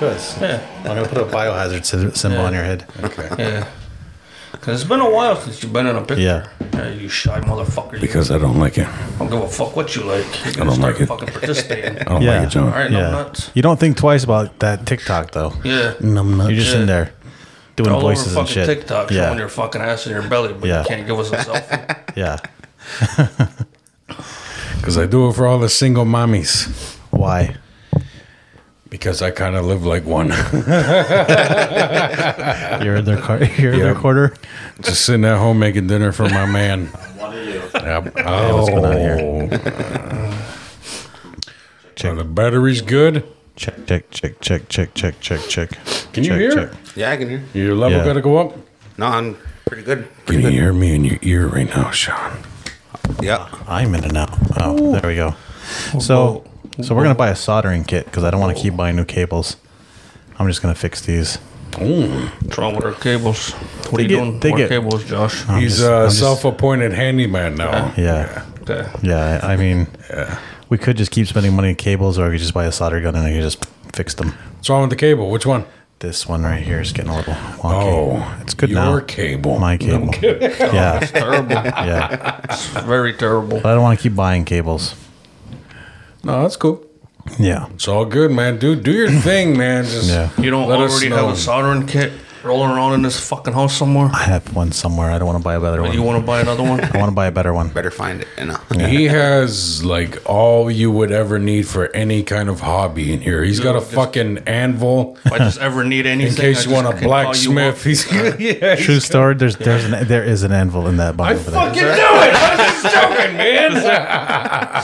was. Yeah, I'm gonna put a biohazard sy- symbol on your head. Okay. yeah. Because it's been a while since you've been in a picture. Yeah. you shy motherfucker. You. Because I don't like it. I don't give a fuck what you like. You're I gonna don't start like it. fucking participating. I don't Yeah. like it, John. All right, yeah. no nuts. You don't think twice about that TikTok though. Yeah. Num nuts. You're just Yeah. in there doing All voices over and fucking shit. TikTok yeah. showing your fucking ass and your belly, but Yeah. you can't give us a selfie. yeah. Because I do it for all the single mommies. Why? Because I kind of live like one. You're in their car. You're in their Yeah. quarter. Just sitting at home making dinner for my man. What are you? what's going on Oh. Check. Are the batteries good? Check. Check. Check. Check. Check. Check. Check. Check. Can you check, hear? check. Yeah, I can hear. Your level Yeah. got to go up? No, I'm pretty good. Can you hear me in your ear right now, Sean? Yeah. I'm in and out. Oh, there we go. So, so we're gonna buy a soldering kit because I don't want to keep buying new cables. I'm just gonna fix these. What's wrong with our cables? What are you Dig it, doing? dig More it. cables, Josh. just- He's uh, a I'm just- self-appointed handyman now. Yeah, Okay. yeah. I I mean, we could just keep spending money on cables, or I could just buy a solder gun and I could just fix them. What's wrong with the cable? Which one? This one right here is getting a little wonky. Oh, it's good now. your cable. My cable. yeah, Terrible. yeah. It's very terrible. But I don't want to keep buying cables. No, that's cool. Yeah, It's all good, man. Dude, do your thing, man. Just yeah. You don't Let us already have know. a soldering kit rolling around in this fucking house somewhere? I have one somewhere. I don't want to buy a better one. You want to buy another one? I want to buy a better one. Better find it. uh, You know. He has like all you would ever need for any kind of hobby in here. He's got a just- fucking anvil If I just ever need anything, in case you want a blacksmith. He's yeah. True story. There's there's an there is an anvil in that I bottom over there. fucking knew it. I was just joking, man.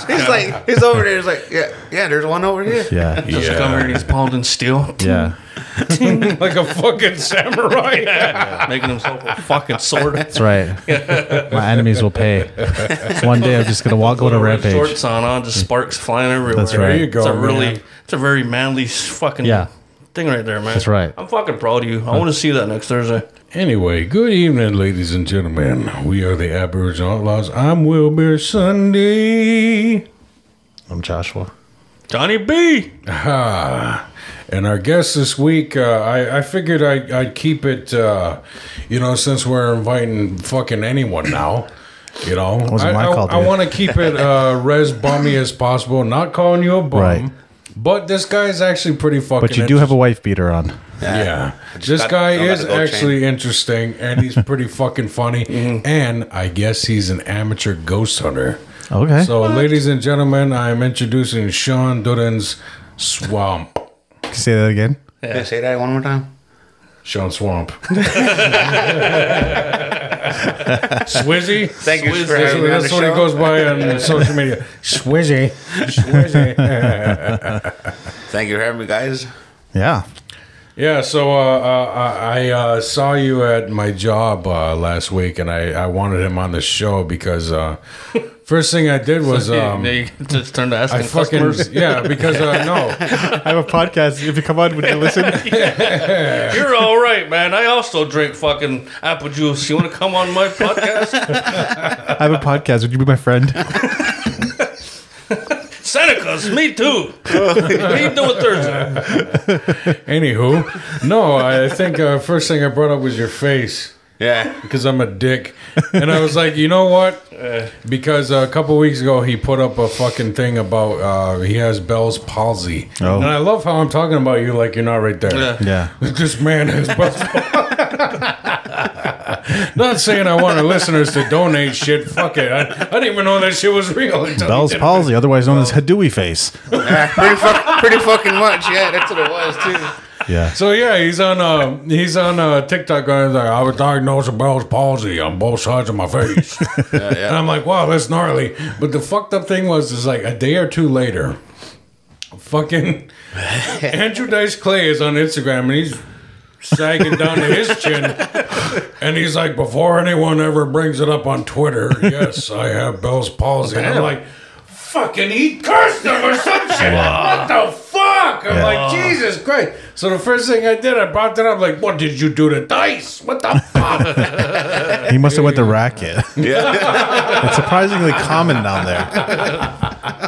He's like, he's over there. He's like, yeah, yeah. There's one over here. Yeah. Just come here and he's pounding steel, Yeah. like a fucking samurai. making himself a fucking sword. That's right. My enemies will pay. One day I'm just gonna walk on a Red rampage. Shorts on, on just sparks flying everywhere. That's right. There you go. It's a really, man. it's a very manly s- fucking Yeah. thing right there, man. That's right. I'm fucking proud of you. I want to see that next Thursday. Anyway, good evening, ladies and gentlemen. We are the Aboriginal Outlaws. I'm Wilbur Sunday. I'm Joshua. Johnny B. Ah, and our guest this week, uh, I, I figured I, I'd keep it, uh, you know, since we're inviting fucking anyone now. You know, wasn't I, my I, call, I dude. want to keep it uh, res bummy as possible. Not calling you a bum, Right. but this guy is actually pretty fucking. But you do have a wife beater on. yeah. just This got- guy I got is a gold actually interesting, and he's pretty fucking funny. Mm-hmm. And I guess he's an amateur ghost hunter. Okay. So, ladies and gentlemen, I am introducing Sean Duran's Swamp. Can you say that again? Can I say that one more time? Sean Swamp. Swizzy? Thank you for That's, having me on the that's what he show. goes by on social media. Swizzy. Swizzy. Thank you for having me, guys. Yeah. yeah, so uh, uh, I uh, saw you at my job uh, last week, and I, I wanted him on the show because uh, first thing I did was. Um, yeah, you just turn to asking I fucking customers. yeah because uh, no I have a podcast. If you come on, would you listen? You're all right, man. I also drink fucking apple juice. You want to come on my podcast? I have a podcast. Would you be my friend? Seneca's, me too. What are you doing Thursday? anywho no I think uh, first thing I brought up was your face Yeah. because I'm a dick. And I was like, you know what? Because a couple weeks ago, he put up a fucking thing about uh, he has Bell's palsy. Oh. And I love how I'm talking about you like you're not right there. Yeah. Yeah. This man has Bell's palsy. not saying I want our listeners to donate shit. Fuck it. I, I didn't even know that shit was real. until- Bell's palsy, otherwise known as Hadouy face. Yeah, pretty, fuck, pretty fucking much. Yeah, that's what it was too. Yeah. So yeah, he's on uh, he's on uh, TikTok and he's like, I was diagnosed with Bell's palsy on both sides of my face, and I'm like, wow, that's gnarly. But the fucked up thing was, is like a day or two later, fucking Andrew Dice Clay is on Instagram and he's sagging down to his chin, and he's like, before anyone ever brings it up on Twitter, yes, I have Bell's palsy. And I'm like. fucking eat cursed them or some shit. what the fuck? I'm Yeah. like, Jesus Christ. So the first thing I did, I brought that up, like, what did you do to Dice? What the fuck? He must have went to racket. Yeah. It's surprisingly common down there.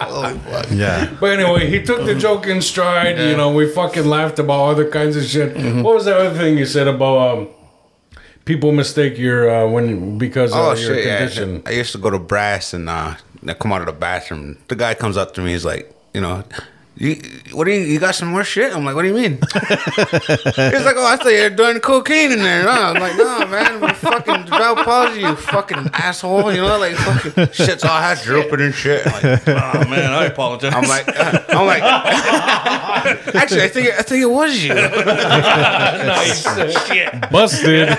Holy fuck. Yeah. but anyway, he took the joke in stride. You know, we fucking laughed about other kinds of shit. Mm-hmm. What was that other thing you said about um, people mistake your, uh, when, because Oh of your shit! condition? Yeah. I used to go to brass and uh, I come out of the bathroom. The guy comes up to me. He's like, you know, you what do you, you got? Some more shit? I'm like, what do you mean? he's like, oh, I thought you were doing cocaine in there. No, I'm like, no, man, I'm fucking developed palsy, you fucking asshole. You know, like fucking shit's all half drooping and shit. I'm like, Oh man, I apologize. I'm like, uh, I'm like. actually, I think I think it was you. shit. Busted.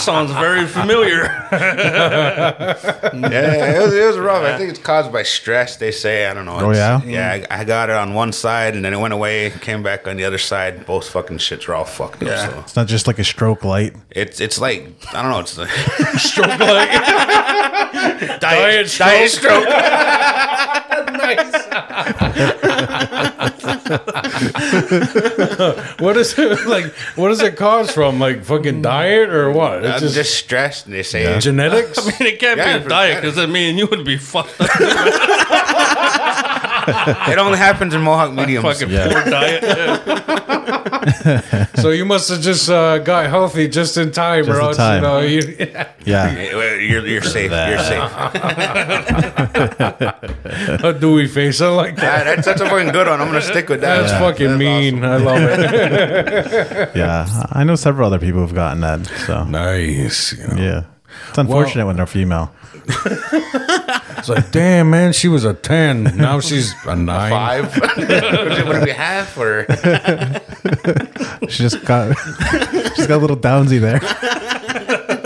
Sounds very familiar. yeah, it was, it was rough. I think it's caused by stress. They say I don't Oh, know. It's- yeah? yeah. I, I got it on one side, and then it went away. Came back on the other side. Both fucking shits were all fucked up. So It's not just like a stroke light. it's it's like I don't know. It's like Stroke like diet, diet stroke. what is it like? What is it caused from? Like fucking diet or what? I'm It's just, just, stressed, and they say genetics. I mean, it can't Yeah, be for a diet sure. because then me and you would be fucked up. it only happens in Mohawk mediums. fucking poor diet. Yeah. so you must have just uh, got healthy just in time, Just or in else time. you know you. Yeah. You're, you're safe. You're safe. a dewy face. I like that. That- that's such a fucking good one. I'm gonna stick with that. That's fucking mean. I love it. Yeah. I know several other people who've gotten that. So, nice. You know? yeah. It's unfortunate when they're female. It's like, damn, man, she was a ten. Now she's a nine. Five. what do we have? Or She just got, she's got a little downsy there.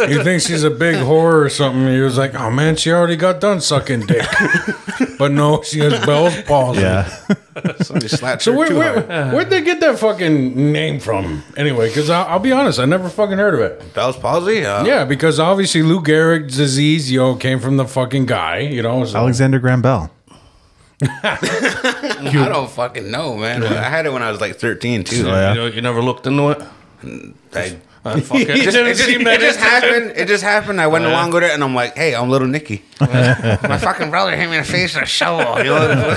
You think she's a big whore or something? He was like, oh man, she already got done sucking dick. but no, she has Bell's palsy. Yeah. somebody slapped So her where, too where, hard. where'd they get that fucking name from? Anyway, because I'll, I'll be honest, I never fucking heard of it. Bell's palsy. Uh, Yeah, because obviously Lou Gehrig's disease, yo, came from the fucking guy, you know. So. Alexander Graham Bell. I don't fucking know, man. I had it when I was like 13 too. You, know, you never looked into it. I- Ah, fuck it. it just, didn't it just- seem that it just happened. It just happened. I went Yeah. along with it, and I'm like, "Hey, I'm little Nicky. My fucking brother hit me in the face with a shovel." You know?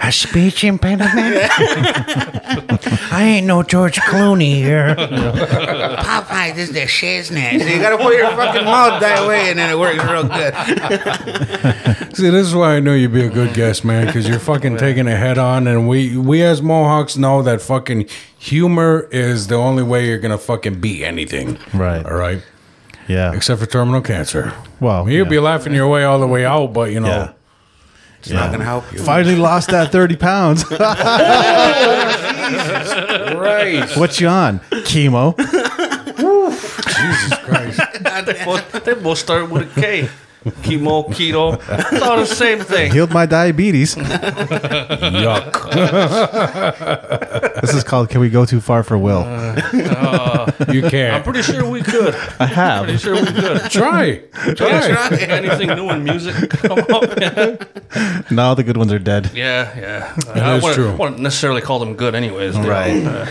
A speech impediment? I ain't no George Clooney here. Popeye, this is the shiznit. So you gotta put your fucking mouth that way, and then it works real good. See, this is why I know you'd be a good guest, man, because you're fucking taking it head on, and we we as Mohawks know that fucking humor is the only way you're gonna fucking beat anything. Right. All right. Yeah. Except for terminal cancer. Well, You'll yeah. be laughing your way all the way out, but you know. Yeah. It's not gonna help you. Finally lost that 30 pounds. Right. What you on? Chemo. Jesus Christ. They both, they both start with a K. Chemo, keto, it's all the same thing. Healed my diabetes. Yuck. This is called Can We Go Too Far for Will? You can't. I'm pretty sure we could. I Pretty have. sure we could. Try. Try. Anything new in music? Come up. Now all the good ones are dead. Yeah, yeah. is wouldn't, true. wouldn't necessarily call them good, anyways. They Right. all, uh,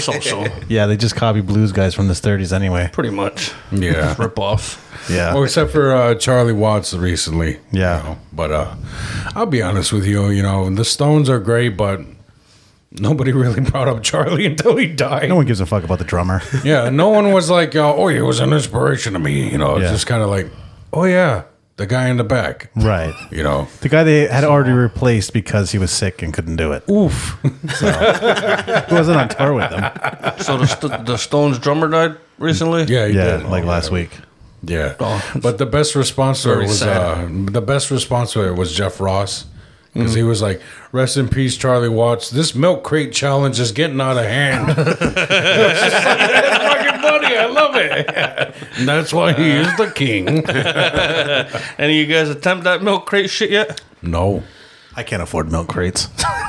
so so, Yeah, they just copy blues guys from the 30s anyway. pretty much. Yeah. Rip off. Yeah. Well, except for uh, Charlie Watts recently. Yeah. You know, But uh, I'll be honest with you, you know, the Stones are great, but nobody really brought up Charlie until he died. No one gives a fuck about the drummer. yeah, no one was like, uh, oh, he was an inspiration to me. You know, it's Yeah. just kind of like, oh, yeah, the guy in the back, right. you know. The guy they had already replaced because he was sick and couldn't do it. Oof. He wasn't on tour with them. So the, St- the Stones drummer died recently. Yeah, he Yeah, did. like last week. Yeah. But the best response to it Very was sad. uh, the best response to it was Jeff Ross. Because Mm. he was like, "Rest in peace, Charlie Watts. This milk crate challenge is getting out of hand." It's just like, That's fucking funny. I love it. And that's why he is the king. Any of you guys attempt that milk crate shit yet? No, I can't afford milk crates.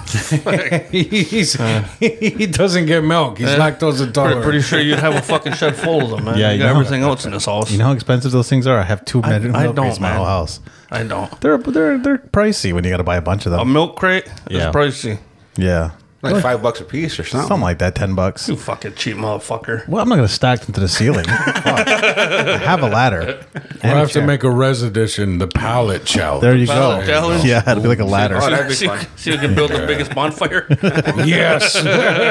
He's, he doesn't get milk. Eh, He's lactose Pretty, intolerant. pretty sure you'd have a fucking shed full of them, man. Yeah, you you got know. everything else in this house. You know how expensive those things are. I have two bedroom I milk crates don't, in my man. whole house. I don't. They're they're they're pricey when you got to buy a bunch of A them. milk crate Yeah. is pricey. yeah, Like five bucks a piece or something. something like that, ten bucks. You fucking cheap motherfucker. Well, I'm not gonna stack them to the ceiling. Fuck. I have a ladder. I and a have to chair. make a res edition, the pallet shell. There you Pallet go. challenge? Yeah, it'd be like a ladder. Oh, that'd be See, fun. see who can build the biggest bonfire. yes.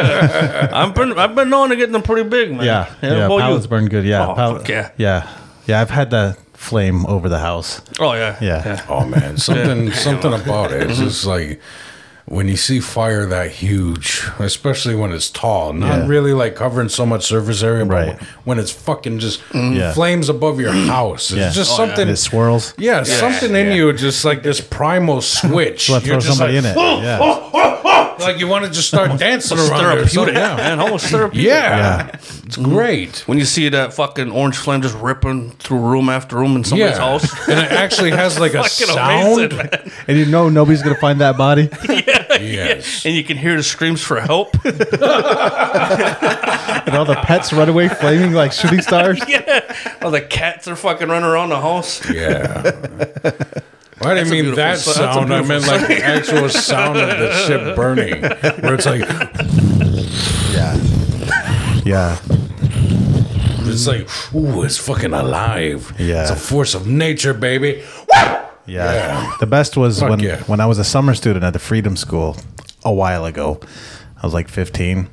I've been I've been known to get them pretty big, man. Yeah, yeah. what about you? pallets burn good. Yeah, Oh, pallet- fuck yeah. yeah, yeah. I've had that flame over the house. Oh yeah. Yeah. Oh man, something something about it. It's just like when you see fire that huge, especially when it's tall, not Yeah. really like covering so much surface area, but Right. Mm. when it's fucking just Yeah. flames above your house. It's Yeah. just yeah. something. And it swirls. Yeah, something in yeah. you just like this primal switch. So I throw You're just somebody like, in it. Yeah. like you want to just start dancing around. There. Therapeutic, yeah. man. Almost therapeutic. yeah, Yeah. it's great. When you see that fucking orange flame just ripping through room after room in somebody's Yeah, house. and it actually has like a Fucking sound. amazing, man. And you know nobody's gonna find that body. Yes, And you can hear the screams for help. And all the pets run away flaming like shooting stars. Oh, the cats are fucking running around the house. Yeah. Well, I didn't a mean beautiful that so- that's a sound. I beautiful meant like the actual sound of the ship burning, where it's like Yeah. it's like ooh, it's fucking alive. Yeah. it's a force of nature, baby. Yeah. Yeah. The best was Fuck when yeah. when I was a summer student at the Freedom School a while ago. I was like 15.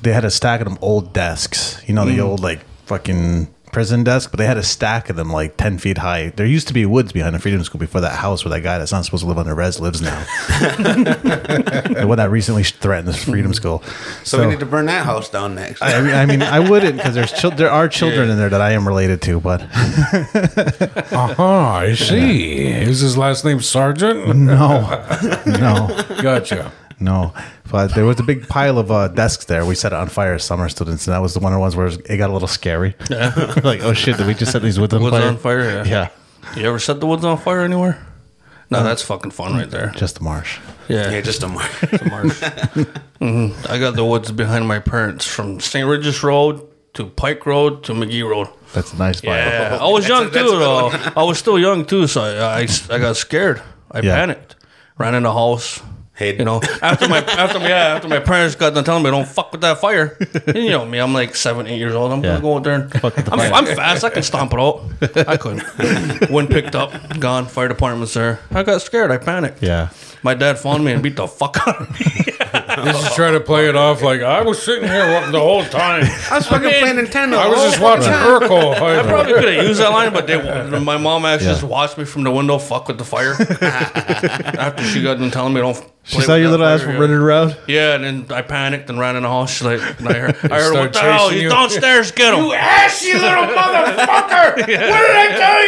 They had a stack of them old desks. You know, the Mm. old like fucking prison desk, but they had a stack of them like 10 feet high. There used to be woods behind the Freedom School before that house where that guy that's not supposed to live on the res lives now. the one that recently threatened the Freedom School. so, we need to burn that house down next. I mean, I mean, I wouldn't because there's chil- there are children in there that I am related to, but Uh huh. I see. Is his last name Sergeant? no, no. Gotcha. No, but there was a big pile of uh, desks there. We set it on fire as summer students, and that was the one of the ones where it got a little scary. like, oh shit, did we just set these woods on Woods fire? on fire, yeah. Yeah, You ever set the woods on fire anywhere? No, that's fucking fun right there. just the marsh. Yeah. yeah, just a mark. the marsh. Mhm. I got the woods behind my parents from St. Regis Road to Pike Road to McGee Road. That's a nice pile. Yeah, I was young That's a- too, that's a good though. I was still young too, so I, I, I got scared. I Yeah. panicked, ran in the house. Hid. You know, after my after my- yeah, after my parents got done telling me don't fuck with that fire. You know me, I'm like seven, eight years old. I'm Yeah. gonna go out there and with the I'm, I'm fast. I can stomp it out. I couldn't. Wind picked up, gone. Fire department's there. I got scared. I panicked. Yeah, My dad found me and beat the fuck out of me. Just try to play it off like I was sitting here wa- the whole time. I was fucking mean, playing Nintendo. I was just watching Urkel. I probably could have used that line, but they, my mom actually Yeah. just watched me from the window fuck with the fire. After she got done telling me don't. she saw your little ass running around. Yeah, and then I panicked and ran in the house. She's like, and I heard, I heard start what the hell? chasing He's you. downstairs, get him. ass, you little motherfucker! What did I tell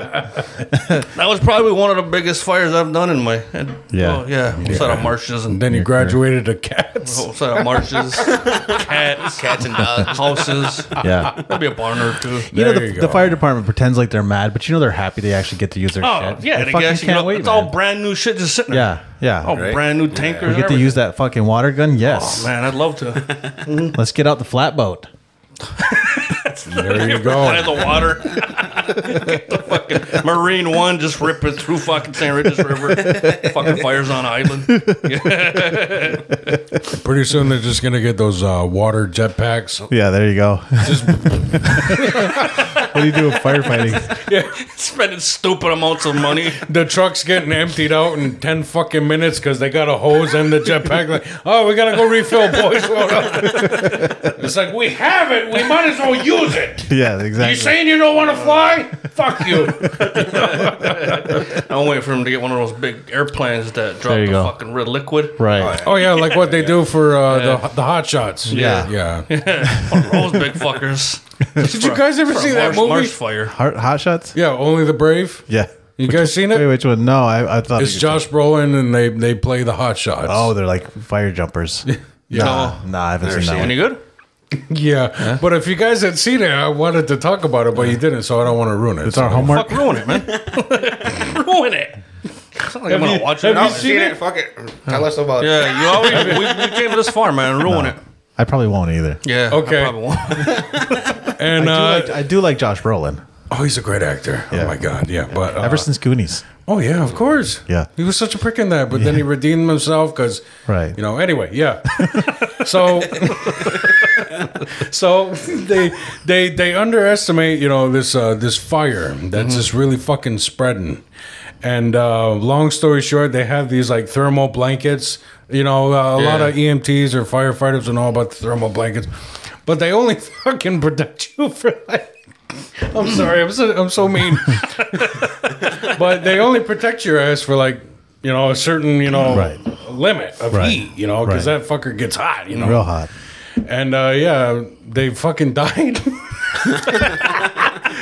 you? That was probably one of the biggest fires I've done in my. And, Yeah. oh, yeah. Whole set of marshes and Oh, Then you graduated to cats. whole set of marshes, cats, Cats and dogs. houses. Yeah. Maybe a barn or two. You know There the, you the go. fire department pretends like they're mad, but you know they're happy they actually get to use their shit. Oh yeah, They and I fucking guess you can't know, wait, it's all man. brand new shit just sitting there. Yeah, yeah. Oh, Right. brand new tankers. we get to use that fucking water gun. Yes, Oh, Man, I'd love to. let's get out the flatboat. There you Out of go. the water. Get the fucking Marine One just ripping through fucking St. Regis River. fucking fires on island. Pretty soon they're just gonna get those uh, water jetpacks. Yeah, there you go. what do you do with firefighting? Spending stupid amounts of money. The truck's getting emptied out in 10 fucking minutes because they got a hose and the jetpack. Like, oh, we got to go refill, boys. Hold up." It's like, we have it. We might as well use it. Yeah, exactly. You saying you don't want to fly? Fuck you. I'm waiting for him to get one of those big airplanes that drop There the you go. fucking red liquid. right. Oh, yeah, like what they do for uh, the, the hot shots. Yeah. Yeah. Those big fuckers. Did you guys ever From see that marsh, marsh movie? fire. Heart, hot shots. Yeah, Only the Brave. Yeah. You guys seen Wait, it? which one? No, I, I thought It's you- Josh Brolin and they, they play the hot shots. Oh, they're like fire jumpers. yeah. Nah, nah, I haven't seen that. Any One. good? Yeah, but if you guys had seen it, I wanted to talk about it, but you didn't, so I don't want to ruin it. It's our homework. Fuck, ruin it, man. ruin it. Like, I'm Have gonna you- watch have it. No, you I've seen seen it. Fuck it. Tell us about it. Yeah, you always we, we came this far, man. Ruin it. I probably won't either. Yeah. Okay. I probably won't. And I, do uh, like, I do like Josh Brolin. oh, he's a great actor. Yeah. Oh my god, yeah. But uh, Ever since Goonies, oh yeah, of course. Yeah. he was such a prick in that, but then he redeemed himself because Right. You know. Anyway, yeah. so. So they they they underestimate you know this uh, this fire that's Mm-hmm. just really fucking spreading, and uh, long story short, they have these like thermal blankets. You know, uh, a lot of EMTs or firefighters and all about the thermal blankets, but they only fucking protect you for like. I'm sorry, I'm so, I'm so mean, but they only protect your ass for like you know a certain you know Right. limit of Right. heat. You know, because Right. that fucker gets hot. You know, real hot. and uh, yeah, they fucking died.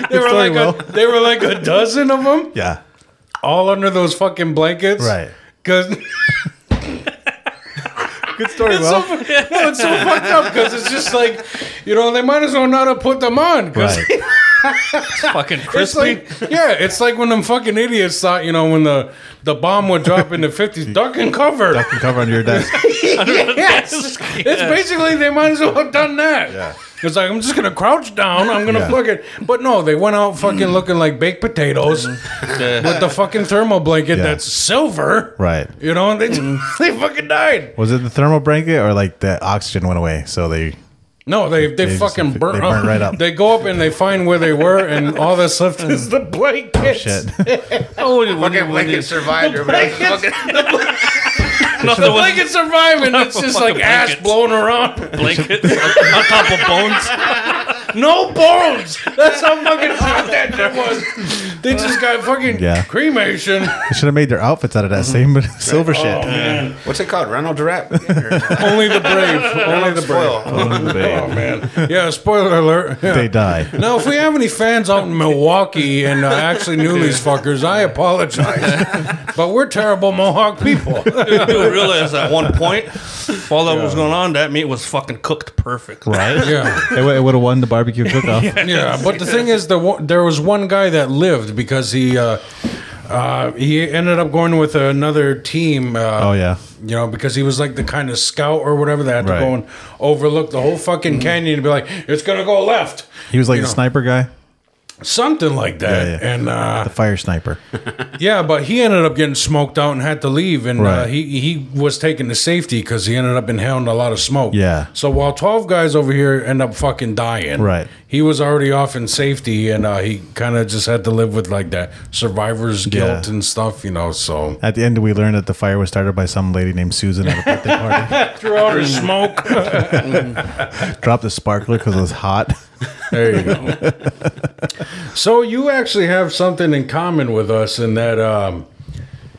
they were story, like Will. a, they were like a dozen of them, Yeah, all under those fucking blankets, right. Because Good story, it's, so, no, it's so fucked up because it's just like you know they might as well not have put them on because. Right. It's fucking It's crispy. like, yeah, it's like when them fucking idiots thought, you know, when the, the bomb would drop in the 50s, duck and cover. I can cover under your desk. yes. It's basically they might as well have done that. Yeah. It's like I'm just gonna crouch down. I'm gonna Yeah. fucking. But no, they went out fucking looking like baked potatoes with the fucking thermal blanket Yeah. that's silver. Right. You know, and they they fucking died. Was it the thermal blanket or like the oxygen went away? So they No, they they, They just- fucking they burnt, burnt up. right up. They go up and they find where they were, and all that's left is the blankets. shit. oh, when, when, Fucking when, blanket survivor. Fucking The blankets surviving. It's just like Fucking ass blankets. blown around. blankets on top of bones. No bones. That's how fucking hot that shit was. They just got fucking Yeah. cremation. They should have made their outfits out of that same Mm-hmm. Oh, silver shit. What's it called? Ronald Durap. Only the brave. Only the brave. Spoil. Oh man. Yeah. Spoiler alert. Yeah. They die. Now, if we have any fans out in Milwaukee and uh, actually knew these fuckers, I apologize. but we're terrible Mohawk people. You realize at one point, while that was going on, that meat was fucking cooked perfect. Right? yeah. It, would have won the barbecue cook-off. Yeah. But the thing is, the, wa- there was one guy that lived because he. Uh, uh, he ended up going with another team. Uh, Oh yeah. you know, because he was like the kind of scout or whatever that had to Right. Mm-hmm. go and overlook the whole fucking canyon and be like, "It's gonna go left," He was like You the know. sniper guy, something like that. Yeah, yeah. And uh, the fire sniper. Yeah, but he ended up getting smoked out and had to leave, and uh, Right. he he was taken to safety because he ended up inhaling a lot of smoke. Yeah. So while twelve guys over here end up fucking dying, Right. He was already off in safety, and uh, he kind of just had to live with like that survivor's guilt Yeah. and stuff, you know. So At the end, we learned that the fire was started by some lady named Susan at a birthday party. threw out her smoke. Dropped the sparkler because it was hot. there you go. so you actually have something in common with us in that. Um,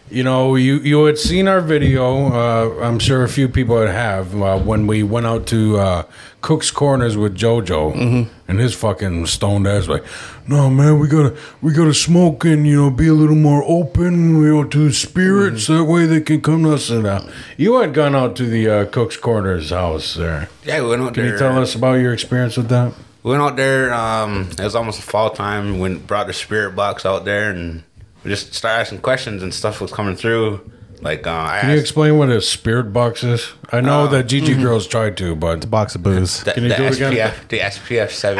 you know, you, you had seen our video. Uh, I'm sure a few people would have uh, when we went out to uh, Cook's Corners with JoJo and his fucking stoned ass like, no man, we gotta we gotta smoke and you know be a little more open, you know, to spirits. That way they can come to us. And uh, you had gone out to the uh, Cook's Corners house there. Yeah, we went out Can there. you tell us about your experience with that? We went out there. Um, it was almost fall time. We brought the spirit box out there, and we just started asking questions, and stuff was coming through. Like uh, I Can you asked explain what a spirit box is? I know that Gigi girls tried to, but Box of booze. the, Can you the do it again? SPF, the SPF seven.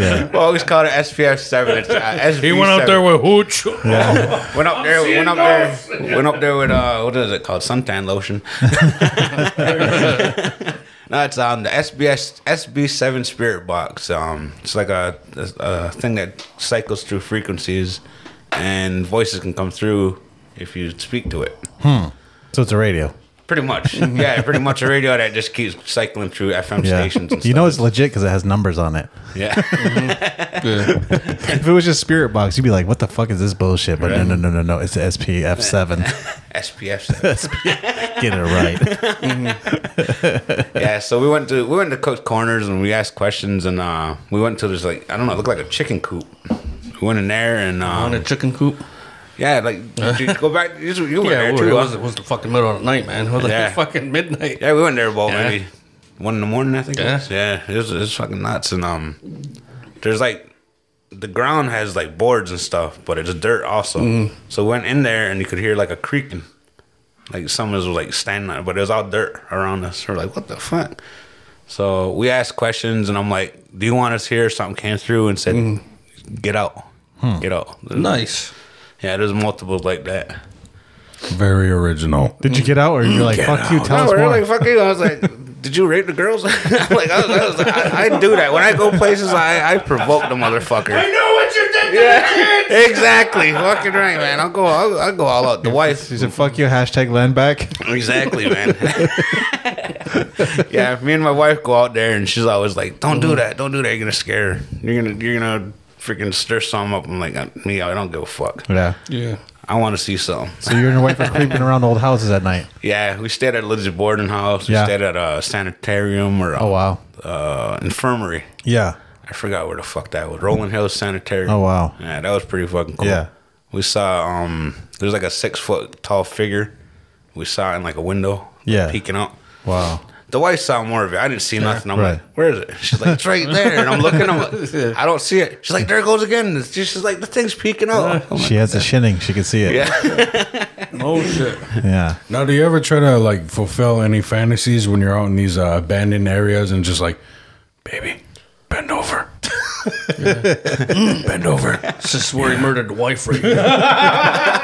Yeah. we always called it SPF seven. It's, uh, SB7. he went out there with hooch. Went up there. Went up there. Went up there with uh, what is it called? Suntan lotion. no, it's um the SBS SB seven spirit box. Um, it's like a, a, a thing that cycles through frequencies, and voices can come through if you speak to it. So it's a radio. Pretty much, yeah. Pretty much a radio that just keeps cycling through FM Yeah. stations. And You stuff. know it's legit because it has numbers on it. yeah. If it was just spirit box, you'd be like, "What the fuck is this bullshit?" But no, no, no, no, no. It's the SPF seven. SPF seven. Get it right. Yeah, so we went to we went to Cook's Corners and we asked questions and uh we went to this like I don't know, it looked like a chicken coop. We went in there and On a um, chicken coop. yeah, like you go back. You, you were Yeah, there well, it too. was, huh? it was the fucking middle of the night, man. It was like Yeah. fucking midnight. Yeah, we went there about Yeah. maybe one in the morning. I think. it Yeah. was. yeah, it was, it was fucking nuts and um, there's like the ground has like boards and stuff, but it's dirt also. Mm-hmm. So we went in there and you could hear like a creaking. Like someone was like standing on it, but it was all dirt around us. We're like, what the fuck? So we asked questions and I'm like, do you want us here? Something came through and said, Mm-hmm. get out. Hmm. Get out. Nice. Yeah, there's multiples like that. Very original. Did you get out, or you're like, fuck you? Tell No, us we're more. like, fuck you. I was like, did you rape the girls? like, I was, I, was, I, I do that. When I go places, I, I provoke the motherfucker. I know what you did to yeah, Exactly. Fucking right, man. I'll go, I'll, I'll go all out. The wife. She said, fuck you. Hashtag land back. Exactly, man. yeah, me and my wife go out there, and she's always like, don't do that. Don't do that. You're going to scare her. You're going to, you're going to freaking stir something up. I'm like, I- me, I don't give a fuck. Yeah. Yeah. I want to see something. So you and your wife are creeping around old houses at night. Yeah, we stayed at a Lizzie boarding house. We Yeah. stayed at a sanitarium or a, Oh wow. uh, infirmary. Yeah. I forgot where the fuck that was. Rolling Hills Sanitarium. Oh wow. Yeah, that was pretty fucking cool. Yeah. We saw um there's like a six foot tall figure. We saw it in like a window. Yeah. Peeking out. Wow. The wife saw more of it. I didn't see nothing. I'm Right. like, where is it? She's like, it's right there. And I'm looking. I'm like, I don't see it. She's like, there it goes again. It's just, she's like, the thing's peeking out. I'm like, She has a shinning. She can see it. Yeah. Oh shit. Yeah. Now, do you ever try to like fulfill any fantasies when you're out in these uh, abandoned areas and just like, baby, bend over, bend over? This is where he murdered the wife right now.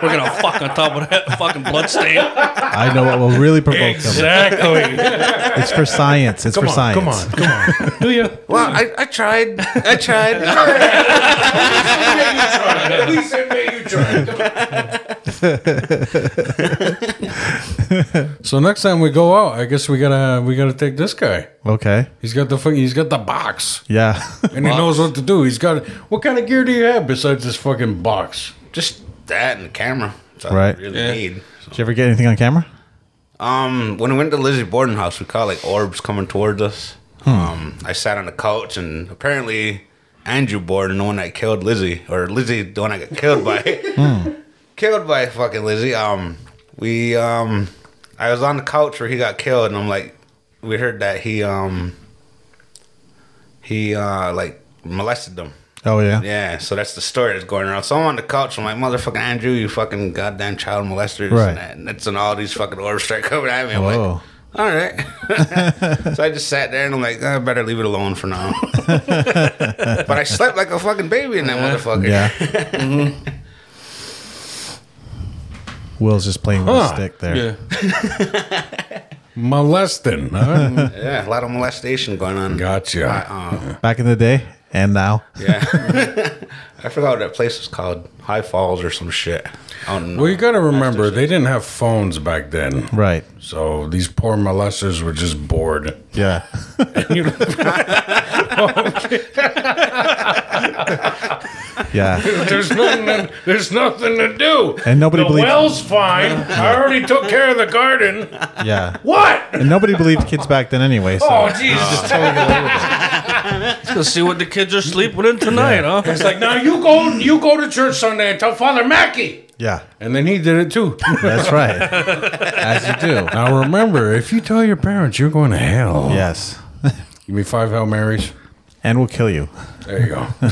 We're gonna fuck on top of that fucking bloodstain. I know what will really provoke them. Exactly. It's for science. It's for science. Come on, come on. Do you? Well, I, I tried. I tried. At least I made you try. so next time we go out, I guess we gotta we gotta take this guy. Okay. He's got the fuck- he's got the box, Yeah. and he knows what to do. He's got what kind of gear do you have besides this fucking box? just that and the camera. That's all Right. I really need. So- Did you ever get anything on camera? Um, when we went to Lizzie boarding house, we caught like orbs coming towards us. Um, I sat on the couch, and apparently Andrew Borden, the one that killed Lizzie, or Lizzie, the one I got killed by, killed by fucking Lizzie. Um, we um, I was on the couch where he got killed, and I'm like, we heard that he um, he uh, like molested them. Oh yeah. Yeah, so that's the story that's going around. So I'm on the couch. I'm like, motherfucking Andrew, you fucking goddamn child molester. Right. And, that, and that's when all these fucking orbs start coming at me. I'm Whoa. like, all right. so I just sat there and I'm like, I better leave it alone for now. but I slept like a fucking baby in that motherfucker. Yeah. Will's just playing with a Huh. stick there. Molesting, huh? Yeah, a lot of molestation going on. gotcha. Back in the day and now. Yeah. I forgot what that place was called. High Falls or some shit. I don't know. Well, you gotta remember they didn't have phones back then, Right. so these poor molesters were just bored. Yeah. yeah. There's nothing. To, there's nothing to do. And nobody the believes- well's fine. I already took care of the garden. Yeah. What? And nobody believed kids back then anyway. So Oh Jesus! Let's see what the kids are sleeping in tonight, huh? It's like now you go. You go to church Sunday and tell Father Mackey. yeah, And then he did it too. that's right. As you do. now remember, if you tell your parents, you're going to hell. Yes. Give me five Hail Marys. And we'll kill you. There you go. oh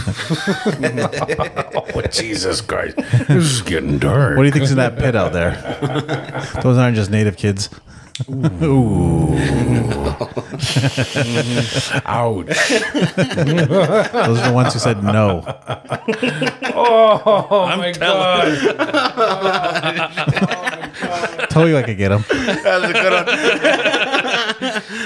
Jesus Christ! This is getting dark. What do you think's in that pit out there? Those aren't just native kids. Ouch! Those are the ones who said no. Oh my God! Told you I could get them.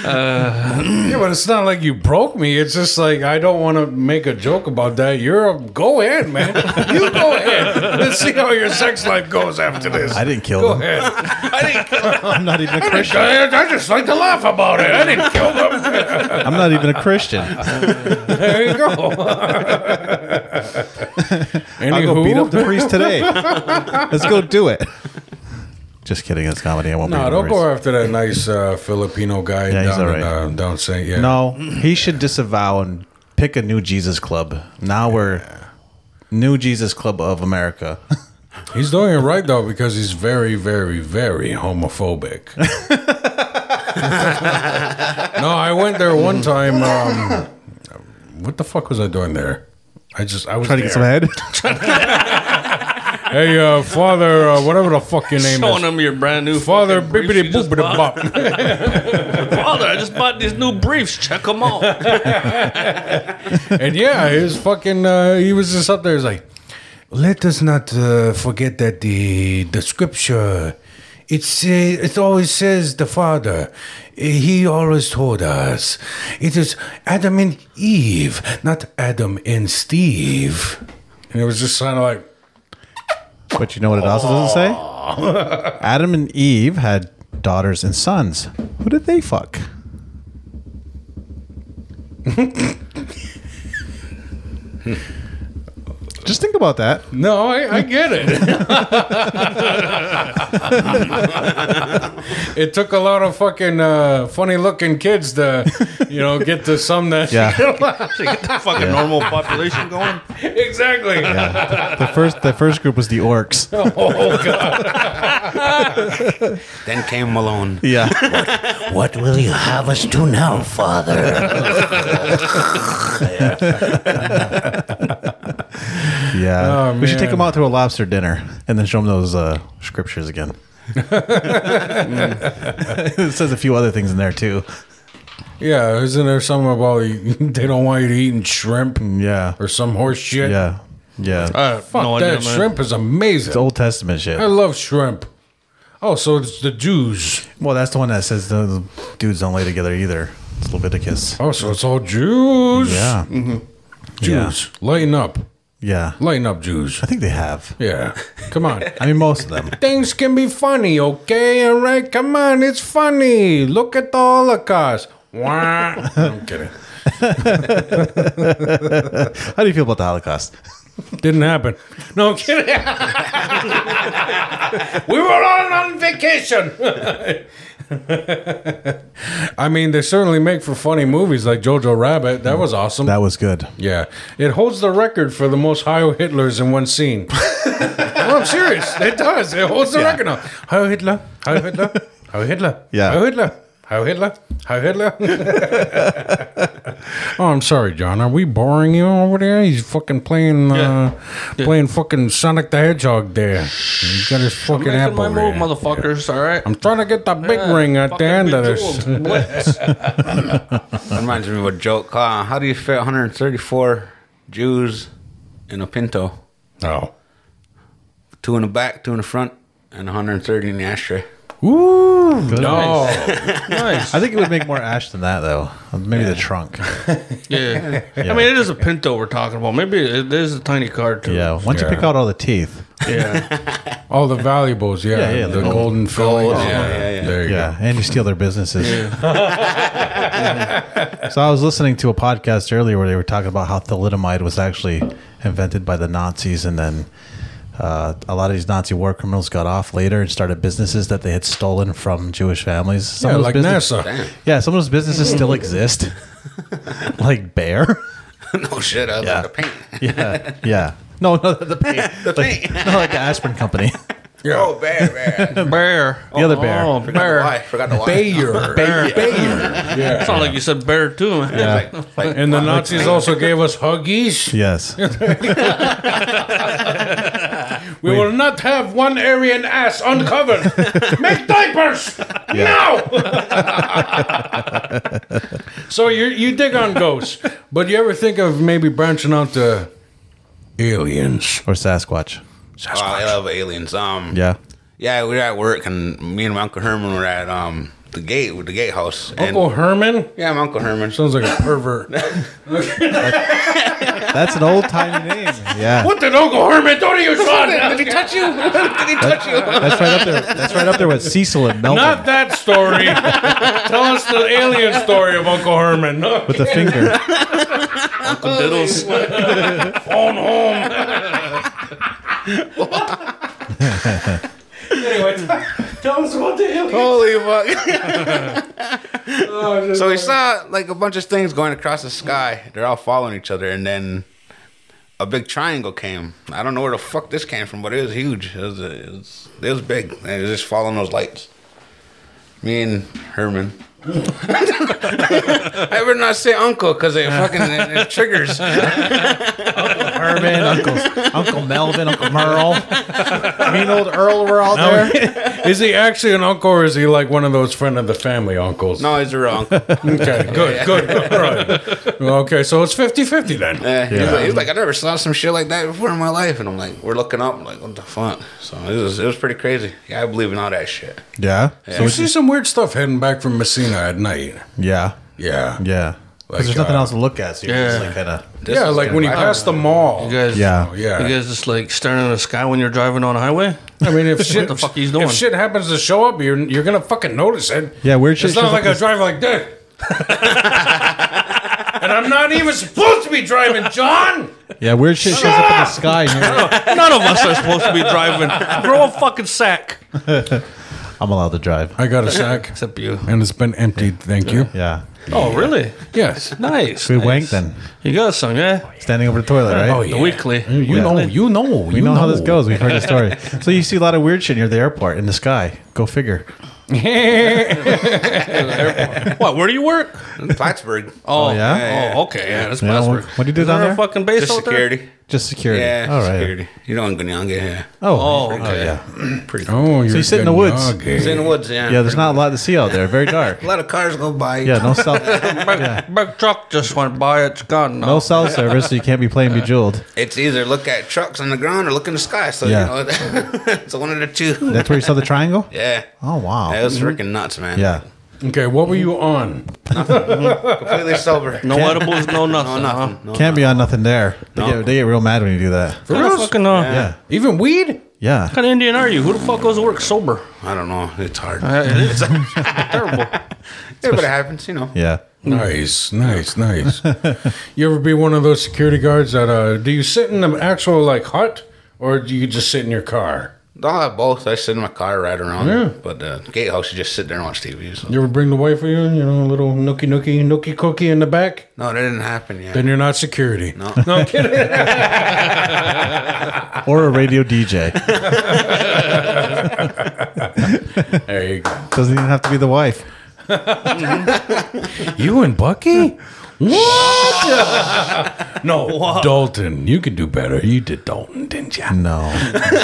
Yeah, but it's not like you broke me. It's just like I don't want to make a joke about that. You're a, go ahead, man. You go ahead. Let's see how your sex life goes after this. I didn't kill go them. ahead. I'm not even a Christian. I, I just like to laugh about it. I didn't kill them. I'm not even a Christian. There you go. I'll go beat up Anywho, the priest today. Let's go do it. Just kidding. It's comedy. I won't no, be don't go after that nice uh, Filipino guy Yeah, he's down all right. in, uh, down Saint. Yeah, No, he should disavow and pick a new Jesus Club. Now we're New Jesus Club of America. he's doing it right though because he's very, very, very homophobic. no, I went there one time. Um, what the fuck was I doing there? I just I was Trying to get some there. head. Hey, uh, Father, uh, whatever the fuck your name Showing is, them your brand new Father fucking briefs you Bibbidi just Boobidi bought. Bop. Father, I just bought these new briefs. Check them out. And yeah, his fucking uh, he was just up there. He's like, let us not uh, forget that the the scripture, it's uh, it always says the Father. He always told us it is Adam and Eve, not Adam and Steve. And it was just kind of like, But you know what it also doesn't say? Adam and Eve had daughters and sons. Who did they fuck? Just think about that. no, I, I get it. it took a lot of fucking uh, funny looking kids to, you know, get to some that. Yeah, Actually, get the fucking normal population going. exactly. the first the first group was the orcs. Then came Malone. Yeah, What will you have us do now, Father? yeah. Oh, we should take man. them out to a lobster dinner and then show them those uh, scriptures again. it says a few other things in there too. Yeah, isn't there something about you- they don't want you to eating shrimp and- Yeah, or some horse shit? yeah, yeah. Uh, Fuck no that idea, man. shrimp is amazing. It's Old Testament shit. I love shrimp. Oh, so it's the Jews. Well, that's the one that says the the dudes don't lay together either. It's Leviticus. Oh, so it's all Jews. Yeah. Jews. Lighten up. Yeah. Lighten up, Jews. I think they have. Yeah. Come on. I mean, most of them. Things can be funny, okay? All right, come on, it's funny. Look at the Holocaust. Wah. I'm kidding. How do you feel about the Holocaust? Didn't happen. No, I'm kidding. we were all on vacation. I mean, they certainly make for funny movies like Jojo Rabbit. That was awesome. That was good. yeah, it holds the record for the most Heil Hitlers in one scene. no, I'm serious. It does. It holds the Yeah. record now. Heil Hitler. Heil Hitler. Heil Hitler. Yeah. Heil Hitler. Heil Hitler. Heil Hitler. oh, I'm sorry, John. Are we boring you over there? He's fucking playing, Yeah. uh, playing fucking Sonic the Hedgehog there. He's got his fucking Making apple. my move, there. motherfuckers. All right. I'm trying to get the big ring at the end of this. That reminds me of a joke. Uh, how do you fit 134 Jews in a Pinto? Oh. Two in the back, two in the front, and 130 in the ashtray. Ooh, no. nice. I think it would make more ash than that, though. Maybe the trunk. Yeah. I mean, it is a Pinto we're talking about. Maybe it is a tiny car too. Yeah. Once you pick Yeah. out all the teeth. Yeah. All the valuables, yeah. Yeah, yeah, the the gold- golden fillings. yeah, yeah, yeah. There you Yeah. And you steal their businesses. so I was listening to a podcast earlier where they were talking about how thalidomide was actually invented by the Nazis and then. Uh, a lot of these Nazi war criminals got off later and started businesses that they had stolen from Jewish families. Some go. Yeah, of those like business- NASA. Yeah, some of those businesses still exist. like Bear. no shit, I Yeah. like the paint. Yeah. Yeah. No, no, the paint. The Like, paint. not like the aspirin company. Yeah. Oh, bad, bad. Bear. The other bear. Oh, Forgot the why. bear. Forgot the why. Bayer. Bear. Yeah. Sound like you said bear too, man. Yeah. Like, And the fuck, like, Nazis also gave us huggies. Yes. We will not have one Aryan ass uncovered. Make diapers now. so you you dig on ghosts, but you ever think of maybe branching out to aliens? Or Sasquatch. Oh, I love aliens. Um, Yeah. yeah, we were at work, and me and my uncle Herman were at um the gate with the gatehouse. and- Uncle Herman yeah, my uncle Herman. sounds like a pervert. That's an old timey name. Yeah. what did Uncle Herman do to you, son? Did he touch you? Did he touch you? That's right up there. That's right up there with Cecil and Melvin Not that story. Tell us the alien story of Uncle Herman. with the finger. Diddles. phone home. anyway, tell us about the alien. Holy fuck. so we saw like a bunch of things going across the sky. They're all following each other, and then a big triangle came. I don't know where the fuck this came from, but it was huge. It was, it was, it was big. And it was just following those lights. Me and Herman. I would not say uncle because it fucking it, it triggers. Herman, Uncle Uncle Melvin, Uncle Merle. Me and old Earl were all there. Is he actually an uncle or is he like one of those friend of the family uncles? No, he's wrong. Okay, good, good, good. Right. Okay, so it's 50 50 then. Yeah. He, was like, he was like, I never saw some shit like that before in my life. And I'm like, we're looking up, like, what the fuck? So it was, it was pretty crazy. Yeah, I believe in all that shit. Yeah. So You it's- see some weird stuff heading back from Messina at night. yeah. Yeah. Yeah. Because Like, there's nothing uh, else to look at. So you're just like kind of. yeah, is like gonna when you be- pass the mall. You guys, Yeah. Yeah. You guys just like staring at the sky when you're driving on a highway. I mean, if shit, the fuck he's doing? if shit happens to show up, you're you're gonna fucking notice it. Yeah, weird shit It's not shows like up I drive like this. and I'm not even supposed to be driving, John. Yeah, weird shit shows up in the sky. And you're like, None of us are supposed to be driving. Grow a fucking sack. I'm allowed to drive. I got a sack, Except you. and it's been emptied. Thank you. Yeah. Oh, really? Yes. Nice. We nice. wanked then. You got some, yeah? Standing over the toilet, right? Oh, The yeah. weekly. You know. You know. We know, how this goes. We've heard the story. so you see a lot of weird shit near the airport in the sky. Go figure. Oh, What? Where do you work? Plattsburgh. Oh, yeah? Oh, okay. Yeah, that's Yeah, Plattsburgh. what- what do you do Is down there? there A fucking base Just out there? security. Just security. Yeah, All right. security. You know, in Gunyanga, yeah. Oh. Oh, okay. yeah. Pretty cool. Oh, you're you sit in the woods. It's in the woods, yeah. Yeah. There's not a lot to see out there. Very dark. A lot of cars go by. Yeah. No cell. Big, big truck just went by. It's gone. No Now. cell service. So you can't be playing Bejeweled. It's either look at trucks on the ground or look in the sky. So, Yeah. you know, it's one of the two. That's where you saw the triangle. Yeah. Oh wow. That was freaking nuts, man. yeah. Okay, what were you on? Completely sober. No uh-huh. edibles, no nothing. No, nothing. No, Can't be on nothing there. They, No. get, they get real mad when you do that. Huh? Who the fucking, uh, What Yeah. Even weed? Yeah. kind of Indian are you? Who the fuck goes to work sober? I don't know. It's hard. Uh, it is terrible. yeah, but it happens, you know. Yeah. Nice, nice, nice. you ever be one of those security guards that uh do you sit in an actual like hut or do you just sit in your car? I'll have both. I sit in my car, ride around. Yeah. But the gatehouse, you just sit there and watch TV. So. You ever bring the wife with you, you know, a little nookie nookie nookie cookie in the back? No, that didn't happen yet. Then you're not security. No. no I'm kidding. Or a radio DJ. There you go. Doesn't even have to be the wife. You and Bucky? What? no, Dalton. You could do better. You did Dalton, didn't you? No.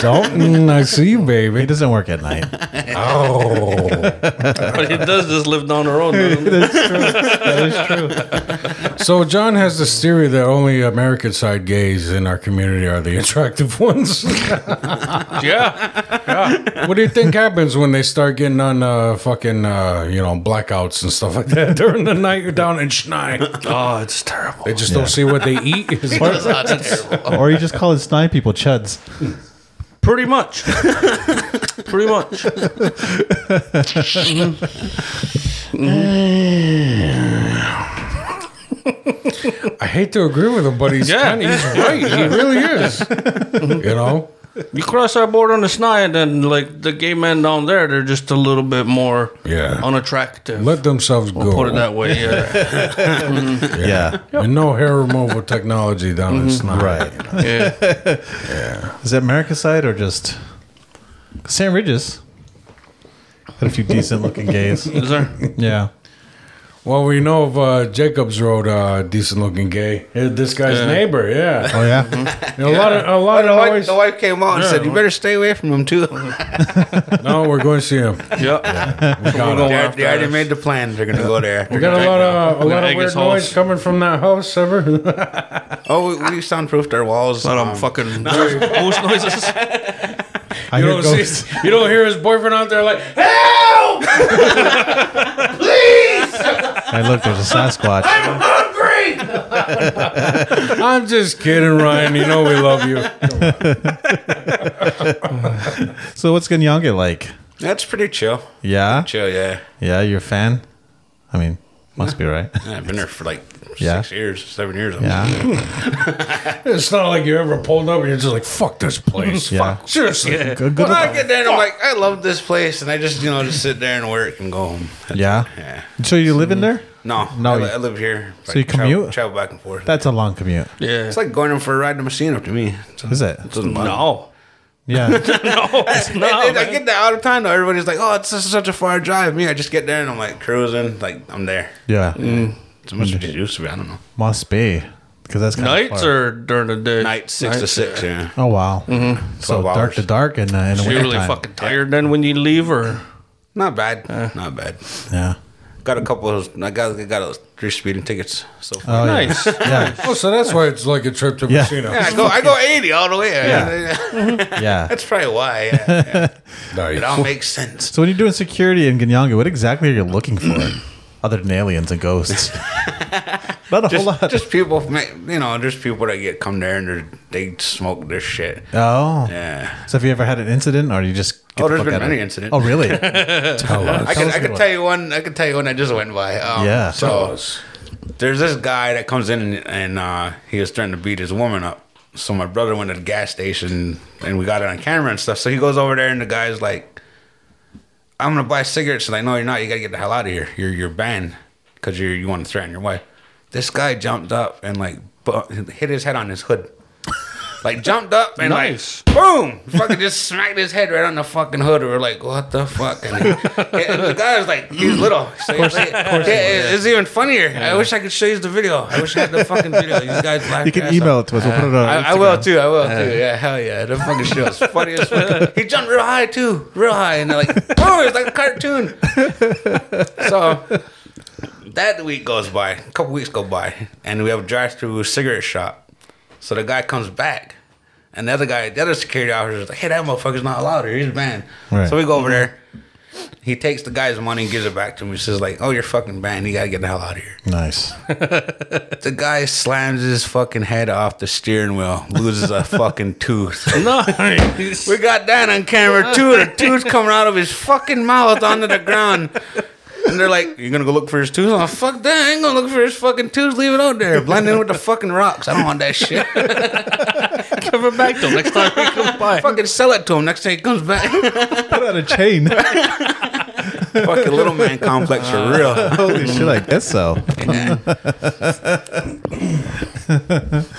Dalton, I see you, He baby. doesn't work at night. Oh. But he does just live down the road. doesn't he? So John has this theory that only American side gays in our community are the attractive ones. yeah. what do you think happens when they start getting on uh, fucking uh, you know blackouts and stuff like that during the night down in Schneid? Oh, it's terrible. They just don't see what they eat. It's like- or you just call it snide people chuds. Pretty much. Pretty much. I hate to agree with him, but he's Yeah. kinda, he's right. He really is. You know. You cross our border on the snide, and like the gay men down there, they're just a little bit more Yeah. unattractive. Let themselves go. Put it that way. Yeah. Yeah. And no hair removal technology down in Schneid. Right. yeah. Is it America side or just Sam Ridges? Had a few decent looking gays. Is there? Yeah. Well, we know of uh, Jacobs Road, uh, decent looking gay. Uh, This guy's neighbor, yeah. Oh yeah. You know, A lot of a lot Oh, The of wife, always- the wife came out and said, "You better stay away from them too." they No, we're going to see him. Yep. We got going him. already- after they already us. made the plan. They're gonna go there. We got a lot of a We're lot gonna of egg weird his house. noise coming from that house ever. Oh, we, we soundproofed our walls. Let them Um, fucking ghost noises. I You hear don't ghosts. see, you don't hear his boyfriend out there like, "Help! Hey, look, there's a Sasquatch. Hungry!" I'm just kidding, Ryan. You know we love you. So what's Ganyanga like? That's pretty chill. Yeah. Chill, yeah. Yeah, you're a fan? I mean, must be right. Yeah, I've been there for like Yeah. six years, seven years. Yeah. It's not like you ever pulled up and you're just like, "Fuck this place." Yeah. Fuck. Seriously. Good, good When I look- get there, and I'm like, I love this place, and I just you know just sit there and work and go home. That's- Yeah. Mm. Yeah. So you live in there? No, No, no, I, li- you- I live here. So you commute? travel, travel back and forth. That's a long commute. Yeah. it's like going in for a ride to Messina to me. It's- Is it? doesn't bother me. no. Yeah. No, it's I, not. I get that all the time though. Everybody's like, "Oh, it's just such a far drive." Me, I just get there and I'm like cruising, like I'm there. Yeah. It's must be used to be. I don't know. Must be. because that's kind Nights or during the day? Night six to Nights. six. Yeah. Oh wow! So 12 dark hours. to dark and uh, in the So you're really wintertime. fucking tired then when you leave, or Not bad. Not bad. yeah. Got a couple. Of, I got I got uh, three speeding tickets so far. Oh, yeah. nice. Yeah. Oh, so that's why it's like a trip to Yeah. casino. Yeah, I go I go eighty all the way. yeah. That's probably why. Yeah. It all Nice. makes sense. So when you're doing security in Ganyanga, what exactly are you looking for, other than aliens and ghosts? Not a whole lot. Just people, ma- you know, just people that get come there and they're- they smoke their shit. oh. Yeah. So have you ever had an incident, or you just? Get Oh, the there's fuck been out of- many incidents. Oh, really? I Tell can us I can one. tell you one. I can tell you one that just went by. Um, Yeah. So there's this guy that comes in and, and uh, he was trying to beat his woman up. So my brother went to the gas station and we got it on camera and stuff. So he goes over there and the guy's like, "I'm gonna buy cigarettes." And I know you're not. You gotta get the hell out of here. You're you're banned because you you want to threaten your wife. This guy jumped up and like bu- hit his head on his hood. Like jumped up and Nice. like boom, fucking just smacked his head right on the fucking hood. We were like, what the fuck? And, and the guy was like, he's little. So he was like, yeah, it- it's even funnier. I wish I could show you the video. I wish I had the fucking video. These guys laugh. You your can ass email off. it to us. We'll put it on. I, I will too. I will too. Yeah, hell yeah. The fucking shit was funny as fuck. He jumped real high too, real high, and they're like, "Oh, it's like a cartoon." so that week goes by, a couple weeks go by, and we have a drive-through cigarette shop. So the guy comes back, and the other guy, the other security officer, is like, "Hey, that motherfucker's not allowed here. He's banned." Right. So we go over there. He takes the guy's money and gives it back to him. He says, "Like, oh, you're fucking banned. You gotta get the hell out of here." Nice. The guy slams his fucking head off the steering wheel, loses a fucking tooth. nice. We got that on camera too. The tooth coming out of his fucking mouth onto the ground. And they're like, You're gonna go look for his tooth? Oh fuck that. I ain't gonna look for his fucking tooth. Leave it out there. Blend in with the fucking rocks. I don't want that shit. Cover back till next time we come by. fucking sell it to him next time he comes back. put on a chain. fucking little man complex for real. Holy shit! I guess so.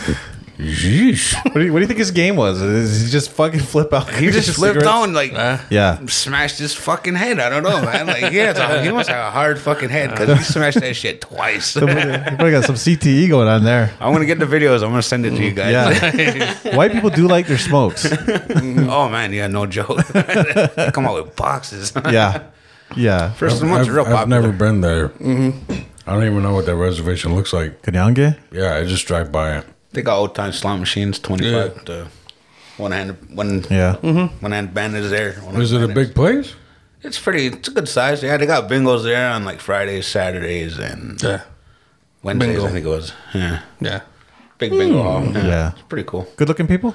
Yeesh. What do you, what do you think his game was? Is he just fucking flip out? He just flipped cigarettes? on like Yeah. smashed his fucking head. I don't know, man. Like he has a, he must have a hard fucking head because he smashed that shit twice. You probably got some CTE going on there. I'm gonna get the videos. I'm gonna send it to you guys. Yeah. White people do like their smokes. Oh man, yeah, no joke. they come out with boxes. Yeah. Yeah. First of all, it's I've, real popular. I've never been there. I don't even know what that reservation looks like. Kanyange? Yeah, I just drive by it. They got old time slot machines, twenty five Yeah. to one hand one Mm-hmm. Yeah. one hand bandits there. One Is it hand a bandits. big place? It's pretty it's a good size. Yeah, they got bingos there on like Fridays, Saturdays and Yeah. Wednesdays, Bingo. I think it was. Yeah. Yeah. Big bingo hall. Yeah. Yeah. It's pretty cool. Good looking people?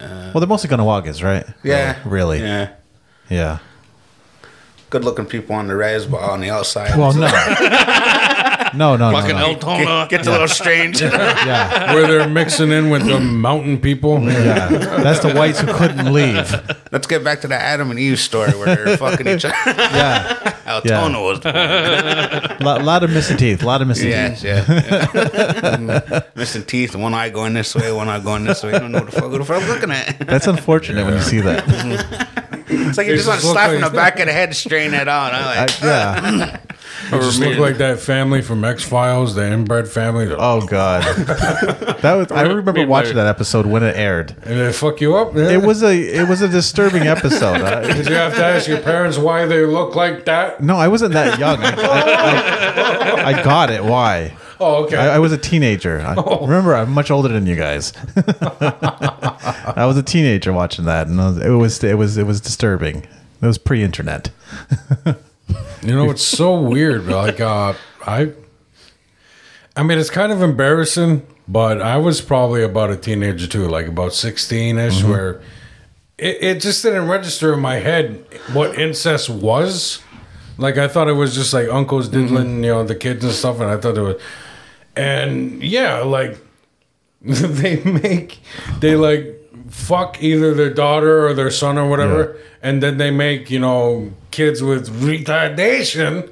well, they're mostly Ganawagas, right? Uh, Yeah. Really? Yeah. Yeah. Good looking people on the res but on the outside. Well, no. no, no, no. Fucking no. El Tona. Gets a little strange. Yeah. Where they're mixing in with the mountain people? Yeah. That's the whites who couldn't leave. Let's get back to the Adam and Eve story where they're fucking each other. Yeah. Altona was the one. A lot, lot of missing teeth. A lot of missing Yeah, teeth. yeah. Missing teeth, one eye going this way, one eye going this way. You don't know what the fuck, what the fuck I'm looking at. That's unfortunate when you see that. It's like you They just want just to look slap him in like- the back of the head, straighten it out. I'm I, like, yeah. They just look like that family from X Files, the inbred family. They're- Oh God. That was. I remember watching that episode when it aired. And they fuck you up. Yeah. It was a it was a disturbing episode. I, Did you have to ask your parents why they look like that? no, I wasn't that young. I, I- I- I got it. Why? Oh, okay. I, I was a teenager. I, Remember, I'm much older than you guys. I was a teenager watching that, and I was, it was it was it was disturbing. It was pre-internet. You know, it's so weird. but, Like, uh, I, I mean, it's kind of embarrassing, but I was probably about a teenager too, like about sixteen ish, where it, it just didn't register in my head what incest was. Like, I thought it was just like uncles diddling, you know, the kids and stuff, and I thought it was, and yeah, like they make they like fuck either their daughter or their son or whatever and then they make you know kids with retardation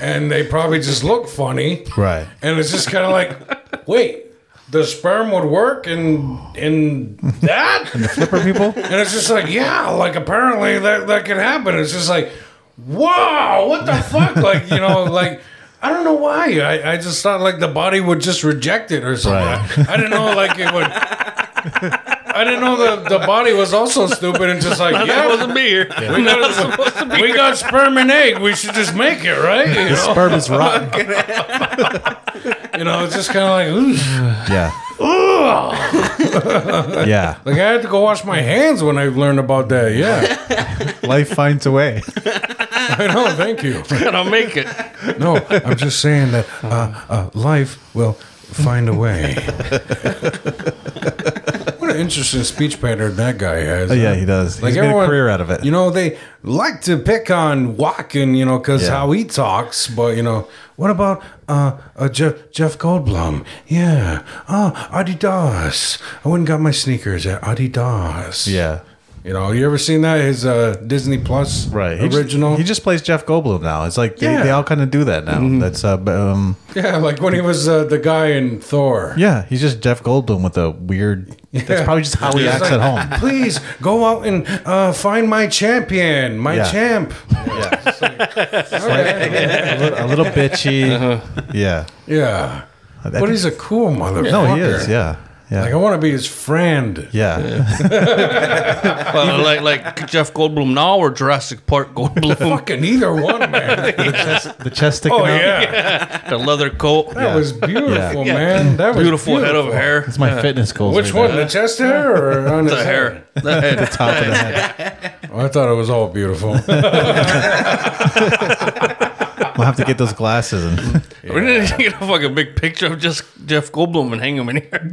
and they probably just look funny Right. and it's just kind of like wait the sperm would work and in that Flipper people. and it's just like, yeah, like apparently that that can happen. It's just like, wow, what the fuck? Like you know, like. I don't know why. I, I just thought like the body would just reject it or something. I, I didn't know like it would. I didn't know the, the body was also stupid and just like yeah, Wasn't beer. we got, we got sperm and egg. We should just make it right. You know, Sperm is rotten. you know it's just kind of like. "Ooh." Yeah. yeah. Like I had to go wash my hands when I learned about that. Yeah, Life finds a way. I know. Thank you. Gonna make it. No, I'm just saying that uh, uh, life will find a way. what an interesting speech pattern that guy has. Oh, yeah, huh? he does. He's made a career out of it. You know, they like to pick on Walken, you know, because Yeah. how he talks. But you know, what about uh, uh Jeff, Jeff Goldblum? Yeah, oh, Adidas. I went and got my sneakers at Adidas. Yeah. You know, you ever seen that? His uh, Disney Plus Right. He just- original. he just plays Jeff Goldblum now. It's like they, Yeah. they all kind of do that now. That's uh, b- um, yeah, like when he was uh, the guy in Thor. yeah. He's just Jeff Goldblum with a weird. That's Yeah. probably just how he He's acts like, at home. Please go out and uh, find my champion, my Yeah. champ. Yeah. All right. a, little, a little bitchy. Uh-huh. Yeah. Yeah, but he's a cool motherfucker. No, he is. Yeah. Yeah. Like I want to be his friend. oh. yeah. Uh, like like Jeff Goldblum now or Jurassic Park Goldblum. Fucking either one, man. The chest sticking Oh out. yeah, the leather coat. that was beautiful, Yeah. man. That was Beautiful, head of hair. It's my fitness goals. Which right one, the chest hair or on the his hair. The head. Top of the head. head? I thought it was all beautiful. We'll have to get those glasses. And We need to get a fucking big picture of just Jeff Goldblum and hang him in here. in,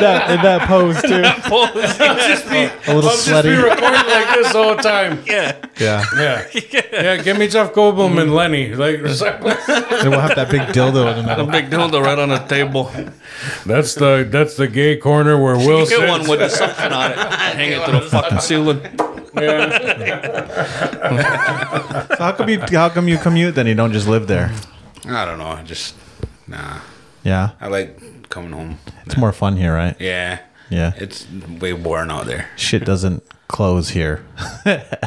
that, in that pose, too. Pose. Just be- A little I'll just be sweaty. recording like this all the time. yeah. Yeah. Yeah, yeah. Give me Jeff Goldblum and Lenny. Like And we'll have that big dildo in the A middle. big dildo right on the table. that's the that's the gay corner where Will Get sits. one with the something on it. Hang it to the fucking ceiling. Yeah. So how come you how come you commute then you don't just live there? I don't know. I Just nah. Yeah. I like coming home. It's more fun here, right? Yeah. Yeah. It's way boring out there. Shit doesn't close here.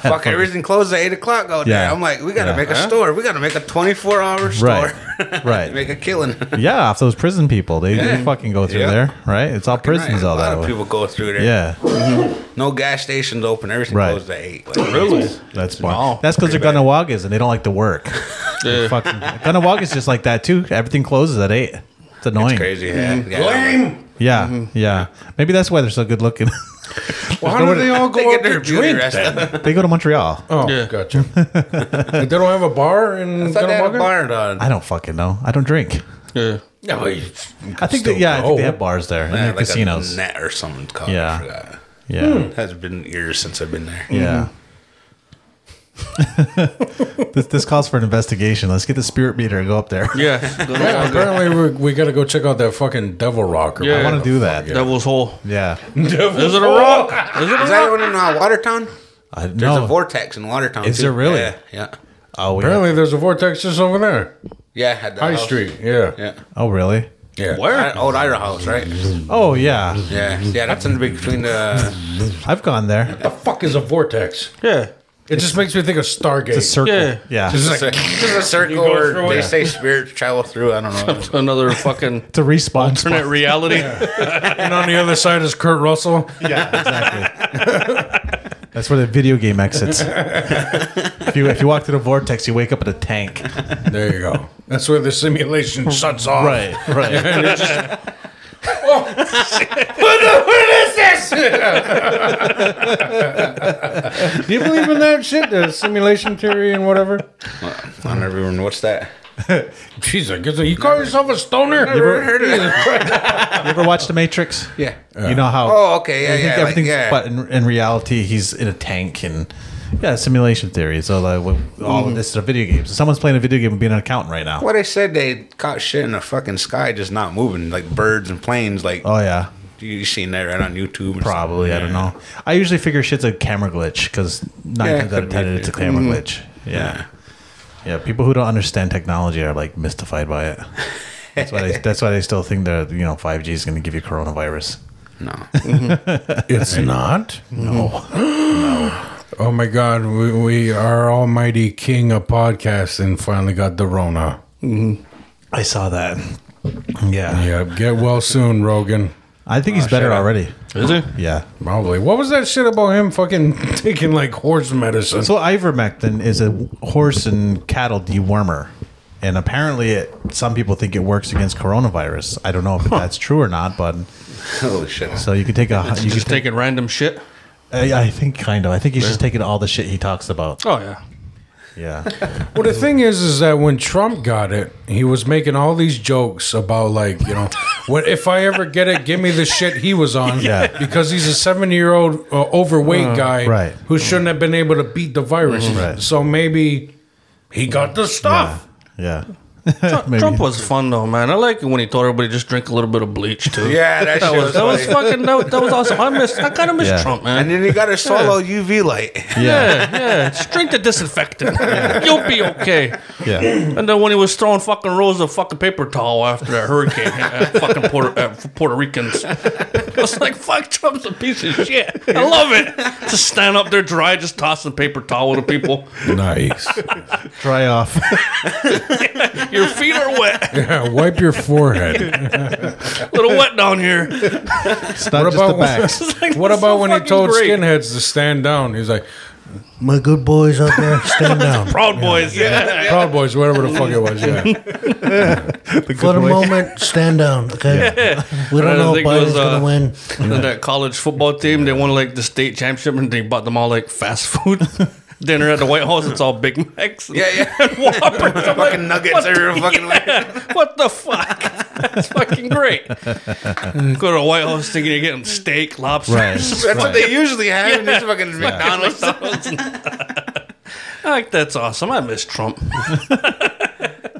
Fuck, everything closes at 8 o'clock out Yeah. there. I'm like, we got to Yeah. make a store. We got to make a 24 hour store. Right. Right. make a killing. Yeah, off those prison people. They, they fucking go through Yeah. there, right? It's all prisons Right. all a lot that of way. people go through there. yeah. No gas stations open. Everything Right. closed at 8. Like, really? That's fun. That's because they're Gunawagas and they don't like to work. They're fucking Gunawagas just like that too. Everything closes at eight. It's annoying. Crazy. Mm-hmm. Yeah. yeah. Mm-hmm. Lame. Yeah, yeah. Maybe that's why they're so good looking. Why do they all They go get out their there beauty drink? rest up. they go to Montreal. Oh, gotcha. they don't have a bar in I thought they had a Gunnamaga? bar on. I don't fucking know. I don't drink. Yeah. No, you- I think that, yeah, I Oh, think they have bars there in Yeah, their like casinos. A net or something. It's Called. Yeah. I forgot. yeah, Has been years since I've been there. yeah. Hmm. this this calls for an investigation. Let's get the spirit meter and go up there. Yeah. Yeah, apparently we, we got to go check out that fucking devil rocker. Yeah. I want to do that. Yeah, Devil's hole. Devil Is it a rock? Is it a Is that rock? one in uh, Watertown? I don't There's know. a vortex in Watertown. Is too. there really? Yeah. Yeah. oh, we Apparently, there's a vortex just over there, Yeah. Had that High house. Street. Yeah, Oh. Yeah. oh, really? yeah. I- Old Ira House, right? Oh, yeah. Yeah. Yeah. That's in between the. I've gone there. The fuck is a vortex? Yeah. It just makes me think of Stargate. The circle. Yeah. Yeah, It's just It's a, like, it's a circle go where through they it. say spirits travel through. I don't know. Another fucking it's a respawn. alternate spot. reality. and on the other side is Kurt Russell. Yeah, exactly. That's where the video game exits. if you if you walk through the vortex, you wake up in a tank. There you go. That's where the simulation shuts off. Oh, right. Do you believe in that shit? The simulation theory and whatever? I never even what's that. Jesus, you call yourself a stoner? heard of that. You ever watch The Matrix? Yeah. You know how? Oh, okay, yeah, you yeah, like, everything's, yeah. but in, in reality, he's in a tank and yeah, simulation theory. So like, with all Mm-hmm. of this is a video game. So someone's playing a video game and being an accountant right now. Well, they said they caught shit in the fucking sky, just not moving, like birds and planes. Like Oh yeah, you you seen that right on YouTube? or probably. I something. don't know. I usually figure shit's a camera glitch because nine Yeah, times out of could ten, be. Mm-hmm. it's a camera glitch. Yeah. yeah, People who don't understand technology are like mystified by it. That's why they, that's why they still think that you know five G is going to give you coronavirus. No, It's not? No. Oh my God, we, we our almighty king of podcasts and finally got the Rona. I saw that. Yeah. Yeah, get well soon, Rogan. I think he's Oh, better already. Is it? Yeah. Probably. What was that shit about him fucking taking like horse medicine? So ivermectin is a horse and cattle dewormer, and apparently, it, some people think it works against coronavirus. I don't know if that's true or not, but Holy shit. so you can take a you can Just taking random shit. I, I think kind of. I think he's just taking all the shit he talks about. Oh yeah. Yeah. Well, the thing is, is that when Trump got it, he was making all these jokes about like, you know, what if I ever get it, give me the shit he was on, Yeah. because he's a seventy-year-old uh, overweight guy, right. who shouldn't have been able to beat the virus. Right. So maybe he got the stuff. Yeah. Trump, Maybe. Trump was fun though, man. I like it when he told everybody just drink a little bit of bleach too. Yeah, that, That shit was that was funny. fucking that, was- that was awesome. I miss I kind of miss Yeah. Trump, man. And then he got a solo UV light. Yeah. yeah, yeah. Just drink the disinfectant. You'll be okay. Yeah. And then when he was throwing fucking rolls of fucking paper towel after that hurricane, at fucking Puerto, uh, Puerto Ricans, I was like, "Fuck, Trump's a piece of shit." I love it. Just stand up there dry, just tossing paper towel to people. Nice. Dry off. Your feet are wet, yeah, wipe your forehead. a little wet down here. It's not What just about- the backs. Like, What that's about so when he fucking told great. skinheads to stand down? He's like, My good boys out there, stand down. Proud Boys? Yeah, Proud Boys, whatever the fuck it was. Yeah. For the moment, stand down, okay? We I don't know if think it was, Biden's uh, gonna win. And then that college football team, they won like the state championship, and they bought them all like fast food. Dinner at the White House, it's all Big Macs. Yeah, yeah. And Whoppers. I'm like, fucking nuggets every fucking way. What the fuck? That's fucking great. Go to the White House thinking you're getting steak, lobster. Right. That's what they usually have in this fucking McDonald's. Like that's awesome. I miss Trump.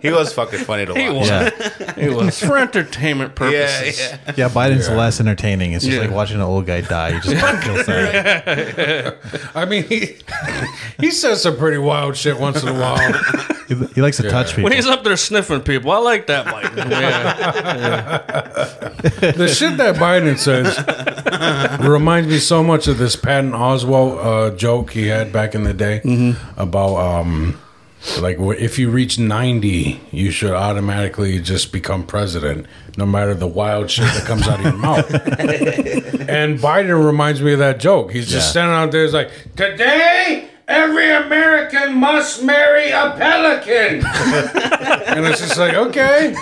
He was fucking funny to watch. He was. Yeah. He was for entertainment Yeah, purposes. yeah. Yeah. Biden's less entertaining. It's just Yeah. like watching an old guy die. You just kinda feel sad. I mean, he he says some pretty wild shit once in a while. He, he likes to touch people. When he's up there sniffing people, I like that Mike. Yeah. The shit that Biden says reminds me so much of this Patton Oswalt uh, joke he had back in the day Mm-hmm. about um, like wh- if you reach ninety, you should automatically just become president, no matter the wild shit that comes out of your mouth. and Biden reminds me of that joke. He's just Yeah. standing out there, he's like, today. Every American must marry a pelican, and it's just like okay,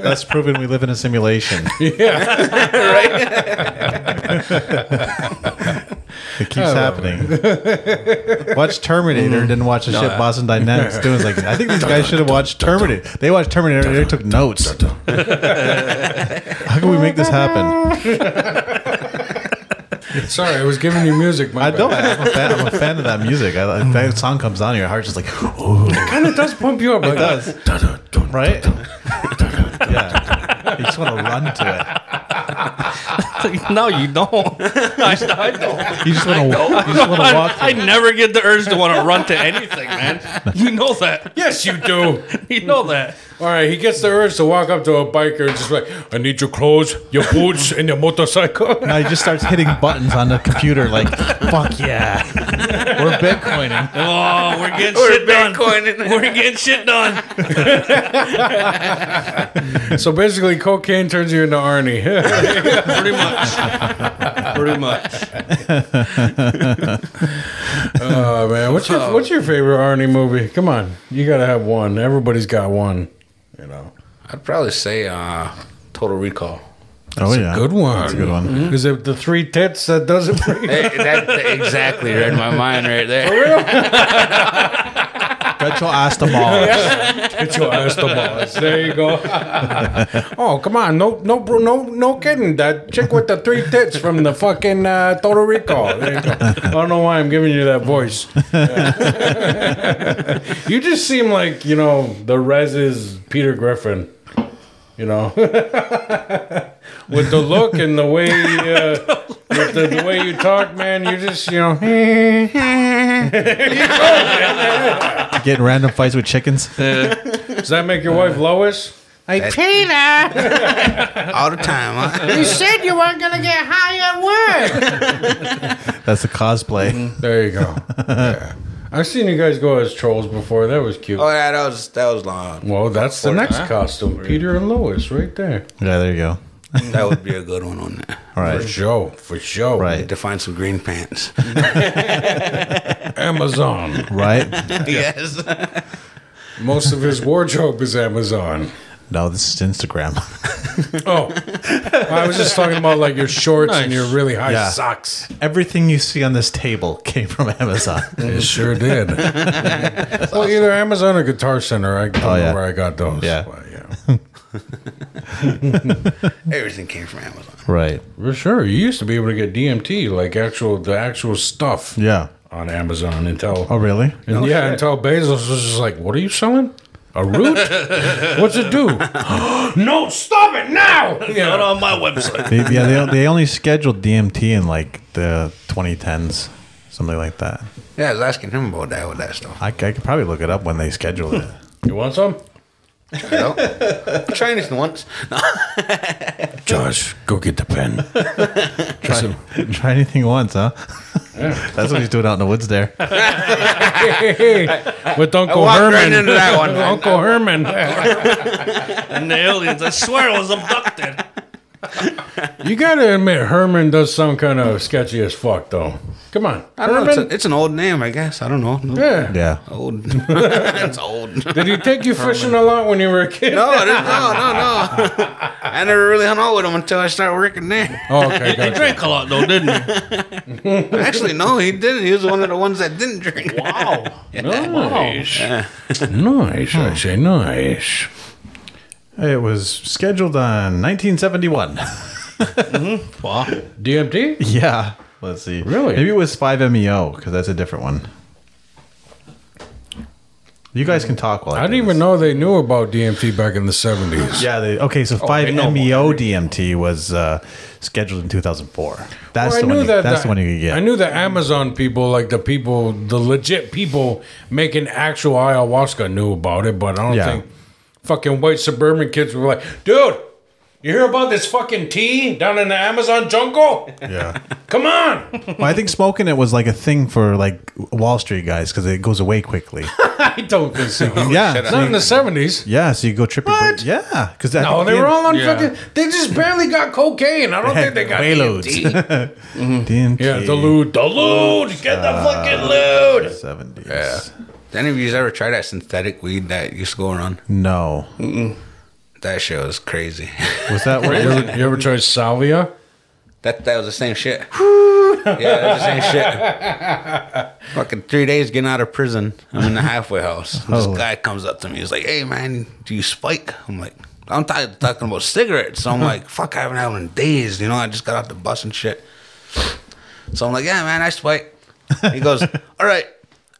That's proven we live in a simulation. yeah. It keeps happening. Watch Terminator, Mm. didn't watch the shit Boston Dynamics doing. It's Like, I think these guys should have watched Terminator. They watched Terminator and they took notes. How can we make this happen? Sorry, I was giving you music. My I bad. don't. I'm a fan, I'm a fan of that music. I, if that song comes on, your heart's just like, ooh, kind of does pump you up. It does. right? yeah, you just want to run to no, you don't. I, I don't. it. You just want to. You just want to walk. I, I never get the urge to want to run to anything, man. You know that. Yes, you do. You know that. All right, he gets the urge to walk up to a biker and just like, I need your clothes, your boots, and your motorcycle. Now he just starts hitting buttons on the computer, like, fuck yeah, we're bitcoining. Oh, we're getting shit done. We're getting shit done. so basically, cocaine turns you into Arnie. Pretty much. Pretty much. oh man, what's your what's your favorite Arnie movie? Come on, you gotta have one. Everybody's got one. You know, I'd probably say uh, Total Recall. oh yeah, good one. That's a good one. Is it the three tits that does it for you? Hey, that, that exactly read my mind right there. Bet you'll ask them all. Get your ass to boss. There you go. oh come on, no no bro- no no kidding. That chick with the three tits from the fucking uh, Total Recall. There you go. I don't know why I'm giving you that voice. you just seem like you know the Res is Peter Griffin. You know, with the look and the way uh, with the, the way you talk, man, you just you know. Getting random fights with chickens. Does that make your wife Lois? Like, Peter, all the time. Huh? you said you weren't going to get high at work. That's the cosplay. There you go. yeah. I've seen you guys go as trolls before. That was cute. oh yeah, that was that was long. Well, that's the next costume. Peter and Lois, right there. Yeah, there you go. That would be a good one on there. All For right. sure. For sure. Right. To find some green pants. Amazon. Right? yes. Most of his wardrobe is Amazon. No, this is Instagram. Oh, I was just talking about like your shorts and your really high Yeah. socks. Everything you see on this table came from Amazon. It sure did. well, either Amazon or Guitar Center. I don't Oh, know yeah. where I got those. Yeah. But, yeah. Everything came from Amazon. right. For sure. You used to be able to get DMT, like actual the actual stuff Yeah. on Amazon until Oh, really? And yeah, until Bezos was just like, "What are you selling? A root? What's it do? no, stop it now!" Yeah. Not on my website. They, yeah, they, they only scheduled DMT in like the 2010s, something like that. Yeah, I was asking him about that with that stuff. I, c- I could probably look it up when they scheduled it. You want some? No. Trying this once. Josh, go get the pen. try, try anything once, huh? That's what he's doing out in the woods there. hey, hey, hey, with Uncle walked Herman. right into that one, man. Uncle Herman. And the aliens, I swear I was abducted. you gotta admit, Herman does sound kind of sketchy as fuck, though. Come on, I don't know. It's, Herman. a, it's an old name, I guess. I don't know. yeah. Yeah. Old. it's old. Did he take you fishing a lot when you were a kid? No, it is- no, no, no. I never really hung out with him until I started working there. Oh, okay, He gotcha. drank a lot though, didn't he? Actually, no, he didn't. He was one of the ones that didn't drink. Wow. Nice, nice. I say nice. It was scheduled on 1971. Wow. DMT. yeah. Let's see. Really? Maybe it was 5MEO because that's a different one. You guys can talk while I, I do didn't this. even know they knew about DMT back in the 70s. Yeah. They, okay. Oh, So five E MEO DMT was uh, scheduled in 2004. That's Well, the one. You, that's the one you could get. I knew the Amazon people, like the people, the legit people making actual ayahuasca, knew about it, but I don't Yeah. think fucking white suburban kids were like, dude, you hear about this fucking tea down in the Amazon jungle? Yeah. Come on! well, I think smoking it was like a thing for like Wall Street guys because it goes away quickly. I don't think so. yeah. so Not in you- the 70s. yeah. So you go trip. your bra- yeah. Because No, they were all on Yeah. fucking. They just barely got cocaine. I don't think they got payloads. DMT. DMT. Yeah, delude, delude, get Uh, the fucking lewd. 70s. Did any of you ever try that synthetic weed that used to go around? No. That shit was crazy. Was that You where? ever, you ever try salvia? That that was the same shit. yeah, that's the same shit. Fucking three days getting out of prison. I'm in the halfway house. And Oh. This guy comes up to me. He's like, "Hey man, do you spike?" I'm like, "I'm t- talking about cigarettes." So I'm like, "Fuck, I haven't had one in days." You know, I just got off the bus and shit. So I'm like, "Yeah, man, I spike." He goes, "All right."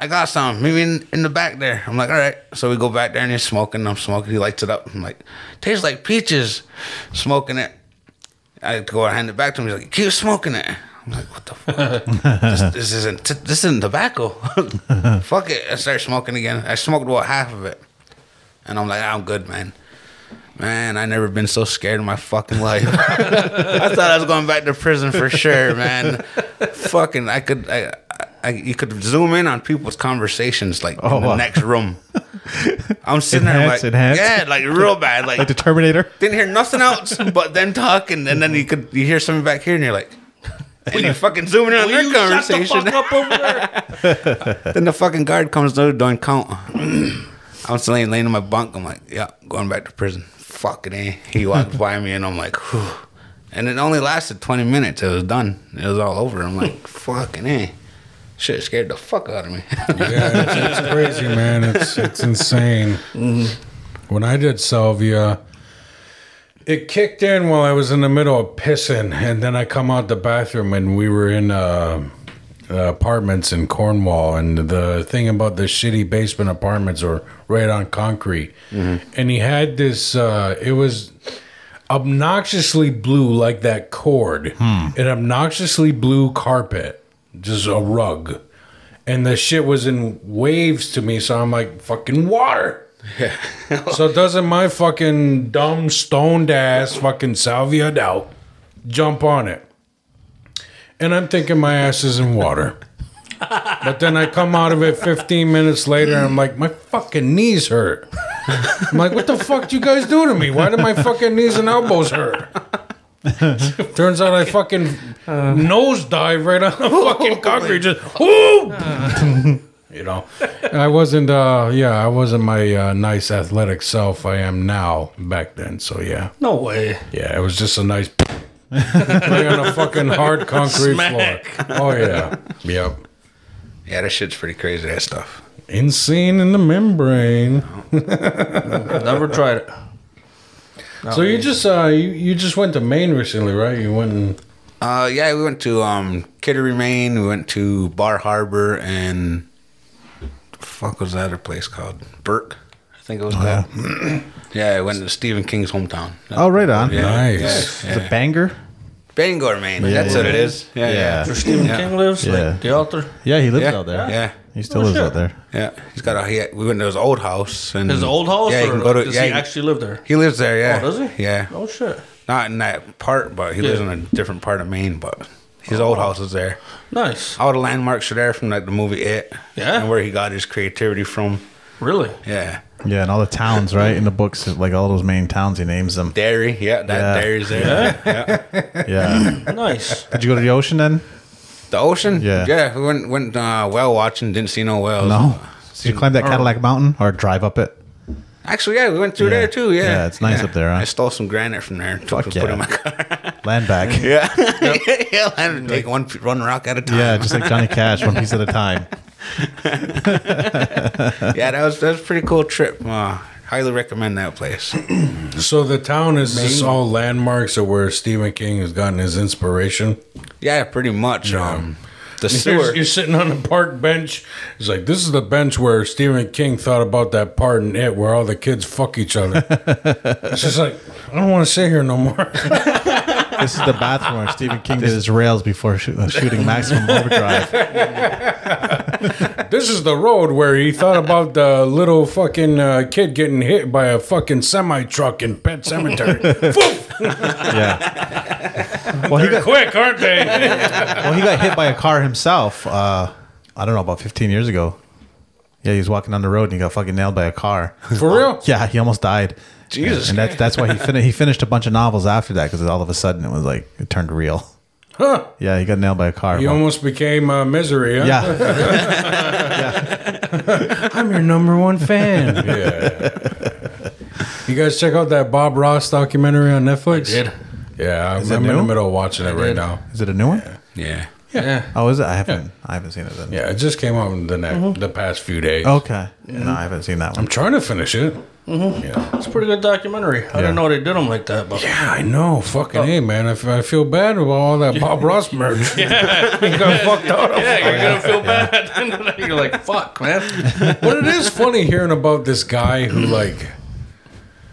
I got some, maybe in, in the back there. I'm like, all right. So we go back there and he's smoking. I'm smoking. He lights it up. I'm like, tastes like peaches. Smoking it. I had to go and hand it back to him. He's like, keep smoking it. I'm like, what the fuck? this, this isn't this isn't tobacco. fuck it. I started smoking again. I smoked about half of it, and I'm like, I'm good, man. Man, I never been so scared in my fucking life. I thought I was going back to prison for sure, man. Fucking, I could, I, I, you could zoom in on people's conversations like Oh, in the wow. next room. I'm sitting Enhance, there like, enhance. yeah, like real bad, like, Like the Terminator? didn't hear nothing else but them talking, and then you could you hear something back here, and you're like, and you fucking zooming in on Will their you shut the fuck conversation. up over there? then the fucking guard comes through, don't count. I'm still laying, laying in my bunk. I'm like, yeah, going back to prison. Fucking a. He walked by me, and I'm like, whew. And it only lasted 20 minutes. It was done. It was all over. I'm like, fucking a. Shit scared the fuck out of me. Yeah, it's, it's crazy, man. It's it's insane. When I did salvia, it kicked in while I was in the middle of pissing, and then I come out the bathroom, and we were in uh, uh, apartments in Cornwall, and the thing about the shitty basement apartments were right on concrete, and he had this. Uh, it was obnoxiously blue like that cord an obnoxiously blue carpet just a rug and the shit was in waves to me so i'm like fucking water so doesn't my fucking dumb stoned ass fucking salvia doubt jump on it? And I'm thinking my ass is in water. But then I come out of it 15 minutes later and I'm like, my fucking knees hurt. I'm like, what the fuck do you guys do to me? Why do my fucking knees and elbows hurt? Turns out I fucking nose dive right on the fucking concrete. Just, whoo! you know i wasn't uh yeah i wasn't my uh, nice athletic self i am now back then so yeah No way. yeah it was just a nice right on a fucking hard concrete floor oh yeah yep Yeah, that shit's pretty crazy. That stuff. insane in the membrane Never tried it. so you just uh you, you just went to maine recently right you went and Uh, yeah, we went to um Kittery, Maine. We went to Bar Harbor and the fuck was that other place called Burke. I think it was called. Yeah, I went to Stephen King's hometown. Oh, right on. Yeah, Nice. Yeah, It's a banger. Bangor, Maine. That's what it is. Yeah, yeah, Where Stephen Yeah. King lives, Yeah. like the author. Yeah, he lives Yeah, out there. yeah. He Oh, still lives out there. yeah. He's got a. He, we went to his old house and His old house, Mm. Yeah, you or can go to. does Yeah, he you- actually live there? he lives there. Yeah, Oh, does he? Yeah, Oh shit! not in that part, but he lives in Yeah. Oh. a different part of Maine. But his old house is there. Nice. All the landmarks are there from like the movie It. Yeah? and where he got his creativity from. Really? Yeah. Yeah, and all the towns, right? In the books, like all those main towns, he names them. Dairy, yeah, that Yeah. dairy's there. Yeah. Yeah. Nice. Did you go to the ocean then? The ocean, Yeah. yeah. We went went uh, whale watching, didn't see no whales. No. Did you climb that Cadillac Mountain or drive up it? actually, yeah, we went through Yeah. there too. Yeah, Yeah, it's nice up there, huh? I stole some granite from there. and Fuck put yeah. it in my car. Land back. Yeah. Yeah, yeah. I had to take one one rock at a time. just like Johnny Cash, one piece at a time. yeah. That was that was a pretty cool trip. Uh, highly recommend that place. so the town is just all landmarks of where stephen king has gotten his inspiration Yeah, pretty much. Um, the You're, sewer. you're sitting on a park bench. It's like this is the bench where Stephen King thought about that part in it, where all the kids fuck each other. it's just like I don't want to sit here no more. This is the bathroom where Stephen King did his rails before shoo- uh, shooting Maximum Overdrive. this is the road where he thought about the little fucking uh, kid getting hit by a fucking semi truck in Pet Cemetery. Yeah. Well, he got Quick, aren't they? well, he got hit by a car himself. Uh, I don't know about 15 years ago. Yeah, he was walking down the road and he got fucking nailed by a car. For real? Yeah, he almost died. Jesus. and that's that's why he finished he finished a bunch of novels after that because all of a sudden it was like it turned real. Huh? Yeah, he got nailed by a car. He Well, almost became uh, misery. Huh? yeah, I'm your number one fan. yeah. You guys check out that Bob Ross documentary on Netflix. Did. Yeah, I'm, it I'm in the new? middle of watching it right now. is it a new one? yeah. Yeah. Oh, is it? I haven't I haven't seen it then. Yeah, it just came out in the net, the past few days. Okay. No, I haven't seen that I'm one. trying to finish it. It's a pretty good documentary. I Yeah. didn't know they did them like that, but Yeah, I know. Fucking hey, man. I, f- I feel bad about all that Bob Ross merch. He got fucked up. Oh, yeah, you're gonna feel bad at the end of the day. You're like, fuck, man. But it is funny hearing about this guy who like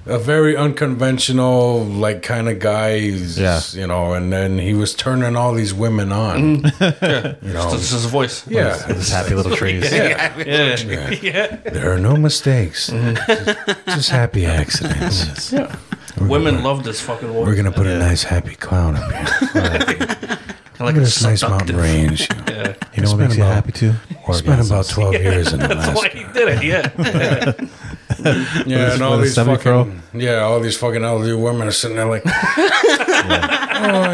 a very unconventional, like kind of guy. he's- Yeah. you know. And then he was turning all these women on. You know. This is his voice. Yeah. Those happy little trees. Yeah. There are no mistakes. just, just happy accidents. Women love this fucking voice. We're gonna put a nice happy clown up here. like Look at a this nice mountain range. You know what It's makes been you about- happy too? Spent about twelve years in That's why Alaska. he did it. Yeah. Yeah, and all with a these 70 fucking pro? yeah, all these fucking elderly women are sitting there like, oh, I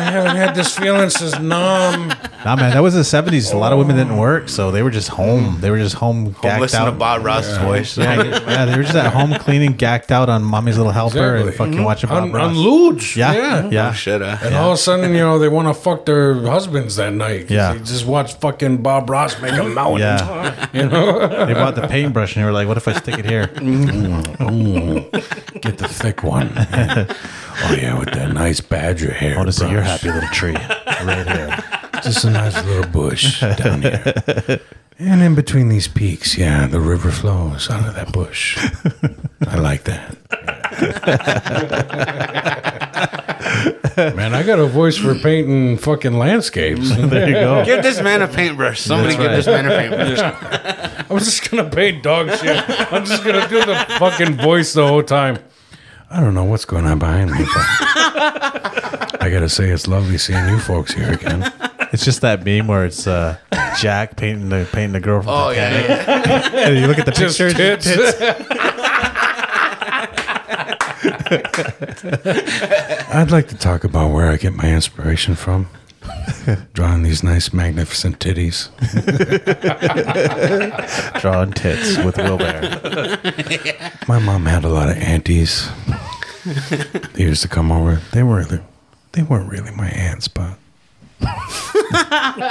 haven't had this feeling since nom. Nah, man, that was the seventies. A lot of women didn't work, so they were just home. They were just home, Don't gacked listen out. to Bob Ross's voice. yeah, yeah, they were just at home cleaning, gacked out on Mommy's Little Helper, Exactly. and fucking watching Bob On, Ross. on luge. yeah, yeah. yeah, yeah. Shit, uh, And all of a sudden, you know, they want to fuck their husbands that night. 'cause Yeah. They just watch fucking Bob Ross make a mountain. they bought the paintbrush and they were like, "What if I stick it here?" Get the thick one. oh, yeah, with that nice badger hair. I want to see your brush. happy little tree right here. Just a nice little bush down here. And in between these peaks, yeah, the river flows out of that bush. I like that. Man, I got a voice for painting fucking landscapes. There you go. Give this man a paintbrush. Somebody That's give right. this man a paintbrush. I'm just gonna pay dog shit. I'm just gonna do the fucking voice the whole time. I don't know what's going on behind me, but I gotta say it's lovely seeing you folks here again. It's just that meme where it's uh, Jack painting the painting the girl from Oh, yeah. Titanic. And you look at the Just pictures. tits. I'd like to talk about where I get my inspiration from. Drawing these nice, magnificent titties. Drawing tits with Wilbur. My mom had a lot of aunties. they used to come over. They were really, they weren't really my aunts, but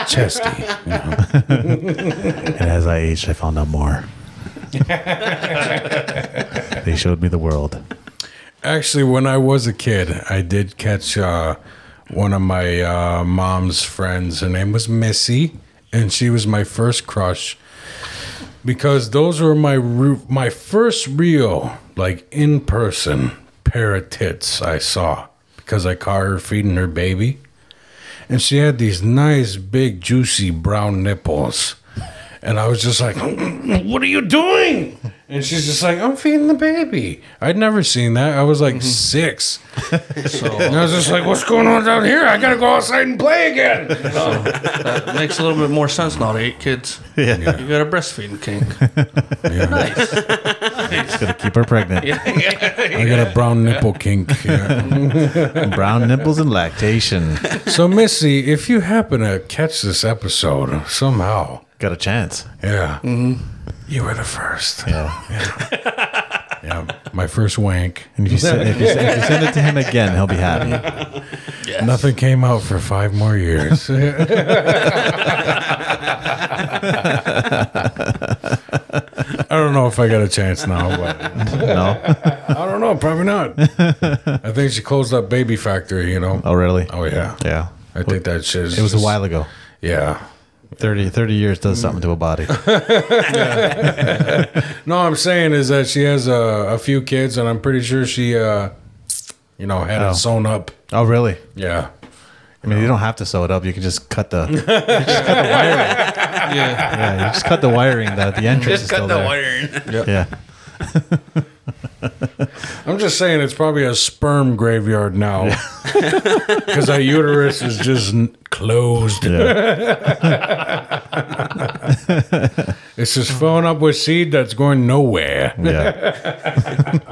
chesty. you know. And as I aged, I found out more. they showed me the world. Actually, when I was a kid, I did catch uh, one of my uh, mom's friends. Her name was Missy, and she was my first crush because those were my re- my first real like in person pair of tits I saw because I caught her feeding her baby, and she had these nice big juicy brown nipples. And I was just like, "Oh, "What are you doing?" And she's just like, "I'm feeding the baby." I'd never seen that. I was like six, and I was just like, "What's going on down here? I gotta go outside and play again." That makes a little bit more sense now to eight kids. Yeah. You got a breastfeeding kink. Gotta keep her pregnant. I got a brown nipple kink. here. Brown nipples and lactation. So, Missy, if you happen to catch this episode somehow, Got a chance. yeah, you were the first. Yeah. Yeah, my first wank. And if you, send, if, you send, if you send it to him again, he'll be happy. Nothing came out for five more years. I don't know if I got a chance now, but No? I don't know. Probably not. I think she closed up Baby Factory. You know. Oh, really? Oh yeah. Yeah. I think that shit. Is It was a just- while ago. Yeah. 30, 30 years does something to a body. No, I'm saying is that she has a, a few kids, and I'm pretty sure she, uh, you know, had Oh. it sewn up. Oh, really? Yeah. I mean, you don't have to sew it up. You can just cut the, you just cut the wiring. Yeah. Yeah, you just cut the wiring. The, the entrance is Just still cut there. the Yeah. wiring. I'm just saying it's probably a sperm graveyard now because that uterus is just n- closed. Yeah. It's just filling up with seed that's going nowhere. Yeah.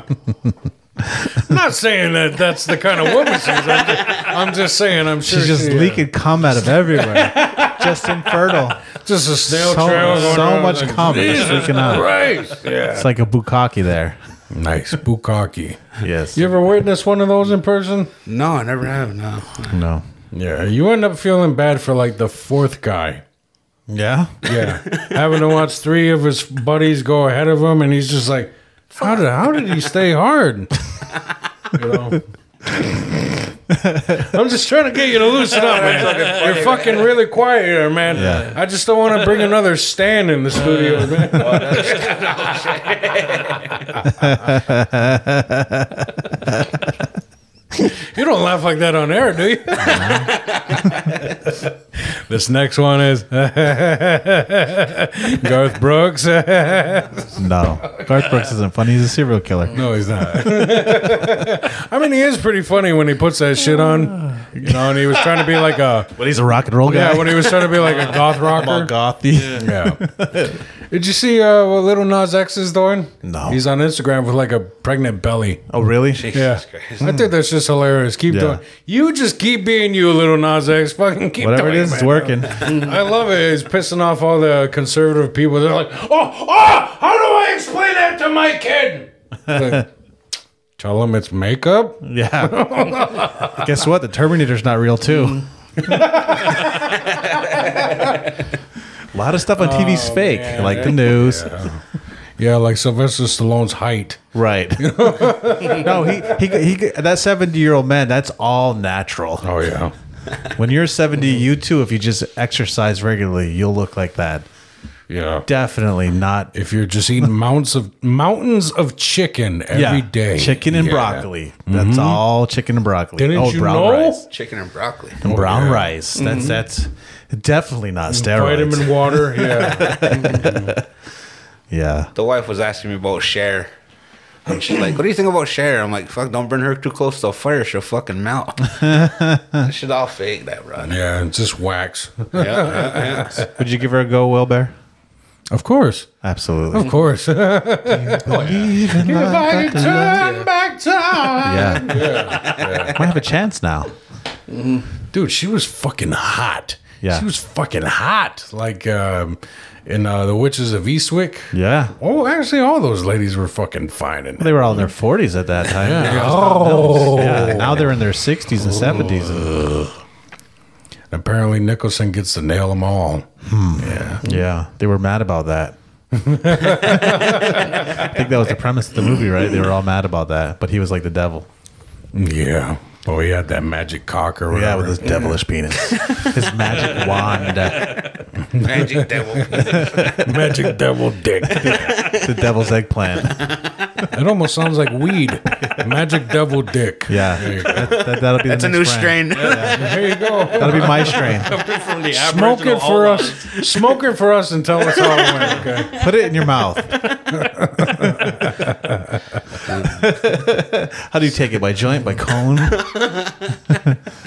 I'm not saying that that's the kind of woman she's. I'm just, I'm just saying I'm sure She's just she, uh, leaking cum out of everywhere. just infertile. Just a snail So- trail. Going so around, much like, cum is Jesus leaking out. Christ. Yeah. It's like a bukkake there. Nice bukkake. Yes. You ever witness one of those in person? No, I never have. No. no. Yeah, you end up feeling bad for like the fourth guy. Yeah. Yeah, having to watch three of his buddies go ahead of him, and he's just like, "How did how did he stay hard?" You know. I'm just trying to get you to loosen up, man. You're fucking really quiet here, man. Yeah. I just don't want to bring another stand in the studio, man. You don't laugh like that on air, do you? this next one is Garth Brooks. No. Garth Brooks isn't funny. He's a serial killer. No, he's not. I mean, he is pretty funny when he puts that shit on. You know, and he was trying to be like a But he's a rock and roll guy. yeah, when he was trying to be like a goth all rocker. gothy. Yeah. Did you see uh, what little Nas X is doing? No. He's on Instagram with like a pregnant belly. Oh, really? Yeah. Jesus Christ. I think that's just hilarious. Keep Yeah. doing. You just keep being you, little Nas X. Fucking keep Whatever it doing is, it's man. working. I love it. It's pissing off all the conservative people. They're like, oh, oh, how do I explain that to my kid? Like, Tell him it's makeup. Yeah. Guess what? The Terminator's not real too. Mm. A lot of stuff on TV's fake, Oh, man. like the news. Yeah, like Sylvester Stallone's height. Right. no, he, he, he, that 70 year old man, that's all natural. Oh yeah. When you're 70, you too, if you just exercise regularly, you'll look like that. Yeah. Definitely not If you're just eating mounts of mountains of chicken every day, Chicken and Yeah. Mm-hmm. broccoli. That's all chicken and broccoli. Oh, Didn't you brown know? rice. Oh, Chicken and broccoli. And brown rice. Mm-hmm. That's that's definitely not steroids. Vitamin water, yeah. Yeah. The wife was asking me about Cher. And she's like, What do you think about Cher? I'm like, Fuck, don't burn her too close to a fire. She'll fucking melt. That shit's all fake, that run. Yeah, Yeah, it's just wax. yeah, yeah. Would you give her a go, Will Bear? of course. Absolutely. Of course. if I could turn back time. Yeah. Might have a chance now. Dude, she was fucking hot. Yeah. She was fucking hot. Like um, in uh, The Witches of Eastwick. Yeah. Oh, actually, all those ladies were fucking fine in it. They were all in their 40s at that time. Oh. Yeah, now they're in their 60s and 70s. and- Apparently, Nicholson gets to nail them all. yeah, they were mad about that. I think that was the premise of the movie, right? They were all mad about that, but he was like the devil. Yeah. Oh, he had that magic cock or whatever. Yeah, with his devilish penis, his magic wand, the Magic devil. magic devil dick. devil's eggplant. It almost sounds like weed. Magic devil dick. There Yeah, you go. that, will be That's the a new next brand. strain. There you go. That'll be my strain. From the Smoke Aboriginal it for outlaws. us. Smoke it for us and tell us how it went. Okay. Put it in your mouth. How do you take it? By joint? By cone?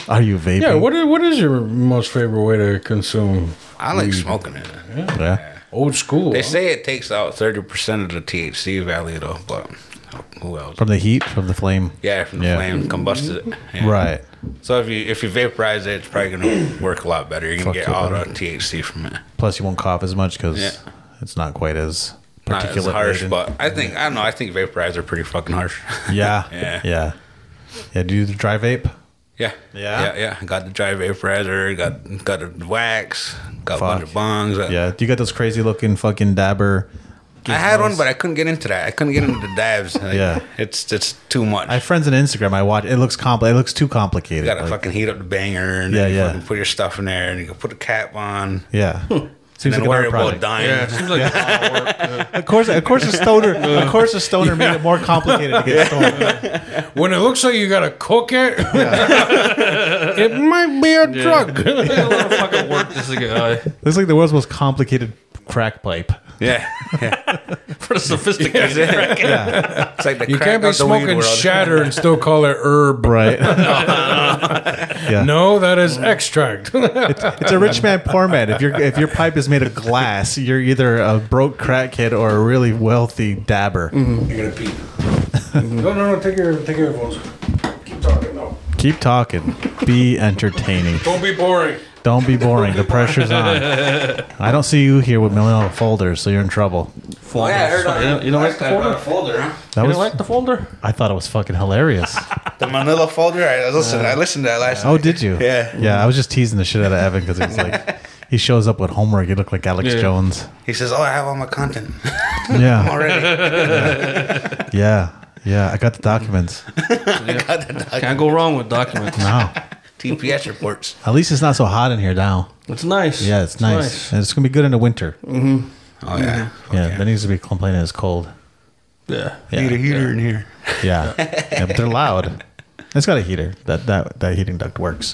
Are you vaping? Yeah. What is, what is your most favorite way to consume? I like smoking it. Yeah. Old school. They huh? say it takes out 30% of the THC value, though, but who else? From the heat, from the flame. Yeah, from the Yeah. flame, combusted it. Yeah. Right. So if you if you vaporize it, it's probably gonna work a lot better. You're gonna Fuck get yeah, all the better. THC from it. Plus, you won't cough as much because Yeah. it's not quite as Not as particulate harsh, laden. but I think I don't know. I think vaporizers are pretty fucking harsh. yeah, Yeah. yeah, yeah. Do you do the dry vape? yeah, Yeah? yeah, yeah. Got the dry vaporizer. Got got the wax. Got a bunch Fuck. of bongs. I- Yeah. Do you got those crazy looking fucking dabber? I had one, but I couldn't get into that. I couldn't get into the dabs. Like, Yeah. it's it's too much. I have friends on Instagram. I watch. It looks compli It looks too complicated. you gotta Like, fucking heat up the banger, and Yeah, yeah, then you yeah. fucking put your stuff in there, and you can put a cap on. yeah. Seems like Then an worry art about project. dying. Yeah, it seems like a lot of work. Yeah. Of course, of course, a stoner. Of course, a stoner made it more complicated to get stoned. When it looks like you got to cook it, it might be a drug. It's a lot of fucking work uh, just to get high. Looks like the world's most complicated crack pipe. Yeah, For the sophisticated yeah. It's like the You crack can't be out the weed smoking world. shatter and still call it herb. Right. yeah. No, that is extract. It's a rich man, poor man. If your if your pipe is made of glass, you're either a broke crackhead or a really wealthy dabber. You're gonna pee. no, no, no. Take your take your earphones. Keep talking though. Keep talking. Be entertaining. Don't be boring. Don't be boring. The pressure's on. I don't see you here with manila folders, so you're in trouble. Oh, folder. you don't, you don't like the folder? folder, huh? That You was. don't like the folder? I thought it was fucking hilarious. The Manila folder. I listened. I listened to that last. Oh, did you? Yeah. Yeah. I was just teasing the shit out of Evan because he was like, he shows up with homework. He looked like Alex Yeah. Jones. He says, "Oh, I have all my content Yeah. already. Yeah. Yeah. I got the documents. I got the doc- Can't go wrong with documents. Wow. TPS reports." At least it's not so hot in here now. It's nice. Yeah, it's, nice. And it's gonna be good in the winter. Oh yeah, Yeah, that needs to be complaining it's cold. Yeah. need a heater in here. Yeah. yeah but they're loud. It's got a heater. That that that heating duct works.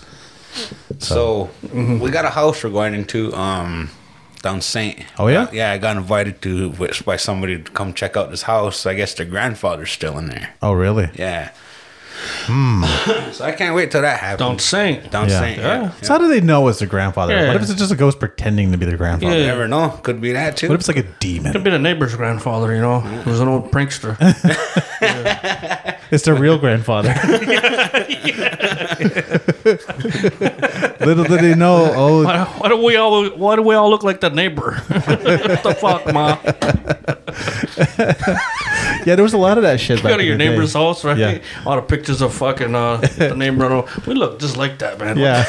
So we got a house we're going into um, down Saint. Uh, Oh, yeah? yeah. I got invited to which by somebody to come check out this house. I guess their grandfather's still in there. Oh really? Yeah. so I can't wait till that happens. Don't sing. down Hmm. Yeah. Saint. Yeah. So how do they know it's their grandfather? Yeah. What if it's just a ghost pretending to be their grandfather? Yeah. You Never know. Could be that too. What if it's like a Could demon? be the neighbor's grandfather, you know. He was an old prankster. It's their real grandfather. Little did they know. Oh, why, why do we all why do we all look like the neighbor? what the fuck, Uh, ma? You yeah. There was a lot of that shit. Back go to in your the day. neighbor's house, right? Yeah. All the pictures of fucking uh, the neighbor. and all. We look just like that, man. Yeah.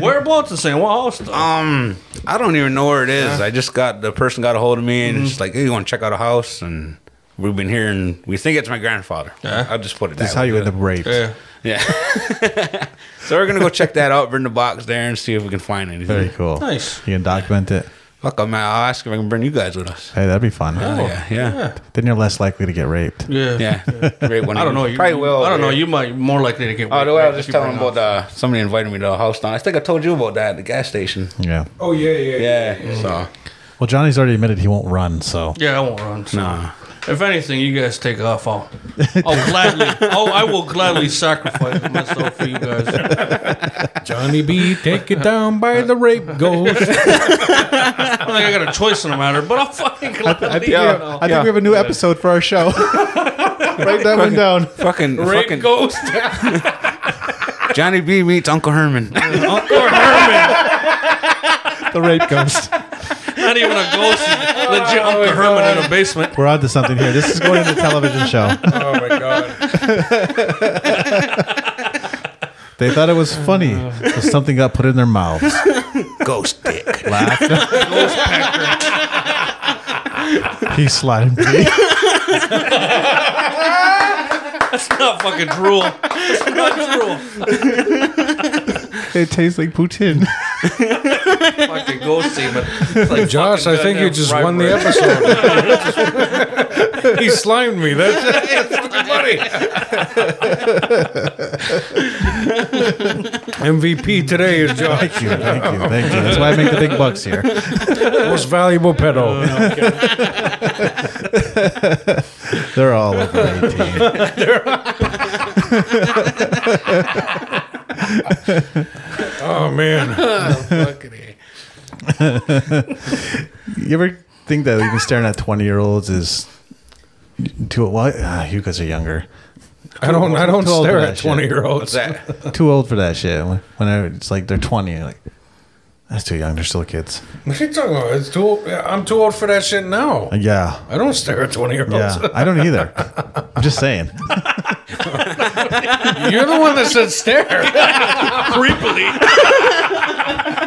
Whereabouts in San Juan? Austin? Um, I don't even know where it is. I just got the person got a hold of me and Mm-hmm. she's like, "Hey, you want to check out a house?" And we've been here and we think it's my grandfather. I'll just put it. That's that how way. you end up raped. yeah. Yeah. so we're gonna go check that out. Bring the box there and see if we can find anything. Very cool. Nice. You can document it. Fuck, I'm out. I'll ask if I can bring you guys with us. Oh, Hey, that'd be fun. Oh, Yeah, yeah, Then you're less likely to get raped. Yeah. yeah. Great one. I don't know. You, You probably will. I don't know. yeah. You might more likely to get. Oh, the raped way I if was just you telling bring about uh, somebody invited me to a house down. I think I told you about that at the gas station. Yeah. Oh yeah, yeah. Yeah. So Well, Well, Johnny's already admitted he won't run, so Yeah, I won't run. so- Nah. If anything, you guys take off. I'll, I'll gladly. Oh, I will gladly sacrifice myself for you guys. Johnny B, take it down by the rape ghost. I don't think I got a choice in the matter, but I'll fucking gladly. I think, Yeah. we, have, I think Yeah. we have a new episode for our show. Write that one down. Fucking, Rape fucking ghost. Johnny B meets Uncle Herman. Uncle Herman. The rape ghost. Not even a ghost. Legit Uncle Herman in a basement. we're on to something here. This is going into the television show. Oh my god. They thought it was funny. So something got put in their mouths. Ghost dick. Laughed. He's sliding. That's not fucking drool. That's not drool. It tastes like poutine. Fucking ghost semen. It's like Josh, fucking I think goddamn you just fried won the bread. episode. he slimed me. That's, that's fucking funny. MVP today is Josh. Thank you, thank you, thank you. That's why I make the big bucks here. Most valuable pedo. They're all over 18. Oh man. You ever think that even staring at 20 year olds is too well, ah, you guys are younger. I don't I don't Too old for stare that at 20 shit. year olds. That, Too old for that shit. When I, it's like they're 20, you're like, that's too young. They're still kids. What are you talking about? It's too old. I'm too old for that shit now. Uh, Yeah. I don't stare at 20 year olds. Yeah. I don't either. I'm just saying. You're the one that said stare. Creepily.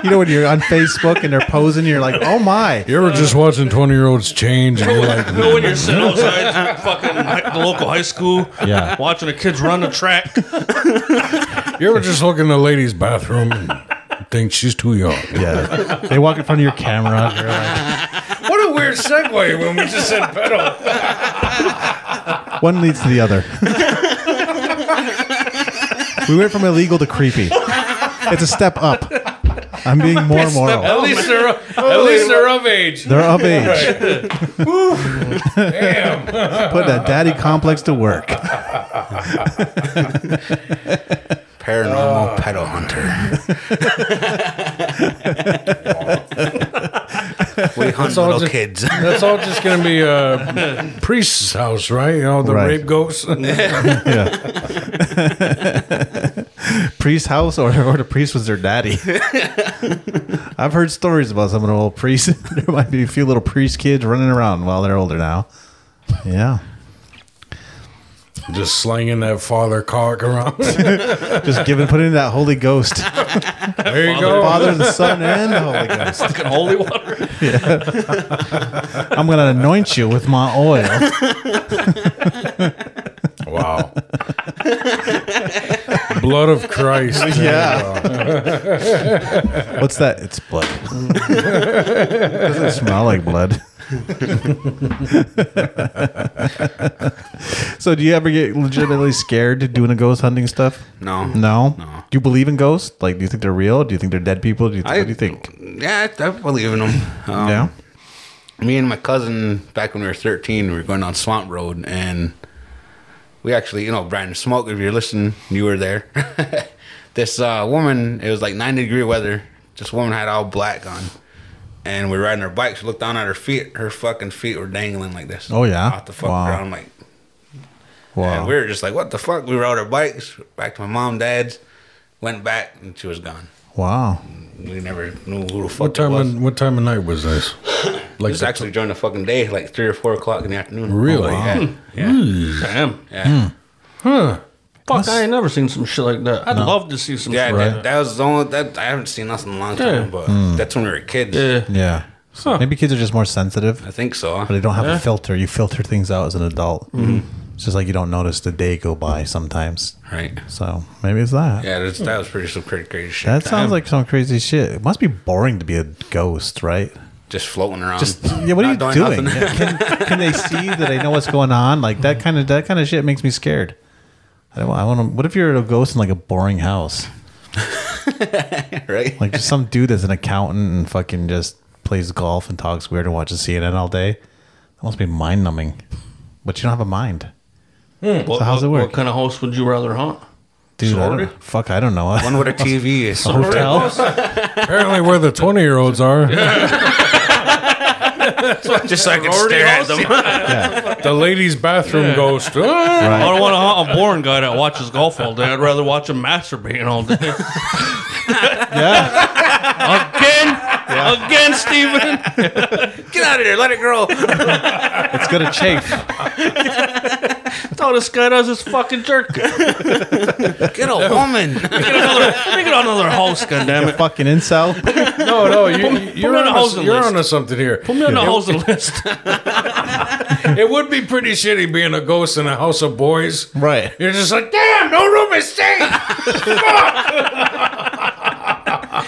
You know, when you're on Facebook and they're posing, you're like, oh my. You ever just watching 20 year olds change and you're like, You know when you're sitting outside fucking hi- the local high school, Yeah. watching the kids run the track. you ever just look in the ladies' bathroom and think she's too young? Yeah. They walk in front of your camera. You're like, What a weird segue when we just said pedal. one leads to the other. we went from illegal to creepy. It's a step up. I'm being more moral. At least they're at least they're of age. They're of age. Damn. Put that daddy complex to work. Ah. paranormal pedo hunter. we hunt all little just- kids. That's all just gonna be uh, priest's house, right? You know the Right. rape ghosts. Yeah. priest house or, or the priest was their daddy. I've heard stories about some of the old priests. there might be a few little priest kids running around while they're older now. Yeah. just slinging that father cock around. Just giving putting in that Holy Ghost. There you go. Father, the Son, and the Holy Ghost. Fucking holy water. I'm gonna anoint you with my oil. Wow. Blood of Christ. Yeah. What's that? It's blood. Doesn't smell like blood. so, do you ever get legitimately scared doing a ghost hunting stuff? No. No. No. Do you believe in ghosts? Like, do you think they're real? Do you think they're dead people? Do you what do you think? Yeah, I, I believe in them. Um, yeah. me and my cousin back when we were 13 we were going on swamp road and we actually you know brian smoke if you're listening you were there this uh, woman it was like 90 degree weather this woman had all black on and we were riding her bike she looked down at her feet her fucking feet were dangling like this Oh, yeah? off the fucking Wow. ground like Wow. and we were just like what the fuck we rode our bikes back to my mom dad's went back and she was gone Wow. we never knew who the fuck What time? it was Of, what time of night was this? Like it was the- actually during the fucking day like three or four o'clock in the afternoon Oh, Really? yeah yeah Damn. Yeah, Fuck, I ain't never seen some shit like that. I'd love to see some yeah, shit that- like that. that, was the only that I haven't seen nothing in a long time, Yeah. but that's when we were kids. Yeah. Yeah. So Maybe kids are just more sensitive. I think so. but they don't have a filter. You filter things out as an adult. It's just like you don't notice the day go by sometimes. Right? So maybe it's that. Yeah, that's, that was pretty some pretty crazy shit. That sounds like some crazy shit. It must be boring to be a ghost, right? just floating around. Just yeah, what are you Not doing? nothing. Mm. can, can they see that I know what's going on? Like that kind of that kind of shit makes me scared. I don't. I want to. What if you're a ghost in like a boring house? right? Like just some dude that's an accountant and fucking just plays golf and talks weird and watches CNN all day. That must be mind numbing. But you don't have a mind. What, how's it what- work? What kind of host would you rather hunt? Dude, I Sorority? don't, fuck, I don't know. One with a TV is hotel? Apparently, where the 20 year olds are, just so I can stare at them. the ladies' bathroom ghost. Ah! I don't want to hunt a boring guy that watches golf all day. I'd rather watch him masturbating all day. yeah. Again, again, Steven. Get out of here. Let it grow. It's going to chafe. That's all this guy does is fucking jerk. Make Get a woman. another, make it another host, goddammit. Fucking incel. No, no, you, you're, me on on the a, housing you're list. onto something here. Put me on the hosting list. It would be pretty shitty being a ghost in a house of boys. Right. You're just like, damn, no room is safe.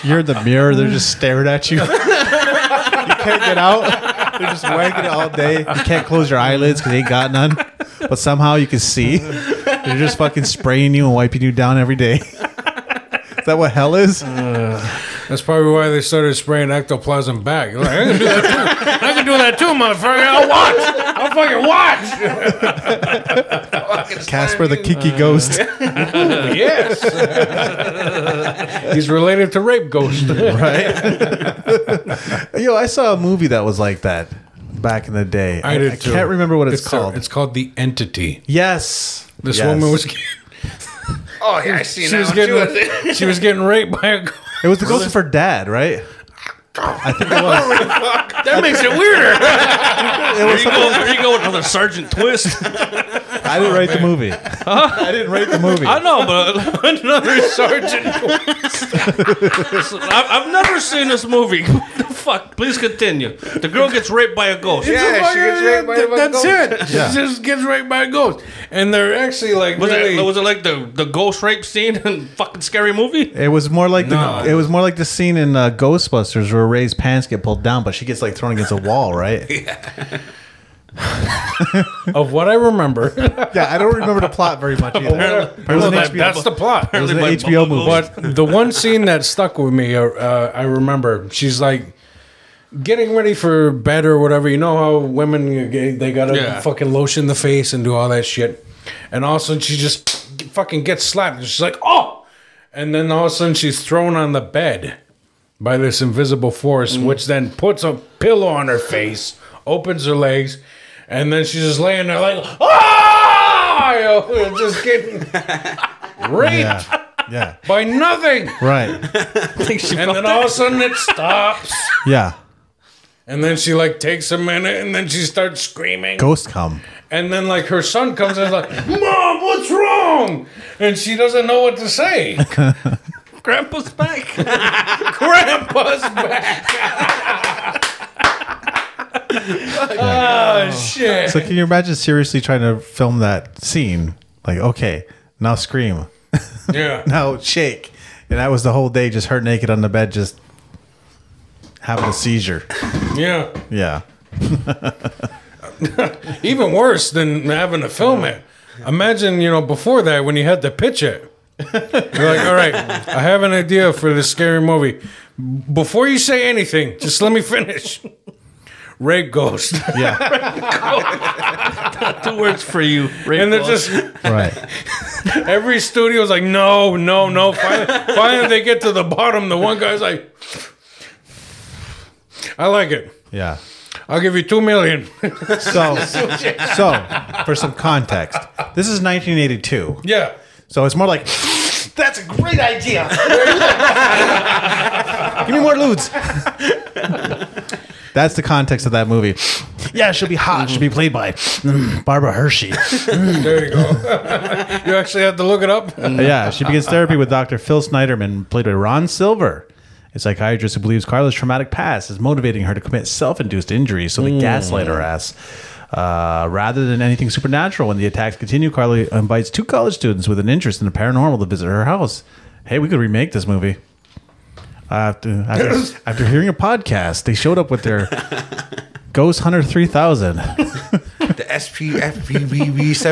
You're in the mirror. They're just staring at you. you can't get out. They're just wanking all day. You can't close your eyelids because you ain't got none. But somehow you can see. They're just fucking spraying you and wiping you down every day. Is that what hell is? That's probably why they started spraying ectoplasm back. You're like, I can do that too. I can do that too, motherfucker. I'll watch. I'll fucking watch. Casper the Uh, Kiki Ghost. Yes. He's related to rape ghost. right? Yo, I saw a movie that was like that back in the day. I did too. can't remember what it's, a- called. it's called the entity. yes. This Yes. woman was Oh, yeah, I see she now. was getting she was getting raped by a ghost. It was the ghost of her dad, right? I think it was. That makes it weirder. there, you go, there you go, another Sergeant Twist. I didn't write the movie. Oh, I didn't write the movie. I know, but another Sergeant Twist. I've, I've never seen this movie. What the fuck? Please continue. The girl gets raped by a ghost. Yeah, she gets raped by a That's ghost. it. She just gets raped by a ghost, and they're actually like Was really. it was it like the, the ghost rape scene in fucking scary movie? It was more like No. the it was more like the scene in uh, Ghostbusters where Ray's pants get pulled down, but she gets like thrown against a wall, right? yeah. of what I remember, I don't remember the plot very much either. It was an That- HBO, that's the plot. it was an Apparently by HBO movie. Bumble But the one scene that stuck with me, uh, uh, I remember. She's like getting ready for bed or whatever. You know how women they they gotta Yeah. fucking lotion the face and do all that shit, and all of a sudden she just fucking gets slapped, and she's like, oh, and then all of a sudden she's thrown on the bed by this invisible force, which then puts a pillow on her face, opens her legs, and then she's just laying there like, ah, just getting raped yeah. Yeah. by nothing. Right. I think she And felt then all of a sudden it stops. Yeah. And then she like takes a minute and then she starts screaming. Ghost come. And then like her son comes in and is like, Mom, what's wrong? And she doesn't know what to say. Grandpa's back. Grandpa's back. oh shit. So can you imagine seriously trying to film that scene? Like, okay, now scream. Yeah. Now shake. And that was the whole day just her naked on the bed just having a seizure. Yeah. Yeah. Even worse than having to film it. Imagine, you know, before that when you had to pitch it. You're like, all right, I have an idea for this scary movie. Before you say anything, just let me finish. Rape ghost. Yeah. Two words for you. Rape And they're ghost. just right. every studio's like, no, no, no. Finally, finally they get to the bottom. The one guy's like, I like it. Yeah. I'll give you two million. So, so for some context, this is 1982. yeah. So it's more like, that's a great idea. Give me more lewds. That's the context of that movie. Mm-hmm. Yeah, she'll be hot. She'll be played by mm, Barbara Hershey. There you go. you actually had to look it up. yeah, she begins therapy with Dr. Phil Snyderman, played by Ron Silver, a psychiatrist who believes Carla's traumatic past is motivating her to commit self-induced injuries, so they gaslight her ass. Uh, rather than anything supernatural, when the attacks continue, Carla invites two college students with an interest in the paranormal to visit her house. Hey, we could remake this movie. After, after, after hearing a podcast, they showed up with their Ghost Hunter 3000. The SPFPBB7.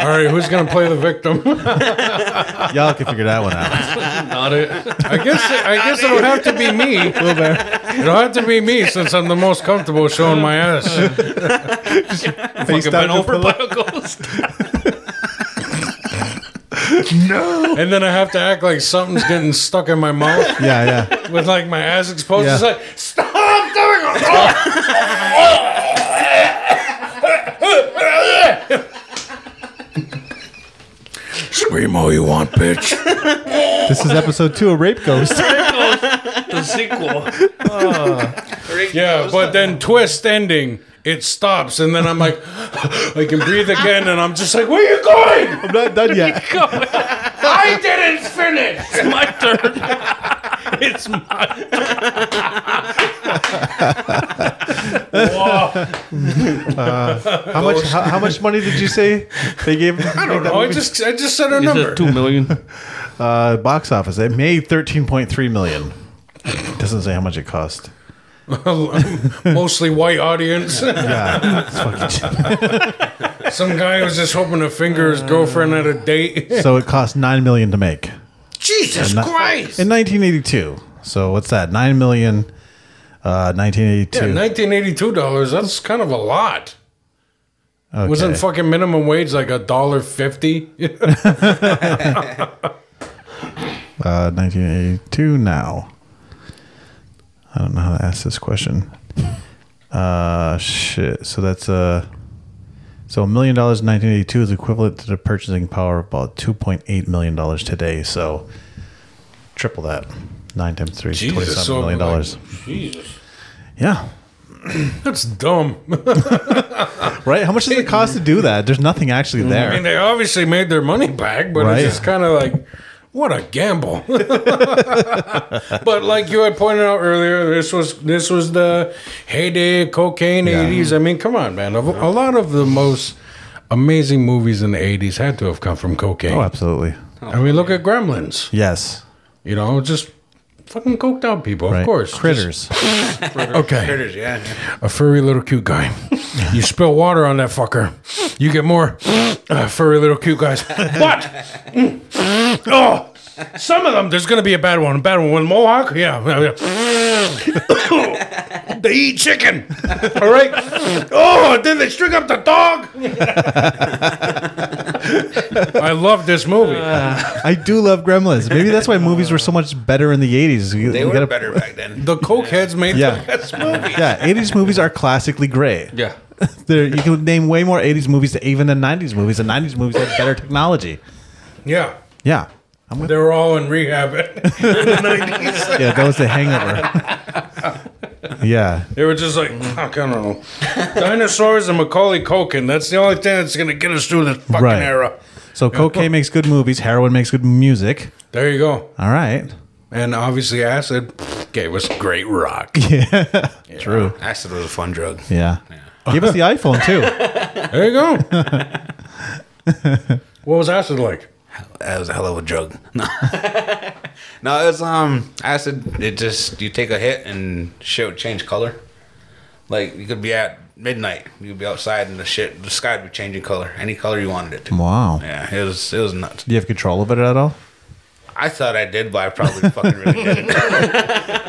All right, who's gonna play the victim? Y'all can figure that one out. Not it. I guess I guess it'll have to be me. It'll have to be me since I'm the most comfortable showing my ass. Face Fucking down in been the over pillow. by a ghost. And then I have to act like something's getting stuck in my mouth Yeah, yeah. with like my ass exposed. It's Yeah. like, stop doing it! Scream all you want, bitch. This is episode two of Rape Ghost. The sequel. Yeah, but then twist ending, it stops, and then I'm like, I can breathe again, and I'm just like, where you going? I'm not done yet. I didn't finish. It's my turn. It's my How much? How, how much money did you say they gave? I don't Oh, I just, I just said a number. two million. Uh, box office. It made thirteen point three million. Doesn't say how much it cost. Mostly white audience. Yeah, it's fucking Some guy was just hoping to finger his girlfriend at a date. so it cost nine million to make Jesus not- Christ. in 1982. So what's that? Nine million. Uh, 1982. Yeah, nineteen eighty-two dollars. That's kind of a lot. Okay. Wasn't fucking minimum wage like a dollar fifty? Uh, 1982 now. I don't know how to ask this question. Uh, shit. So that's uh, so a million dollars in 1982 is equivalent to the purchasing power of about 2.8 million dollars today. So triple that. Nine times three is Jesus, 27 million dollars. Jesus, Yeah. that's dumb. Right? How much does it cost to do that? There's nothing actually there. Mm, I mean, they obviously made their money back, but Right. it's just kind of like, what a gamble. but like you had pointed out earlier, this was this was the heyday of cocaine Yeah. eighties. I mean, come on, man. A, a lot of the most amazing movies in the eighties had to have come from cocaine. oh, absolutely. I mean, look at Gremlins. Yes. You know, just fucking coked out people, Right. of course. Critters. Just- okay. Critters, yeah. a furry little cute guy. you spill water on that fucker, you get more uh, furry little cute guys. What? Mm. oh, some of them. There's gonna be a bad one. A bad one. One Mohawk. Yeah. they eat chicken. All right. Oh, then they string up the dog. I love this movie. I do love Gremlins. Maybe that's why movies were so much better in the 80s. You- They you were gotta- better back then. the cokeheads made Yeah. the best movie. Yeah, 80s movies are classically great. Yeah. There, you can name way more 80s movies than even the 90s movies. The 90s movies had better technology. Yeah. Yeah. I'm with They were all in rehab. Yeah, that was the hangover. yeah. They were just like, fuck, I don't know. Dinosaurs and Macaulay Culkin. That's the only thing that's going to get us through this fucking Right. era. So cocaine makes good movies, heroin makes good music. There you go. All right. And obviously, acid gave us great rock. True. Uh, Acid was a fun drug. Yeah. Give us the iPhone too. There you go. what was acid like? That was a hell of a drug. No, no, it's um acid. It just you take a hit and shit would change color. Like you could be at midnight, you'd be outside and the shit, the sky would be changing color, any color you wanted it to. Wow. Yeah, it was it was nuts. Do you have control of it at all? I thought I did, but I probably fucking really didn't.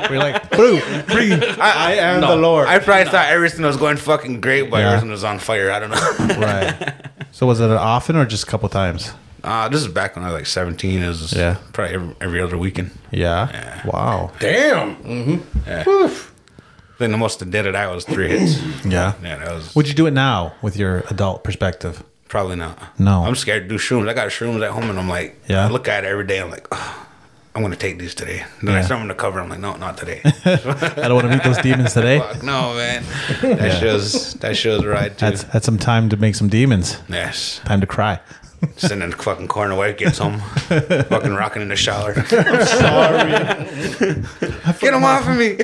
We're like, boo, breathe. I, am the Lord. I probably thought everything was going fucking great, but Yeah. everything was on fire. I don't know. right. So was it often or just a couple times? Uh, this is back when I was like seventeen. It was Yeah. probably every, every other weekend. Yeah. Wow. Damn. I think the most I did it, I was three hits. Yeah. Yeah, that was Would you do it now with your adult perspective? Probably not. No. I'm scared to do shrooms. I got shrooms at home and I'm like, Yeah. I look at it every day. I'm like, oh, I'm going to take these today. The Yeah. next time I'm going to cover, I'm like, no, not today. I don't want to meet those demons today. Fuck, no, man. That shows, that shows right, too. That's that's some time to make some demons. yes. Time to cry. Sitting in the fucking corner while it gets home. fucking rocking in the shower. I'm sorry. Get them off of me.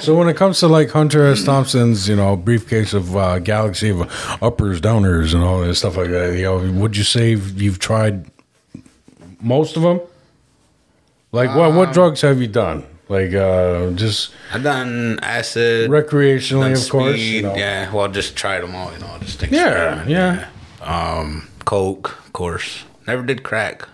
So when it comes to like Hunter S. Thompson's, you know, briefcase of uh, galaxy of uppers, downers, and all this stuff like that, you know, would you say you've tried most of them? Like, what what drugs have you done? Like uh, just I've done acid, recreationally, done of course. speed, You know. Yeah, well, just tried them all, you know, just things. Yeah, yeah. Um, coke, of course. Never did crack.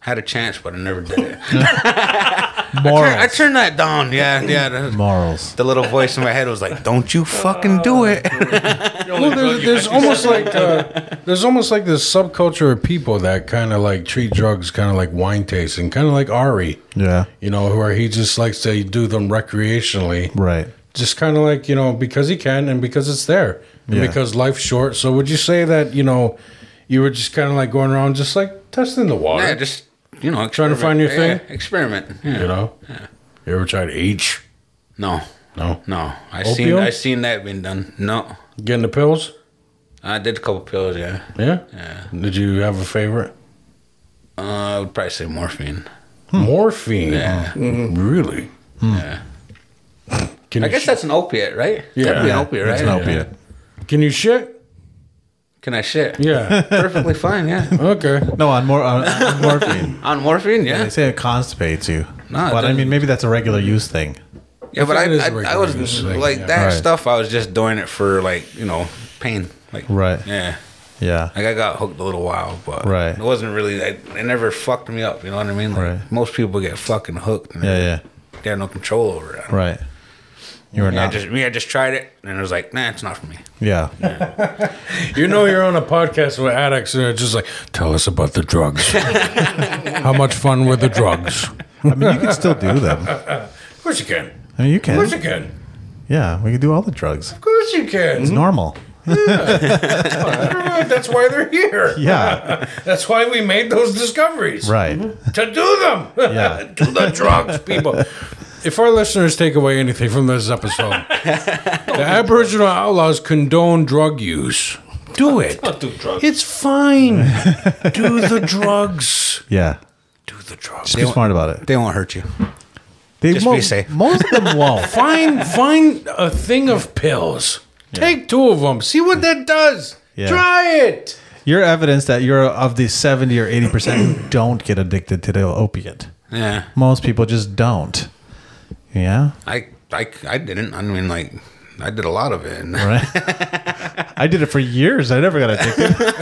Had a chance, but I never did it. I Morals. turned that down. Yeah, yeah. The, Morals. the little voice in my head was like, "Don't you fucking do it." Well, there's, there's almost like uh, there's almost like this subculture of people that kind of like treat drugs kind of like wine tasting, kind of like Ari, Yeah. you know, where he just likes to do them recreationally, Right. just kind of like you know because he can and because it's there and Yeah. because life's short. So would you say that you know you were just kind of like going around just like testing the water, yeah, just you know, Trying to experiment. find your Yeah, thing? experiment. Yeah. you know? You ever tried H? No, No, no. I seen Opium? I seen that being done. No, getting the pills. I did a couple pills. Yeah, Yeah. Yeah. Did you have a favorite? uh, I would probably say morphine. Morphine. Mm-hmm. Yeah. Really? Yeah. Can I you guess sh- that's an opiate, right? Yeah. That'd be an Yeah, opiate, right? It's an opiate. Can you shit? Can I shit? Yeah. Perfectly fine. Yeah. okay. No, on, mor- on, on morphine. On morphine, yeah. They say it constipates you. Nah, it but I doesn't. mean, maybe that's a regular use thing. Yeah, but That I, is I, regular I use, was like, like yeah. that Right. stuff. I was just doing it for like you know pain, like Right. Yeah, Yeah. like I got hooked a little while, but Right. it wasn't really. Like, it never fucked me up. You know what I mean? Like Right. most people get fucking hooked. And Yeah, yeah. They have no control over it. Right. You are Yeah, I not. just me. I just tried it, and it was like, nah, it's not for me. yeah. You know you're on a podcast with addicts and it's just like, tell us about the drugs. How much fun were the drugs? I mean, you can still do them. Of course you can. I mean, you Of course you can. can. Yeah, we can do all the drugs. Of course you can. Normal. Right, That's why they're here. Yeah. That's why we made those discoveries. Right. To do them. Yeah. do the drugs, people. If our listeners take away anything from this episode, the Aboriginal outlaws condone drug use. Do it. I'll do drugs. It's fine. Do the drugs. Yeah. Do the drugs. Just be smart about it. They won't hurt you. They just mo- be safe. Most of them won't. Find find a thing of pills. Take two of them. See what that does. Yeah. Try it. Your evidence that you're of the 70 or 80% who don't get addicted to the opiate. Yeah, Most people just don't. Yeah. I, I, I didn't. I mean, like, I did a lot of it. And Right. I did it for years. I never got addicted.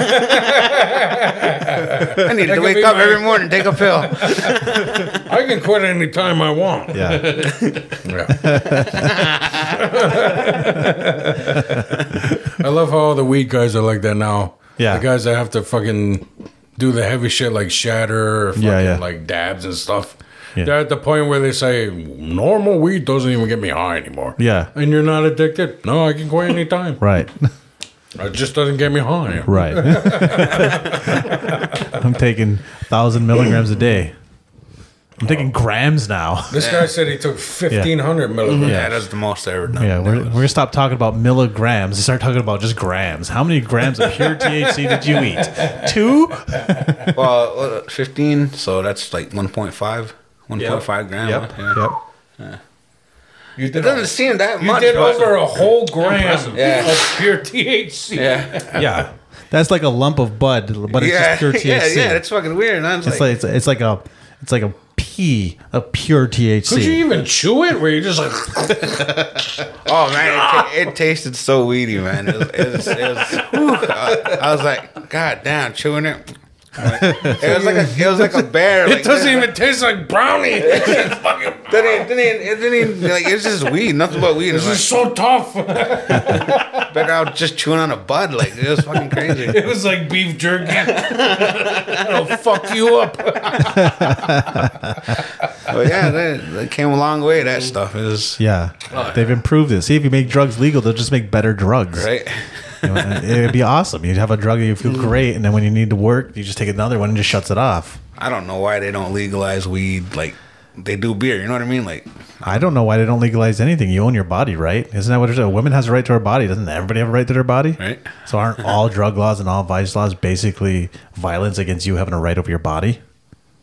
I needed to could wake be up my- every morning, take a pill. I can quit any time I want. Yeah. I love how all the weed guys are like that now. Yeah. The guys that have to fucking do the heavy shit like shatter or fucking Yeah, yeah. like dabs and stuff. Yeah. They're at the point where they say normal weed doesn't even get me high anymore. Yeah. And you're not addicted? No, I can quit any time. Right. It just doesn't get me high. Right. I'm taking 1,000 milligrams a day. I'm taking grams now. This guy said he took 1500 milligrams. Yeah, that's the most I ever done. Yeah, we're, we're gonna stop talking about milligrams and start talking about just grams. How many grams of pure THC did you eat? Two? Well, uh, 15, so that's like 1.5, 1.5 grams. yeah. You It did, doesn't seem Mm-hmm. that you much. did but- over a whole gram Yeah. of pure THC. Yeah. Yeah, that's like a lump of bud, but it's yeah. just pure THC. Yeah, yeah, it's fucking weird. And I was it's like, like it's, it's like a it's like a pea of pure THC. Could you even chew it? Where you just like, oh man, it, ta- it tasted so weedy, man. It was, it was, it was, whew. I, I was like, God damn, chewing it. It was like a, it was like a bear. it doesn't even taste like brownie. It's just fucking. Didn't, even- didn't, even- it didn't even, like it's just weed, nothing but weed. It's This like, is so tough. better out just chewing on a bud, like it was It fucking crazy. was like beef jerky. It'll fuck you up. But yeah, that, that came a long way. That stuff It was Yeah, they've improved it. See, if you make drugs legal, they'll just make better drugs. right. You know, and it'd be awesome. You'd have a drug that you feel great, and then when you need to work, you just take another one and just shuts it off. I don't know why they don't legalize weed like they do beer. You know what I mean? Like I don't know why they don't legalize anything. You own your body, right? Isn't that what it is? A woman has a right to her body. Doesn't everybody have a right to their body? Right. So aren't all drug laws and all vice laws basically violence against you having a right over your body?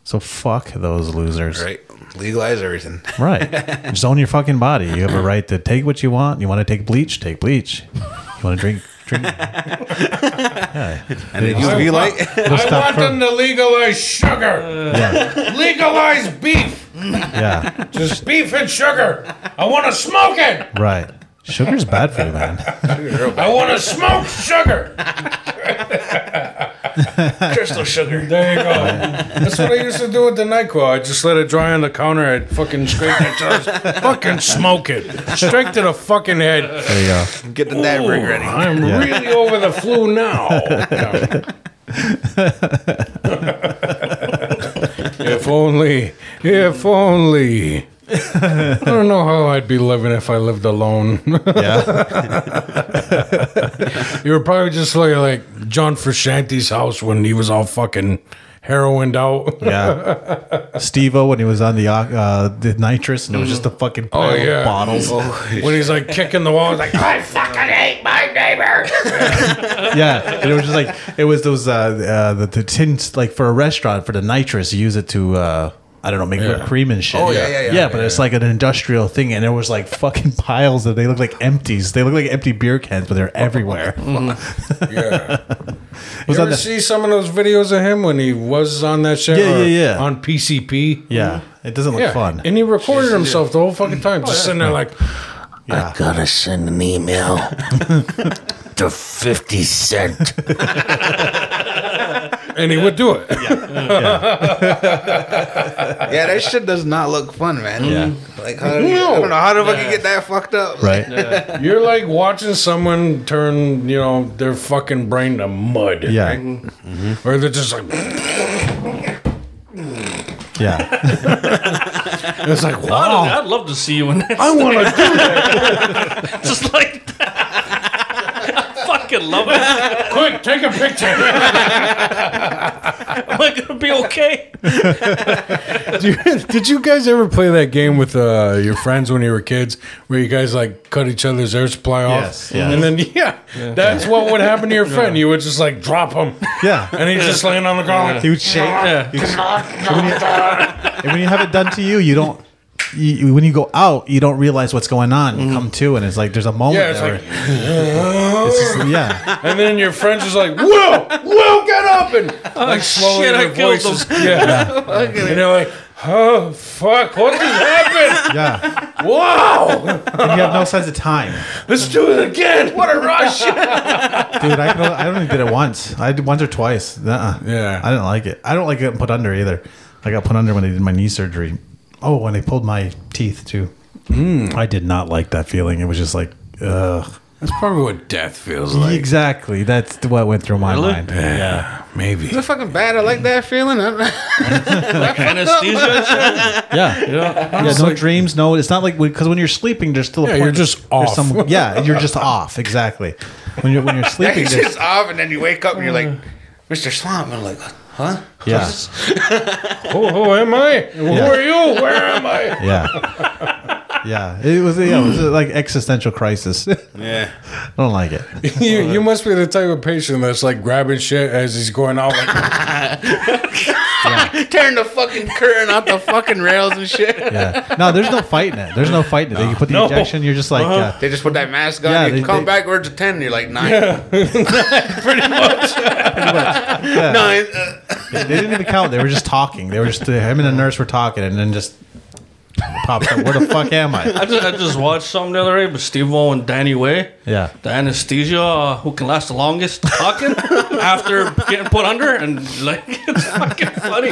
So fuck those losers. right? Legalize everything. Right. Just own your fucking body. You have a right to take what you want. You want to take bleach? Take bleach. You want to drink Drink- And they use V light. I stop want for- them to legalize sugar. yeah, Legalize beef. yeah, Just beef and sugar. I want to smoke it. right. Sugar's bad for you, man. I want to smoke sugar. Crystal sugar. There you go. That's what I used to do with the NyQuil. I just let it dry on the counter. I'd fucking scrape it. till I was- fucking smoke it. Straight to the fucking head. There you go. Get the dad ring Ooh, ready. I'm really over the flu now. if only, if only. I don't know how I'd be living if I lived alone. Yeah, you were probably just like, like John Frusciante's house when he was all fucking heroined out. yeah. Steve-O when he was on the oc- uh, the nitrous, and it was just a fucking pile of Oh, yeah. bottles. Oh, when he's like kicking the wall, he's like, I fucking hate my neighbor. yeah, and it was just like it was those uh, uh the, the tins like for a restaurant for the nitrous you use it to uh I don't know make whipped cream and shit. Oh, yeah, yeah, yeah, but yeah, it's like an industrial thing, and there was like fucking piles that they look like empties. They look like empty beer cans, but they're everywhere. Yeah. Was you on ever the- see some of those videos of him when he was on that shit? Yeah, or yeah, yeah. On PCP. Yeah, it doesn't look Yeah. fun. And he recorded himself the whole fucking time, just sitting there like, Yeah. gotta send an email to 50 Cent. and he would do it. Yeah, that shit does not look fun, man. Yeah. Like, how, I don't know how the fuck you get that fucked up. Right? You're like watching someone turn, you know, their fucking brain to mud. Yeah, Mm-hmm. Or they're just like, yeah. it's like, wow. I'd love to see you in that. Oh. I want to do Just like that. I fucking love it. quick, take a picture. Am I gonna be okay? Did did you guys ever play that game with uh, your friends when you were kids, where you guys like cut each other's air supply off? Yes, yes. And then yeah, that's what would happen to your friend. You would just like drop him, Yeah. and he's just laying on the ground. He would shake. He would sh- and, when you, and when you have it done to you, you don't. You, you- when you go out, you don't realize what's going on. You come to, and it's like there's a moment. Mm. Yeah, it's there like, "Oh." where it's just- yeah, and then your friend's just like, "Will, Will, get up!" And like slowly, shit, I their killed voices, yeah, and they're like, "Oh fuck, what just happened? yeah. Wow, and you have no sense of time, let's do it again! What a rush!" dude. I, can, I don't even did it once. I did once or twice. nuh Yeah. I didn't like it. I don't like getting put under either. I got put under when they did my knee surgery. Oh, when they pulled my teeth too. Hmm. I did not like that feeling. It was just like, ugh. That's probably what death feels like. exactly. That's what went through my mind. Yeah, Maybe. It's fucking bad. I like that feeling. I- Anesthesia. and shit? yeah, yeah. no dreams. No, it's not like because when you're sleeping, there's still a Yeah, point you're just there's off. yeah, you're just off. Exactly. When you're when you're sleeping, It's there's- just off, and then you wake up and you're like, Mr. Slump. I'm like, huh? yeah, Who, who am I? Who are you? Where am I? yeah, yeah. It was yeah, it was like existential crisis. Yeah. I don't like it. You, you must be the type of patient that's like grabbing shit as he's going out. Like, Tearing the fucking curtain off the fucking rails and shit. Yeah. No, there's no fighting it. There's no fighting it. You put the injection, you're just like, uh, yeah. They just put that mask on. Yeah, you they- come they- back, where's the 10? And you're like, nine. Pretty much. Nine. uh, they didn't even count. They were just talking. They were just, uh, him and the nurse were talking, and then just popped up. Where the fuck am I? I just, I just watched something the other day with Steve O and Danny Way. Yeah. The anesthesia, uh, who can last the longest talking after getting put under, and like it's fucking funny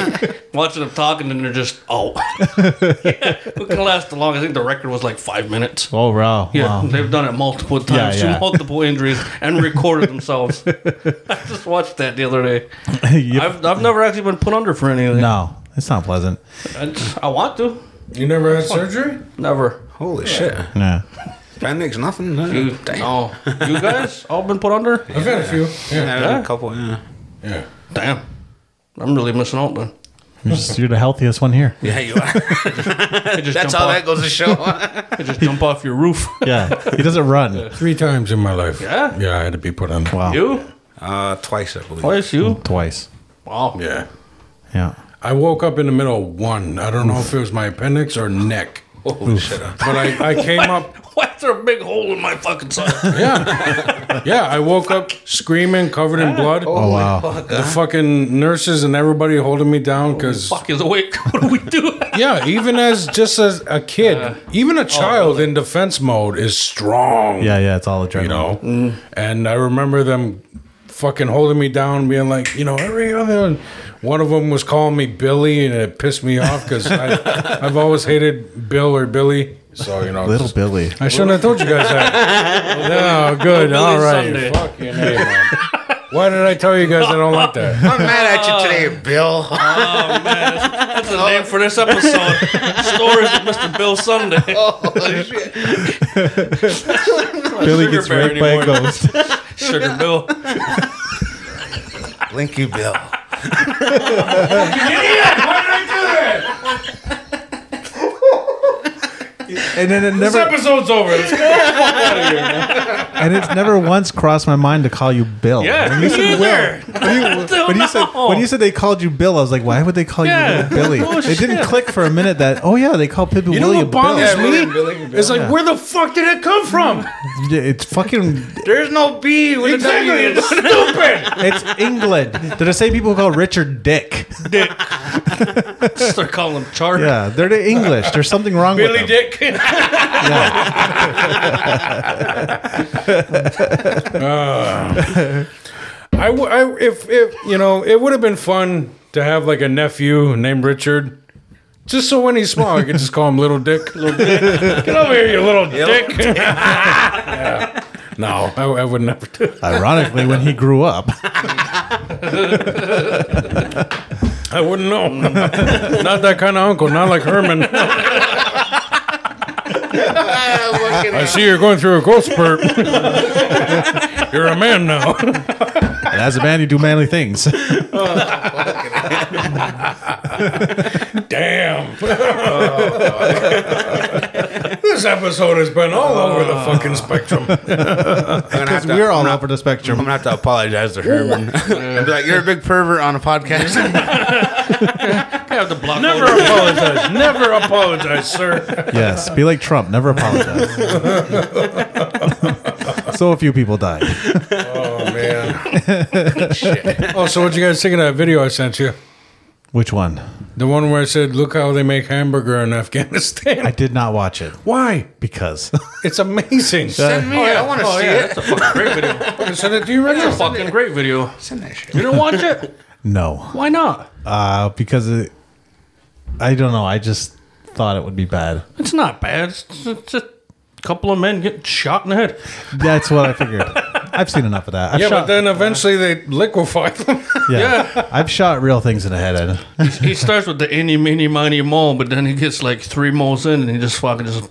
watching them talking, and they're just oh, Yeah, who can last the longest? I think the record was like five minutes. Oh, wow. Yeah, Wow. they've done it multiple Yeah, times, yeah. to multiple injuries, and recorded themselves. I just watched that the other day. Yep. I've, I've never actually been put under for anything. No, it's not pleasant. I, just- I want to, you never had surgery? never. Holy shit. Yeah. Appendix, nothing. No. You, Damn. no, Oh, you guys all been put under. I've had a few. Yeah. Yeah, a couple, yeah. yeah. Damn. I'm really missing out then. You're, just, you're the healthiest one here. Yeah, you are. I just That's jump how off, that goes to show. I just jump off your roof. Yeah. He doesn't run. Three times in my life. Yeah? Yeah, I had to be put on. Wow. You? Uh, twice, I believe. Twice you? Twice. Wow. Yeah. Yeah. I woke up in the middle of one. I don't know if it was my appendix or neck. Holy shit. But I, I came up Why is there a big hole in my fucking side? Yeah. yeah, I woke up screaming, covered in blood. Oh wow! The fucking nurses and everybody holding me down because, Fuck is awake. What do we do? yeah, even as just as a kid, even a child in defense mode is strong. Yeah, yeah, it's all adrenaline. you know. And I remember them fucking holding me down, being like, you know, every other one of them was calling me Billy, and it pissed me off because I've always hated Bill or Billy. So you know, little just- Billy. I shouldn't have told you guys that. no, good, Billy all right. Sunday. Fuck your name, man. Why did I tell you guys I don't like that? I'm mad at you today, Bill. Oh, That's the name for this episode. Stories of Mr. Bill Sunday. Oh, Holy shit. Billy sugar gets bear raped by a anymore. ghost. Sugar Bill. Blinky Bill. and then it This never, episode's over. Let's go. and it's never once crossed my mind to call you Bill. Yeah, When me you said neither. Will, when you, don't when you said know. when you said they called you Bill, I was like, why would they call Yeah. you Little Billy? No it didn't click for a minute that oh yeah, they call Pippin You know William what bothers Bill. me? It's like, where the fuck did it come from? Yeah, It's fucking There's no B with Exactly. a It's W. stupid. it's England. They're the same people who call Richard Dick. Start calling him Char. Yeah, they're the English. There's something wrong with Billy them. Dick. Ah. I, w- I if if you know it would have been fun to have like a nephew named Richard, just so when he's small I could just call him Little Dick. little Dick, get over here, you little dick. Yeah. No, I, I would never do. it. Ironically, when he grew up, I wouldn't know. not that kind of uncle. Not like Herman. Ah, I see you're going through a growth spurt. you're a man now. and as a man, you do manly things. Damn. this episode has been all over the fucking spectrum. Because we're all over the spectrum. I'm gonna have to apologize to Herman. I'd be like, "You're a big pervert on a podcast." I have to block Never all the- apologize. Never apologize, sir. Yes, be like Trump. Never apologize. so few people die. Oh, man. Oh, so what you guys think of that video I sent you? Which one? The one where I said, look how they make hamburger in Afghanistan. I did not watch it Why? because It's amazing. Send me. I want to see That's a fucking great video. I sent it to you right now. Fucking great video. it. You didn't watch it? no, Why not? uh, because it, I don't know. I just thought it would be bad. It's not bad. It's just, it's just a couple of men getting shot in the head. That's what I figured. I've seen enough of that. I've Yeah, but shot, then eventually they liquefy them. yeah, I've shot real things in the head. and- He starts with the any, mini, miny, mo, but then he gets like three moles in and he just fucking just.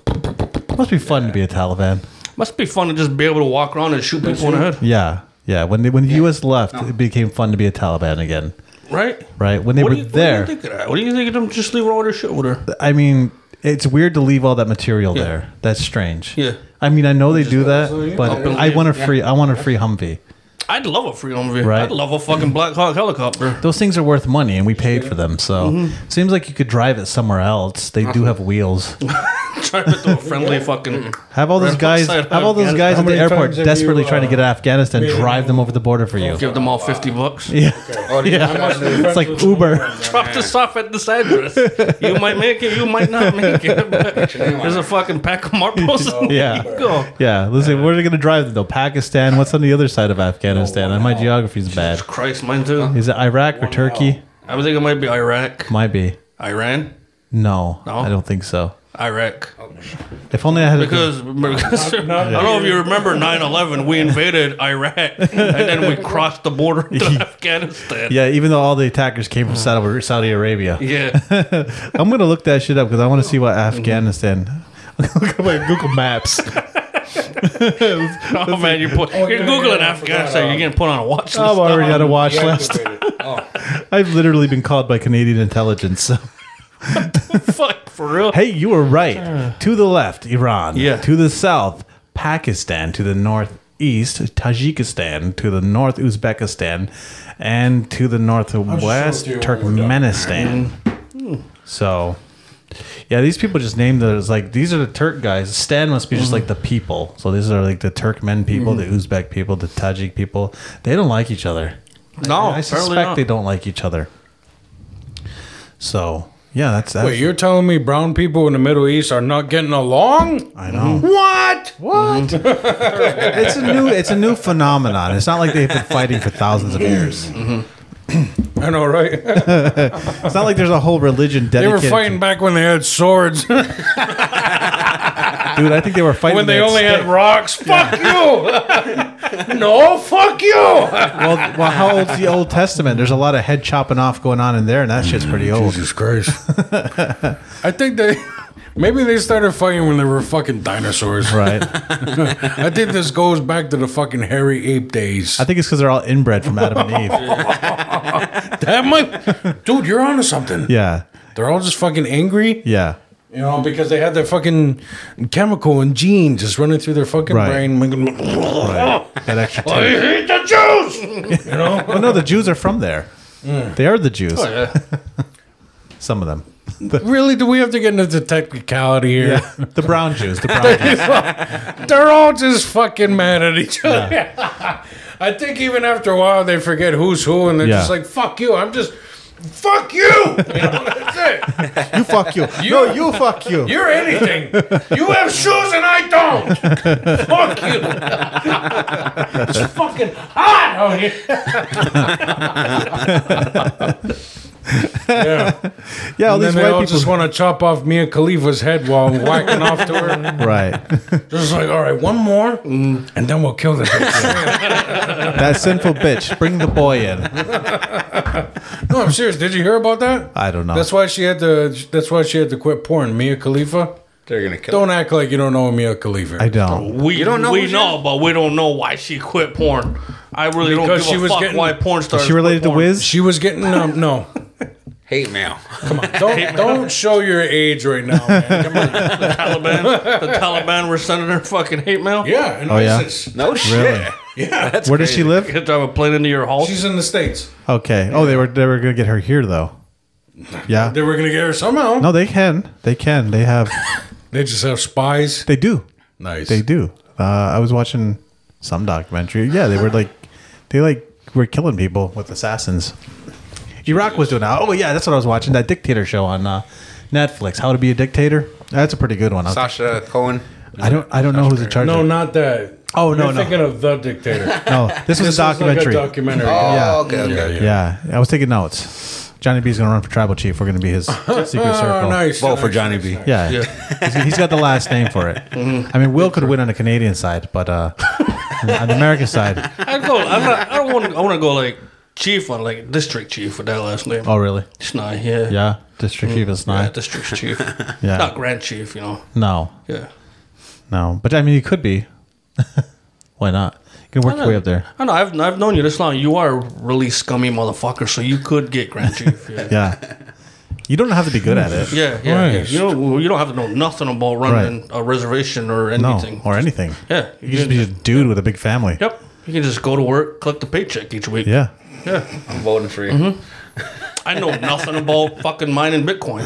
must be fun to be a Taliban. Must be fun to just be able to walk around and shoot people in the head, Yeah, yeah. When they, when the U.S. left, it became fun to be a Taliban again. right? Right when they What were do, you, there. what do you think of that? What do you think of them just leaving all their shit over there? I mean, it's weird to leave all that material there. That's strange. Yeah. I mean, I know they do that, I'll but believe I want a it. free. I want a free Humvee. I'd love a free view. Right. I'd love a fucking Black Hawk helicopter. Those things are worth money, and we paid for them. So Mm-hmm. seems like you could drive it somewhere else. They do have wheels. Try to do a friendly fucking. Have all those Ramp guys. upside Have all those down. guys How at the many airport times have desperately you, trying to get uh, to Afghanistan. been- Drive them over the border for you. Give them all fifty bucks. Oh, yeah. It's like Uber. Drop this off at this address. You might make it. You might not make it. There's a fucking pack of Marlboros. in there. Yeah. You Go. Yeah, listen, where are they going to drive them though? Pakistan? What's on the other side of Afghanistan? And My geography's bad. Christ, mine too. Is it Iraq or Turkey? I think it might be Iraq, Might be. Iran, No, No? I don't think so. Iraq. If only I had a good- Because, because- I don't know if you remember 9/11. We invaded Iraq and then we crossed the border to Afghanistan. Yeah, even though all the attackers came from Saudi Saudi Arabia. Hmm. Yeah. Mm-hmm. I'm gonna look that shit up because I want to see what Afghanistan. look up like Google Maps. Oh man, you put, you're yeah, googling Oh, yeah, I Afghanistan. You're getting put on a watch list. I've already got a watch list. Deactivated. I've literally been called by Canadian intelligence. Fuck for real. hey, you were right. To the left, Iran. Yeah. To the south, Pakistan. To the northeast, Tajikistan. To the north, Uzbekistan, and to the northwest, with you when we're done. Turkmenistan. So, Yeah, these people just named those like these are the Turk guys. Stan must be just like the people. So these are like the Turkmen people, Mm-hmm. the Uzbek people, the Tajik people. They don't like each other. No, I apparently suspect not. they don't like each other. So yeah, that's that. Wait, you're telling me brown people in the Middle East are not getting along? I know. What? What? it's a new it's a new phenomenon. It's not like they've been fighting for thousands of years. I know, right? It's not like there's a whole religion they were dedicated. fighting back when they had swords, when to, dude. I think they were fighting they that only had stick. rocks. Fuck you! no, fuck you! Well, well, how old's the Old Testament? There's a lot of head chopping off going on in there, and that shit's pretty old. Jesus Christ. I think they. Maybe they started fighting when they were fucking dinosaurs. Right. I think this goes back to the fucking hairy ape days. I think it's because they're all inbred from Adam and Eve. That might, dude, you're onto something. Yeah. They're all just fucking angry, Yeah. you know, because they had their fucking chemical and gene just running through their fucking Right. brain. Right. That extra Oh, I taste. hate the Jews. you know, Mm. Oh, Well, no, the Jews are from there. They are the Jews. yeah. Some of them. really? Do we have to get into technicality here? The brown Jews. The brown Jews. They're all just fucking mad at each other. I think even after a while they forget who's who, and they're Yeah. just like, "Fuck you." I'm just. Fuck you! You know, that's it. You fuck you. No, you fuck you. You're anything. You have shoes and I don't. Fuck you. it's fucking hot out here. yeah. yeah, all And then these they all white just people. want to chop off Mia Khalifa's head while whacking off to her. Right. Just like, all right, one more, and then we'll kill this. bitch." That sinful bitch. Bring the boy in. no, I'm serious. Did you hear about that? I don't know. That's why she had to. That's why she had to quit porn. Mia Khalifa. They're gonna kill. Don't act like you don't know Mia Khalifa. I don't. We don't know who we she know, but we don't know why she quit porn. I really don't Because give she a was fuck getting- why porn stars. Is she related to quit porn. Wiz? She was getting um, no. Hate mail. Don't don't show your age right now, man. Come on. Taliban. The Taliban were sending her fucking hate mail. Yeah, and Oh, yeah? ISIS. No shit. Really? Yeah, that's Where does she live? You drive a plane into your house. she's in the states. Okay. Oh, they were they were gonna get her here though. Yeah. They were gonna get her somehow. No, they can. They can. They have. They just have spies. They do. Nice. They do. Uh, I was watching some documentary. Yeah, they were like, they like were killing people with assassins. Iraq was doing that. Oh yeah, that's what I was watching. That dictator show on uh, Netflix. How to be a dictator. That's a pretty good one. I Sasha Cohen. I don't. I don't know who's in charge. no, of it. not that. Oh, no, You're no. Thinking of the dictator. no. This was This a was like documentary. a documentary. Oh, Yeah. okay, okay. yeah, I was taking notes. Johnny B's gonna run for tribal chief. We're gonna be his secret Oh, circle. nice. Vote for nice, Johnny nice, B. nice. Yeah, He's- he's got the last name for it. Mm-hmm. I mean, Will could win on the Canadian side, but uh, on the American side, I go. I'm not, I don't want. I want to go like chief or like district chief with that last name. oh really? It's not yeah. Yeah, district chief is Yeah, not. district chief. Yeah. Not grand chief. You know. No, Yeah. no. But I mean, you could be. Why not? You can work your way up there. I know. I've I've known you this long. You are a really scummy motherfucker. So you could get grand chief. Yeah. Yeah. You don't have to be good at it. Yeah, yeah, yeah. Right. You don't you don't have to know nothing about running a reservation or No, anything. or anything. Yeah, You just be a dude with a big family. Yep. You can just go to work, collect a paycheck each week. Yeah. I'm voting for you. I know nothing about fucking mining Bitcoin.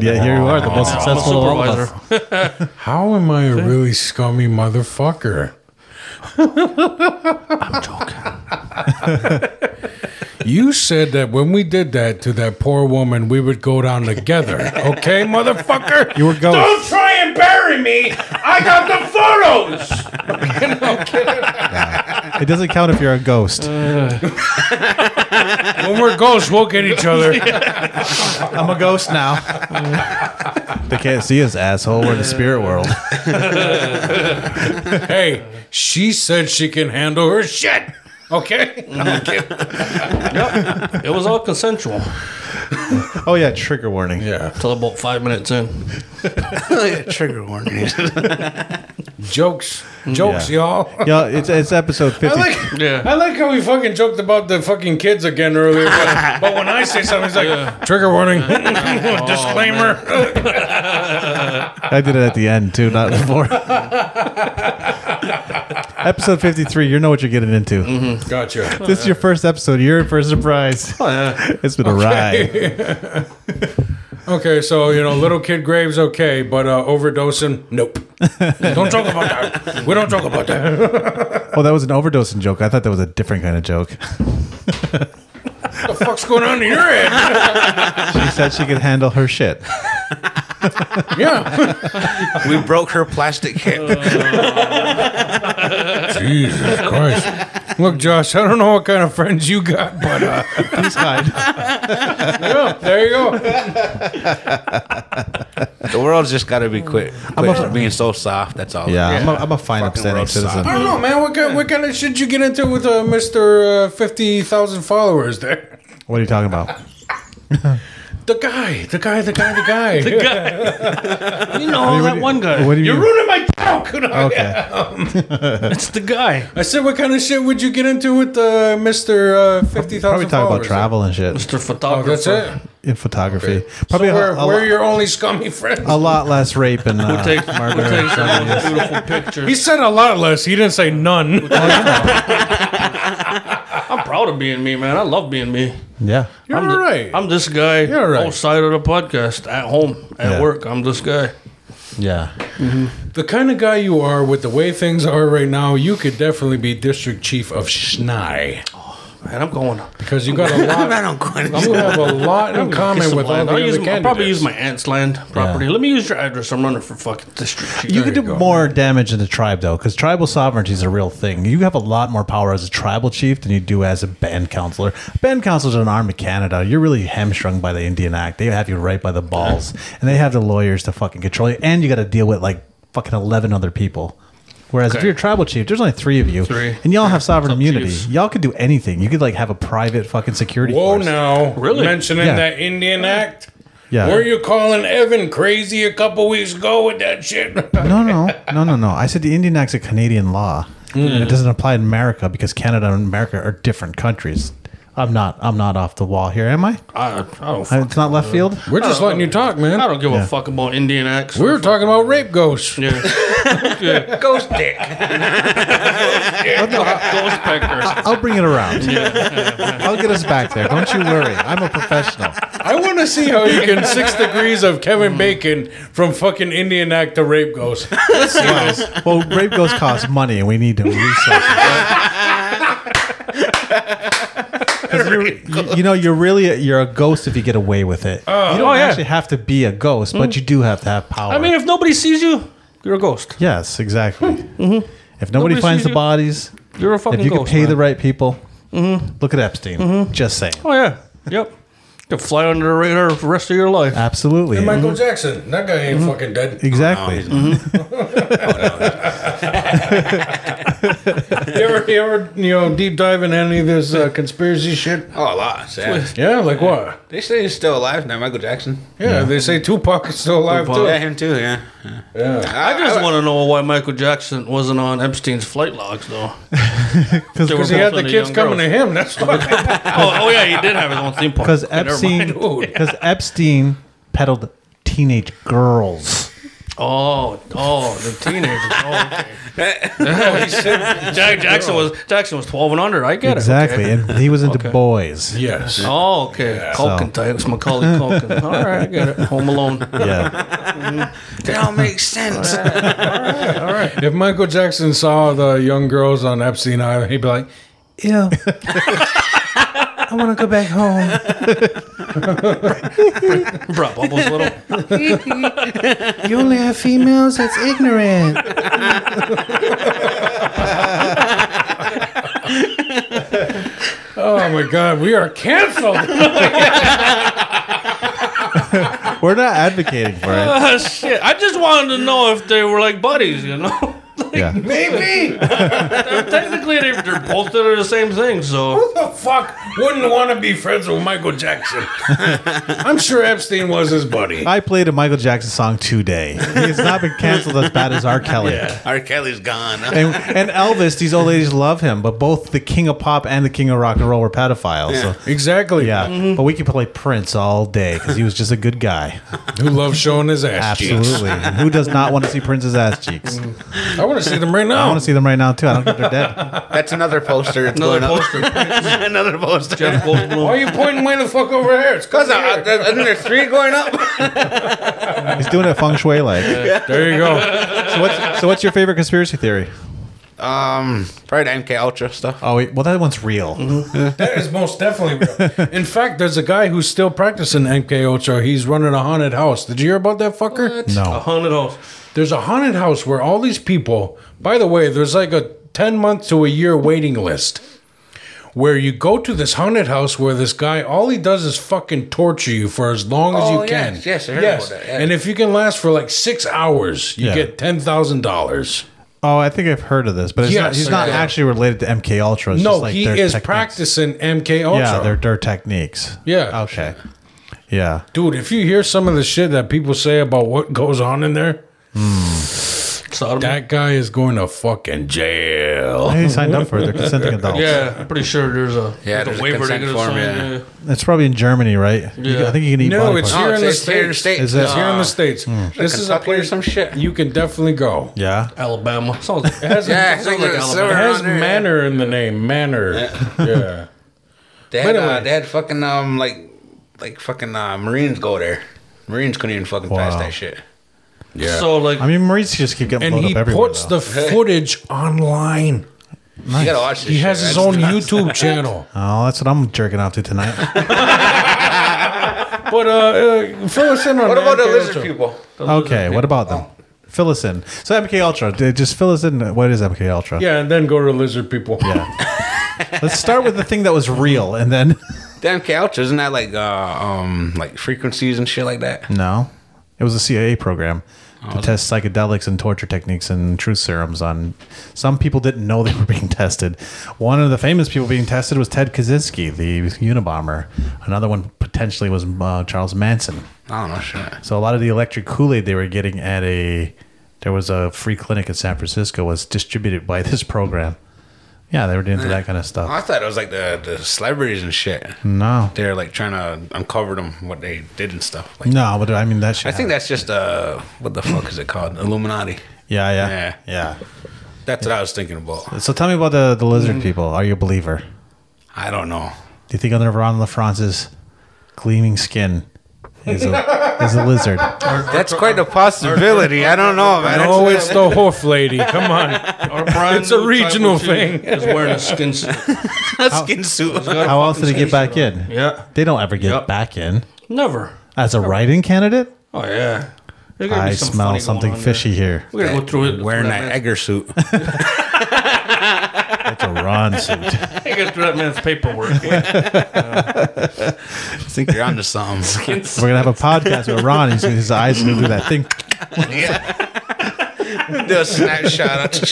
Yeah. Here you are, the most I'm a successful of all of us. supervisor. How am I a really scummy motherfucker? I'm joking. You said that when we did that to that poor woman, we would go down together. Okay, motherfucker? You were ghosts. Don't try and bury me. I got the photos. It doesn't count if you're a ghost. When we're ghosts, we'll get each other. I'm a ghost now. they can't see us, asshole. We're in the spirit world. Hey, she said she can handle her shit. Okay? It was all consensual Oh yeah, trigger warning. Yeah. until about five minutes in. Trigger warning. Jokes. Jokes, Yeah. y'all. Yeah, it's it's episode I fifty. like, Yeah. I like how we fucking joked about the fucking kids again earlier, but, but when I say something, it's like trigger warning, Oh, disclaimer. I did it at the end too, not before. episode fifty-three. You know what you're getting into. Gotcha. This is uh, your first episode. You're in for a surprise. It's been a ride. Okay, so you know, little kid graves okay, but uh, overdosing, nope. don't talk about that. We don't talk about that. Oh, that was an overdosing joke. I thought that was a different kind of joke. What the fuck's going on in your head? She said she could handle her shit. Yeah. We broke her plastic hip. Jesus Christ. Look, Josh, I don't know what kind of friends you got, but uh, Please hide. yeah, there you go. the world's just got to be quick, quick for being so soft. That's all. Yeah, I'm, a, I'm a fine, Fucking upstanding road citizen. I don't know, man. What kind, what kind of shit you get into with uh, Mister uh, Fifty Thousand followers there? What are you talking about? The guy, the guy, the guy, the guy. You know that one guy. What do you? You're ruining my joke. okay. It's the guy. I said, what kind of shit would you get into with uh, Mister uh, Probably Fifty Thousand? talking about followers? travel and shit Mr. Oh, Photographer. that's it. in photography. So Probably a- we're, a, we're lo- your only scummy friends. a lot less rape and uh, Who takes, who murder. takes all those beautiful he pictures? said a lot less. He didn't say none. I'm proud of being me, man. I love being me. yeah. You're I'm all the- right. I'm this guy You're right. outside of the podcast, at home, at Yeah. work. I'm this guy. Yeah. the kind of guy you are with the way things are right now. You could definitely be district chief of Schnei Man, I'm going. because you got a Man, lot. I'm going I'm gonna have a lot in Get common some with all land. the I'll, other use, candidates. I'll probably use my aunt's land property. Let me use your address. I'm running for fucking district chief. You could do you go. more damage than the tribe, though, because tribal sovereignty is a real thing. You have a lot more power as a tribal chief than you do as a band counselor. Band counselors are an arm of Canada. You're really hamstrung by the Indian Act. They have you right by the balls, and they have the lawyers to fucking control you, and you got to deal with like fucking 11 other people. Whereas if Okay. you're a tribal chief, there's only three of you, Three. and y'all have sovereign It's up to immunity. Y'all could do anything. You could like have a private fucking security Whoa force. now. Really? Mentioning Yeah. that Indian Act? Yeah. Were you calling Evan crazy a couple weeks ago with that shit? No, no, no, no, no. I said the Indian Act's a Canadian law. Mm. And it doesn't apply in America because Canada and America are different countries. I'm not. I'm not off the wall here, am I? I, I don't. I- Fuck, it's not left field. We're just letting you talk, I man. don't give a fuck about Indian acts. We were talking about rape ghosts. yeah. yeah. ghost dick. Ghost pecker. I'll bring it around. I'll get us back there. Don't you worry. I'm a professional. I want to see how you can six degrees of Mm. Kevin Bacon from fucking Indian Act to rape ghost. Mm-hmm. Let's see this. Well, rape ghosts cost money, and we need to resource. Because you're, you, you know, you're really you're a ghost if you get away with it. you don't Oh, yeah. Mm. actually have to be a ghost, but you do have to have power. I mean, if nobody sees you, you're a ghost. Yes, exactly. If nobody, Mm-hmm. Nobody finds sees the you. bodies, You're a fucking if you ghost. could pay man. Mm-hmm. the right people, look at Epstein. Just saying. Oh yeah. Yep. You can fly under the radar for the rest of your life. Uh, Absolutely. Michael Jackson. That guy ain't fucking dead. Exactly. Oh, You ever, you ever, you know, deep dive in any of this uh, conspiracy shit? Oh, a lot. Sam. Yeah, like what? They say he's still alive now, Michael Jackson. Yeah, they say Tupac is still alive too. Yeah, him too. Yeah. Yeah. I just want to know why Michael Jackson wasn't on Epstein's flight logs, though. Because he had the kids coming to him. That's why. Oh, oh yeah, he did have his own theme park. Because Okay, never Epstein, mind. Oh, because Epstein peddled teenage girls. Oh, oh, the teenagers. Oh, okay. Oh, he said- Jack Jackson was Jackson was twelve and under. I get Exactly, it. and he was into Okay. boys. yes. Okay. Oh, okay. Culkin types, Macaulay Culkin. All right, I get it. Home Alone. Yeah, They all Ah, make sense. If Michael Jackson saw the young girls on Epstein Island, he'd be like, Ew. I want to go back home. Brought Bubbles Little. You only have females? That's ignorant. "Oh my God, we are canceled." we're not advocating for it. Ah, shit. I just wanted to know if they were like buddies, you know. Uh, Yeah, Maybe who Technically, they- they're both doing the same thing. So the fuck wouldn't want to be friends with Michael Jackson? I'm sure Epstein was his buddy. I played a Michael Jackson song today. He has not been canceled as bad as R. Kelly. R. Kelly's gone. and, and Elvis, these old ladies love him, but both the king of pop and the king of rock and roll were pedophiles. So Exactly. Yeah, but we could play Prince all day because he was just a good guy. Who loves showing his ass cheeks? Mm-hmm. Absolutely. Who does not want to see Prince's ass cheeks? I want to see them right I now. want to see them right now too. I don't think they're dead. That's another poster. It's another going up. poster. another poster. Jeff Why are Goldblum. you pointing way the fuck over here? It's Cause uh, cause I, I, I, isn't there three going up? He's doing it feng shui like. There you go. So what's, so what's your favorite conspiracy theory? Um, probably the MK Ultra stuff. Oh, wait, well, that one's real. Mm-hmm. That is most definitely real. In fact, there's a guy who's still practicing MK Ultra. He's running a haunted house. Did you hear about that fucker? A No. hundred dollars. There's a haunted house where all these people. By the way, there's like a ten month to a year waiting list. Where you go to this haunted house where this guy, all he does is fucking torture you for as long as Oh, you yes, can. yes, I heard about that, yeah. And if you can last for like six hours, you Yeah. get ten thousand dollars. Oh, I think I've heard of this, but it's not, Yes, he's not yeah. actually related to MK Ultra. It's No, just like he their is techniques. practicing MK Ultra. Yeah, their their techniques. Yeah. Okay. Yeah. Dude, if you hear some of the shit that people say about what goes on in there, Sodomy. that guy is going to fucking jail. He signed up for it. They're consenting adults. Yeah, I'm pretty sure there's a, Yeah, there's there's a a waiver they consent could form, sign. yeah. Yeah. It's probably in Germany, right? You- Yeah. I think you can eat No, body it's parts. here in it's- the it's states. here in the States. It's here in Uh, the states. Hmm. This is a Kentucky or place some shit. you can definitely go. Yeah. Alabama. Sounds like, It has, Yeah, it it's like a Alabama. silver has on there, yeah. manor in the name. Manor. Yeah. They By had, the uh, way- they had fucking um like like fucking uh, Marines go there. Marines couldn't even fucking pass Wow. that shit. Yeah. So like, I mean, Marines just keep getting and blown he up everywhere. puts though. the footage online. You gotta watch this. He shit. has his That's- own YouTube channel. oh, that's what I'm jerking off to tonight. But uh, uh fill us in on What about the MK lizard Ultra. people? uh, okay, what about them? Fill us in. So MK Ultra, d- just fill us in. What is MK Ultra? Yeah, and then go to lizard people. Yeah. Let's start with the thing that was real, and then The MK Ultra isn't that like uh um like frequencies and shit like that? no, it was a CIA program to test psychedelics and torture techniques and truth serums on. Some people didn't know they were being tested. One of the famous people being tested was Ted Kaczynski, the Unabomber. Another one potentially was uh, Charles Manson. I don't know shit. So a lot of the electric Kool Aid they were getting at a there was a free clinic in San Francisco was distributed by this program. Yeah, they were into that kind of I stuff. thought it was like the, the celebrities and shit. No, They're like trying to uncover them what they did and stuff. Like no, but I mean that shit. I think happened. that's just uh what the fuck is it called? Illuminati. yeah, yeah, Yeah. yeah, That's what I was thinking about. So tell me about the the lizard Mm. people. Are you a believer? Do I don't know. you think under Ron LaFrance's gleaming skin is a is a lizard? That's quite a possibility. I don't know, man. No, it's the hoof lady. Come on. Our Brian It's a Lou type regional of dude thing. Is wearing a skin suit. skin suit. How else did he get back in? Yeah. They don't ever get Yep. back in Never. as a write-in candidate. Oh yeah. There gotta be I some smell funny something going on there. fishy here. We gotta go through it. Wearing through that man's- Egger suit. It's a Ron suit. We gotta go through that man's paperwork. I think you're onto something. We're gonna have a podcast with Ron. He's, his eyes are gonna do that thing. Do a snapshot.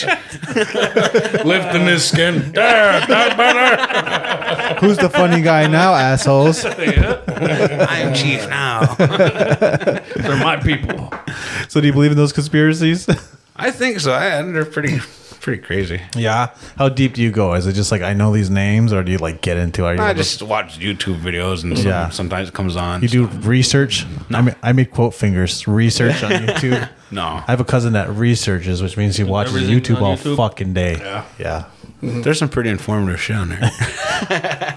Lifting his skin. There, that better. Who's the funny guy now, assholes? I am chief now. They're my people. So, do you believe in those conspiracies? I think so. I, they're pretty, pretty crazy. Yeah. How deep do you go? Is it just like I know these names, or do you like get into? Are you I like a- just watch YouTube videos and some, Yeah. sometimes it comes on. you do research? I mean, I made quote fingers research on YouTube. No. I have a cousin that researches, which means he watches Everything YouTube on all YouTube? fucking day. Yeah. There's some pretty informative shit on there.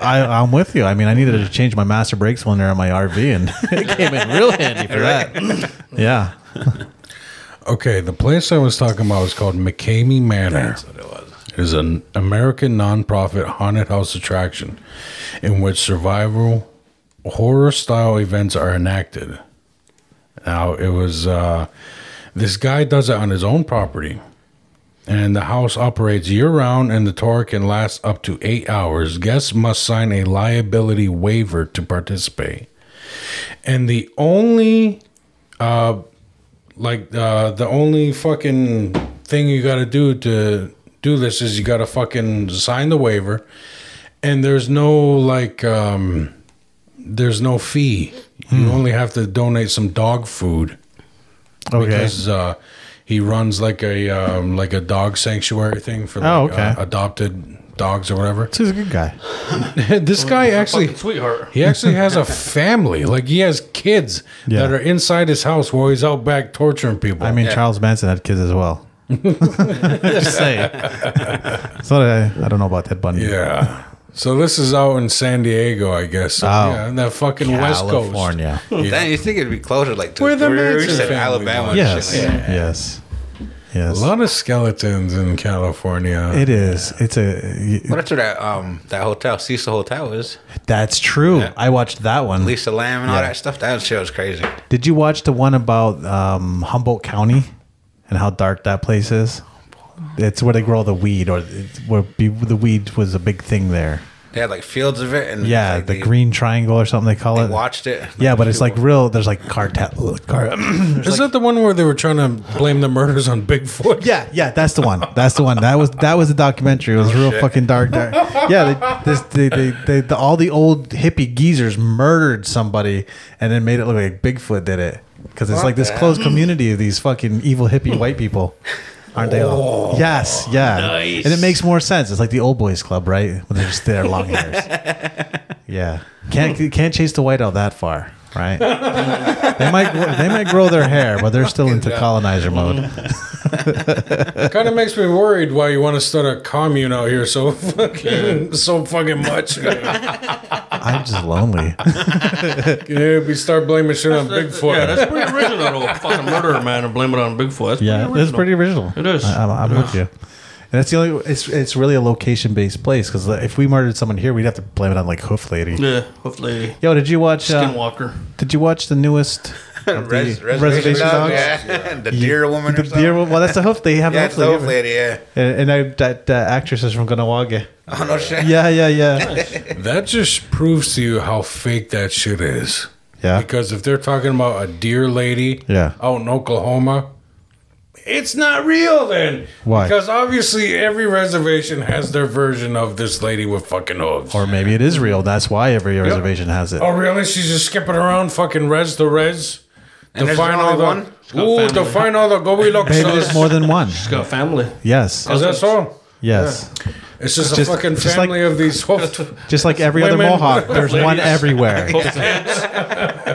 I, I'm with you. I mean, I needed to change my master brake cylinder on my RV, and it came in real handy for that. Yeah. Okay, the place I was talking about was called McCamey Manor. That's what it was. It is an American nonprofit haunted house attraction in which survival horror style events are enacted. Now, it was uh, this guy does it on his own property, and the house operates year round, and the tour can last up to eight hours. Guests must sign a liability waiver to participate. And the only like uh, the only fucking thing you got to do to do this is you got to fucking sign the waiver, and there's no like um, there's no fee. Hmm. You only have to donate some dog food Okay. because uh, he runs like a um, like a dog sanctuary thing for like, Oh, okay. uh, adopted dogs or whatever. so he's a good guy. this guy actually Fucking sweetheart. he actually has a family. Like he has kids Yeah. that are inside his house while he's out back torturing people. I mean, Charles Manson had kids as well. Just saying. So I, I don't know about Ted Bundy. yeah. So this is out in San Diego, I guess. So, Oh. yeah, and that fucking West Coast. California. Dang, you think it'd be closer like to Where the where Manson you said family Alabama was. and Yes. shit like that. Yes. A Yes. lot of skeletons in California. It is. It's a. Well, that's where that um that hotel, Cecil Hotel, is. That's true. I watched that one. Lisa Lamb and all that stuff. That shit was crazy. Did you watch the one about um, Humboldt County and how dark that place is? It's where they grow the weed, or it's where be, the weed was a big thing there. They had like fields of it, and Yeah, like, the they- green triangle or something they call They it. watched it. yeah, but it's like real. There's like cartel. Car, Is that the one where they were trying to blame the murders on Bigfoot? yeah, yeah, that's the one. That's the one. That was that was a documentary. It was real fucking dark. dark. Yeah, they, this, they, they, they, the, all the old hippie geezers murdered somebody and then made it look like Bigfoot did it because it's like this closed community of these fucking evil hippie white people. Aren't they all? Yes, yeah. And it makes more sense. It's like the old boys club, right? When they're just there, long hairs. Yeah, can't you can't chase the white out that far, right? they might grow- they might grow their hair, but they're still into colonizer mode. It kind of makes me worried why you want to start a commune out here so fucking so fucking much. Can I'm just lonely. we start blaming shit on Bigfoot? Yeah, that's pretty original to fucking murder a man and blame it on Bigfoot. That's Yeah, pretty it's pretty original. It is. I, am I'm with you. And it's the only. It's it's really a location based place because if we murdered someone here, we'd have to blame it on like Hoof Lady. Yeah, hopefully. Yo, did you watch? Uh, Skinwalker. did you watch the newest? of the Res- reservation, dogs, Dogs? Yeah. the deer woman. The or something. deer, well, that's the hoof. They have Yeah, a it's hoof lady. the old lady. Yeah. And, and I, that uh, actress is from Gunawaga. Oh no shit. Yeah, yeah, yeah, That just proves to you how fake that shit is. yeah. Because if they're talking about a deer lady Yeah. out in Oklahoma, it's not real then. Why? Because obviously every reservation has their version of this lady with fucking hooves. Or maybe it is real. That's why every reservation has it. oh, really? She's just skipping around fucking res to res? And to there's find only all the one? Ooh, to family. find all the Maybe there's gobiloxos. more than one. She's got family. Yes, Is that so? yes. It's just, Just- a fucking just like- family of these hoof- Just like every other Women. Mohawk, there's one Ladies. everywhere. Both men.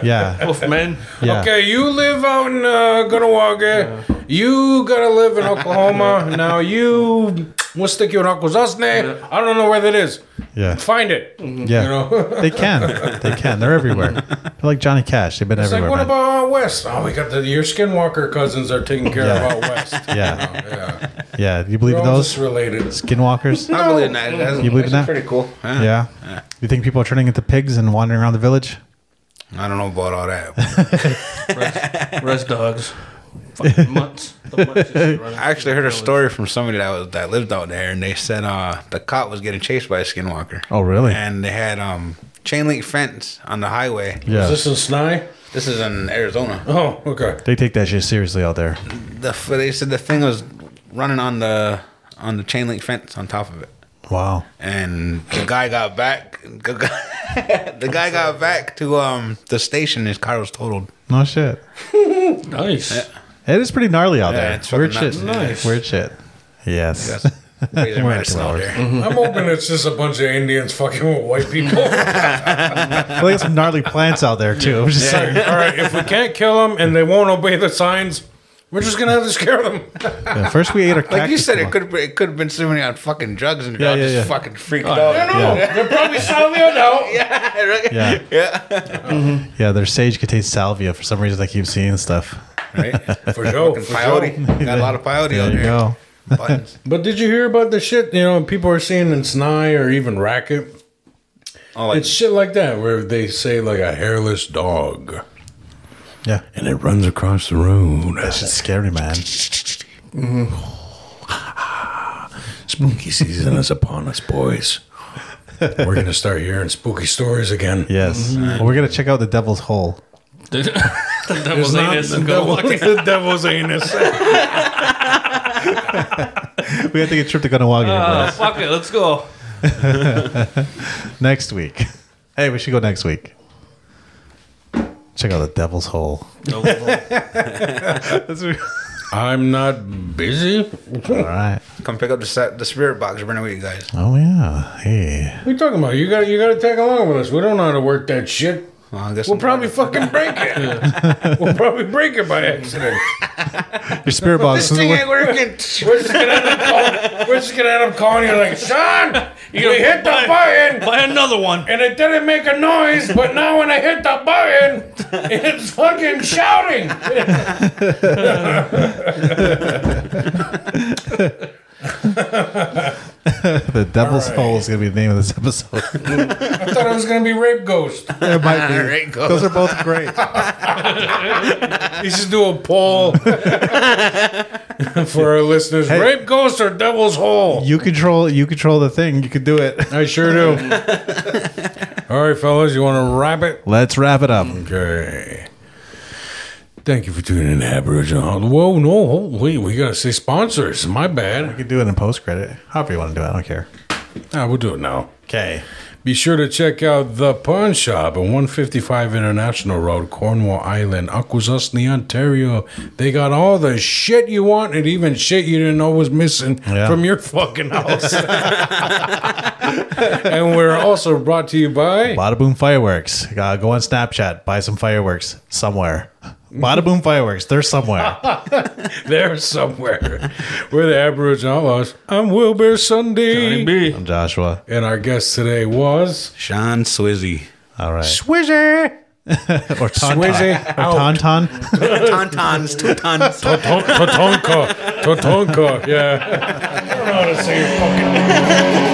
Yeah, Both men. yeah. Okay, you live out in uh, Gunawaga. You gotta live in Oklahoma. now you, we'll stick you in Akwesasne. I don't know where that is. Yeah. Find it. Yeah, You know? they can. They can. They're everywhere. They're like Johnny Cash. They've been It's like, everywhere. man. what about out West? Oh, we got the, your Skinwalker cousins are taking care Yeah. of out West. Oh, yeah, Yeah. yeah. You believe They're in all just those related. skinwalkers? I believe in that. That's, You believe in that's that? Pretty cool. Huh? Yeah. You think people are turning into pigs and wandering around the village? I don't know about all that. Res dogs. Fucking months. The months is running. I actually heard a story from somebody that was that lived out there, and they said uh, the cop was getting chased by a skinwalker. Oh, really? And they had um, chain link fence on the highway. Yeah. Is this in Snai? This is in Arizona. Oh, okay. they take that shit seriously out there. The f- they said the thing was running on the on the chain link fence on top of it. Wow. and the guy got back. The guy, the guy got back to um the station. His car was totaled. No shit. Nice. It is pretty gnarly out Yeah, there. it's Weird fucking shit. nuts. Nice. Weird shit. Yes. That's Eh, crazy medicine out there. Mm-hmm. I'm hoping it's just a bunch of Indians fucking with white people. I think some gnarly plants out there too. I'm just like, All right, if we can't kill them and they won't obey the signs, we're just gonna have to scare them. yeah, first we ate a cactus. Like you said, it one. could have been, it could have been somebody on fucking drugs and Yeah, y'all yeah, just yeah. fucking freaked out. Yeah. They're probably salvia now. Yeah. Yeah. Yeah. Their sage contains salvia. For some reason, I keep seeing stuff. Right? For sure, Fucking for Coyote. sure. Got a lot of coyote Oh, There out you there. go. Buttons. But did you hear about the shit you know people are seeing in Snai or even Racket? Oh, like, It's shit like that where they say like a hairless dog Yeah. and it runs across the road. It's scary, man. Spooky season is upon us, boys. We're gonna start hearing spooky stories again. Yes. Well, we're gonna check out the Devil's Hole. the It's devil's not anus the and go devil- walking. the devil's anus. We have to get a trip to Gunawaga Oh, fuck it. Let's go. next week. Hey, we should go next week. Check out the Devil's Hole. No, no. I'm not busy. All right. come pick up the sa- the spirit box. Bring it with you guys. Oh yeah. Hey. What are you talking about? You got you got to tag along with us. We don't know how to work that shit. Well, I guess We'll I'm- probably fucking break it. we'll probably break it by accident. Your spirit box. This thing ain't working. We're just gonna end up calling, we're just gonna end up calling you like, Sean, you hit the button. Buy another one. and it didn't make a noise, but now when I hit the button, it's fucking shouting. The Devil's Hole is going to be the name of this episode. I thought it was gonna be rape ghost. it might be. Alright, go. Those are both great. You should do a poll for our listeners: rape ghost or devil's hole? You control. You control the thing. You can do it. I sure do. All right, fellas, you want to wrap it? Let's wrap it up. Okay. Thank you for tuning in, to Aboriginal. Whoa, no, hold- wait, we gotta say sponsors. My bad. You can do it in post credit. However you want to do it. I don't care. I will do it now. Okay. Be sure to check out The Pawn Shop on 155 International Road, Cornwall Island, Akwesasne, Ontario. They got all the shit you want and even shit you didn't know was missing Yeah. from your fucking house. and we're also brought to you by Bada Boom Fireworks. Uh, go on Snapchat. Buy some fireworks somewhere. Bada Boom Fireworks. They're somewhere. There Somewhere. we're the Aboriginal Outlaws. I'm Wilbur Sunday. B. I'm Joshua. And our guest today was Sean Swizzy. All right. Swizzy. Or Tauntaun. Swizzy Or out. Tauntaun. Tauntauns, two tons. Totonka. Totonka. Yeah. I don't know how to say your fucking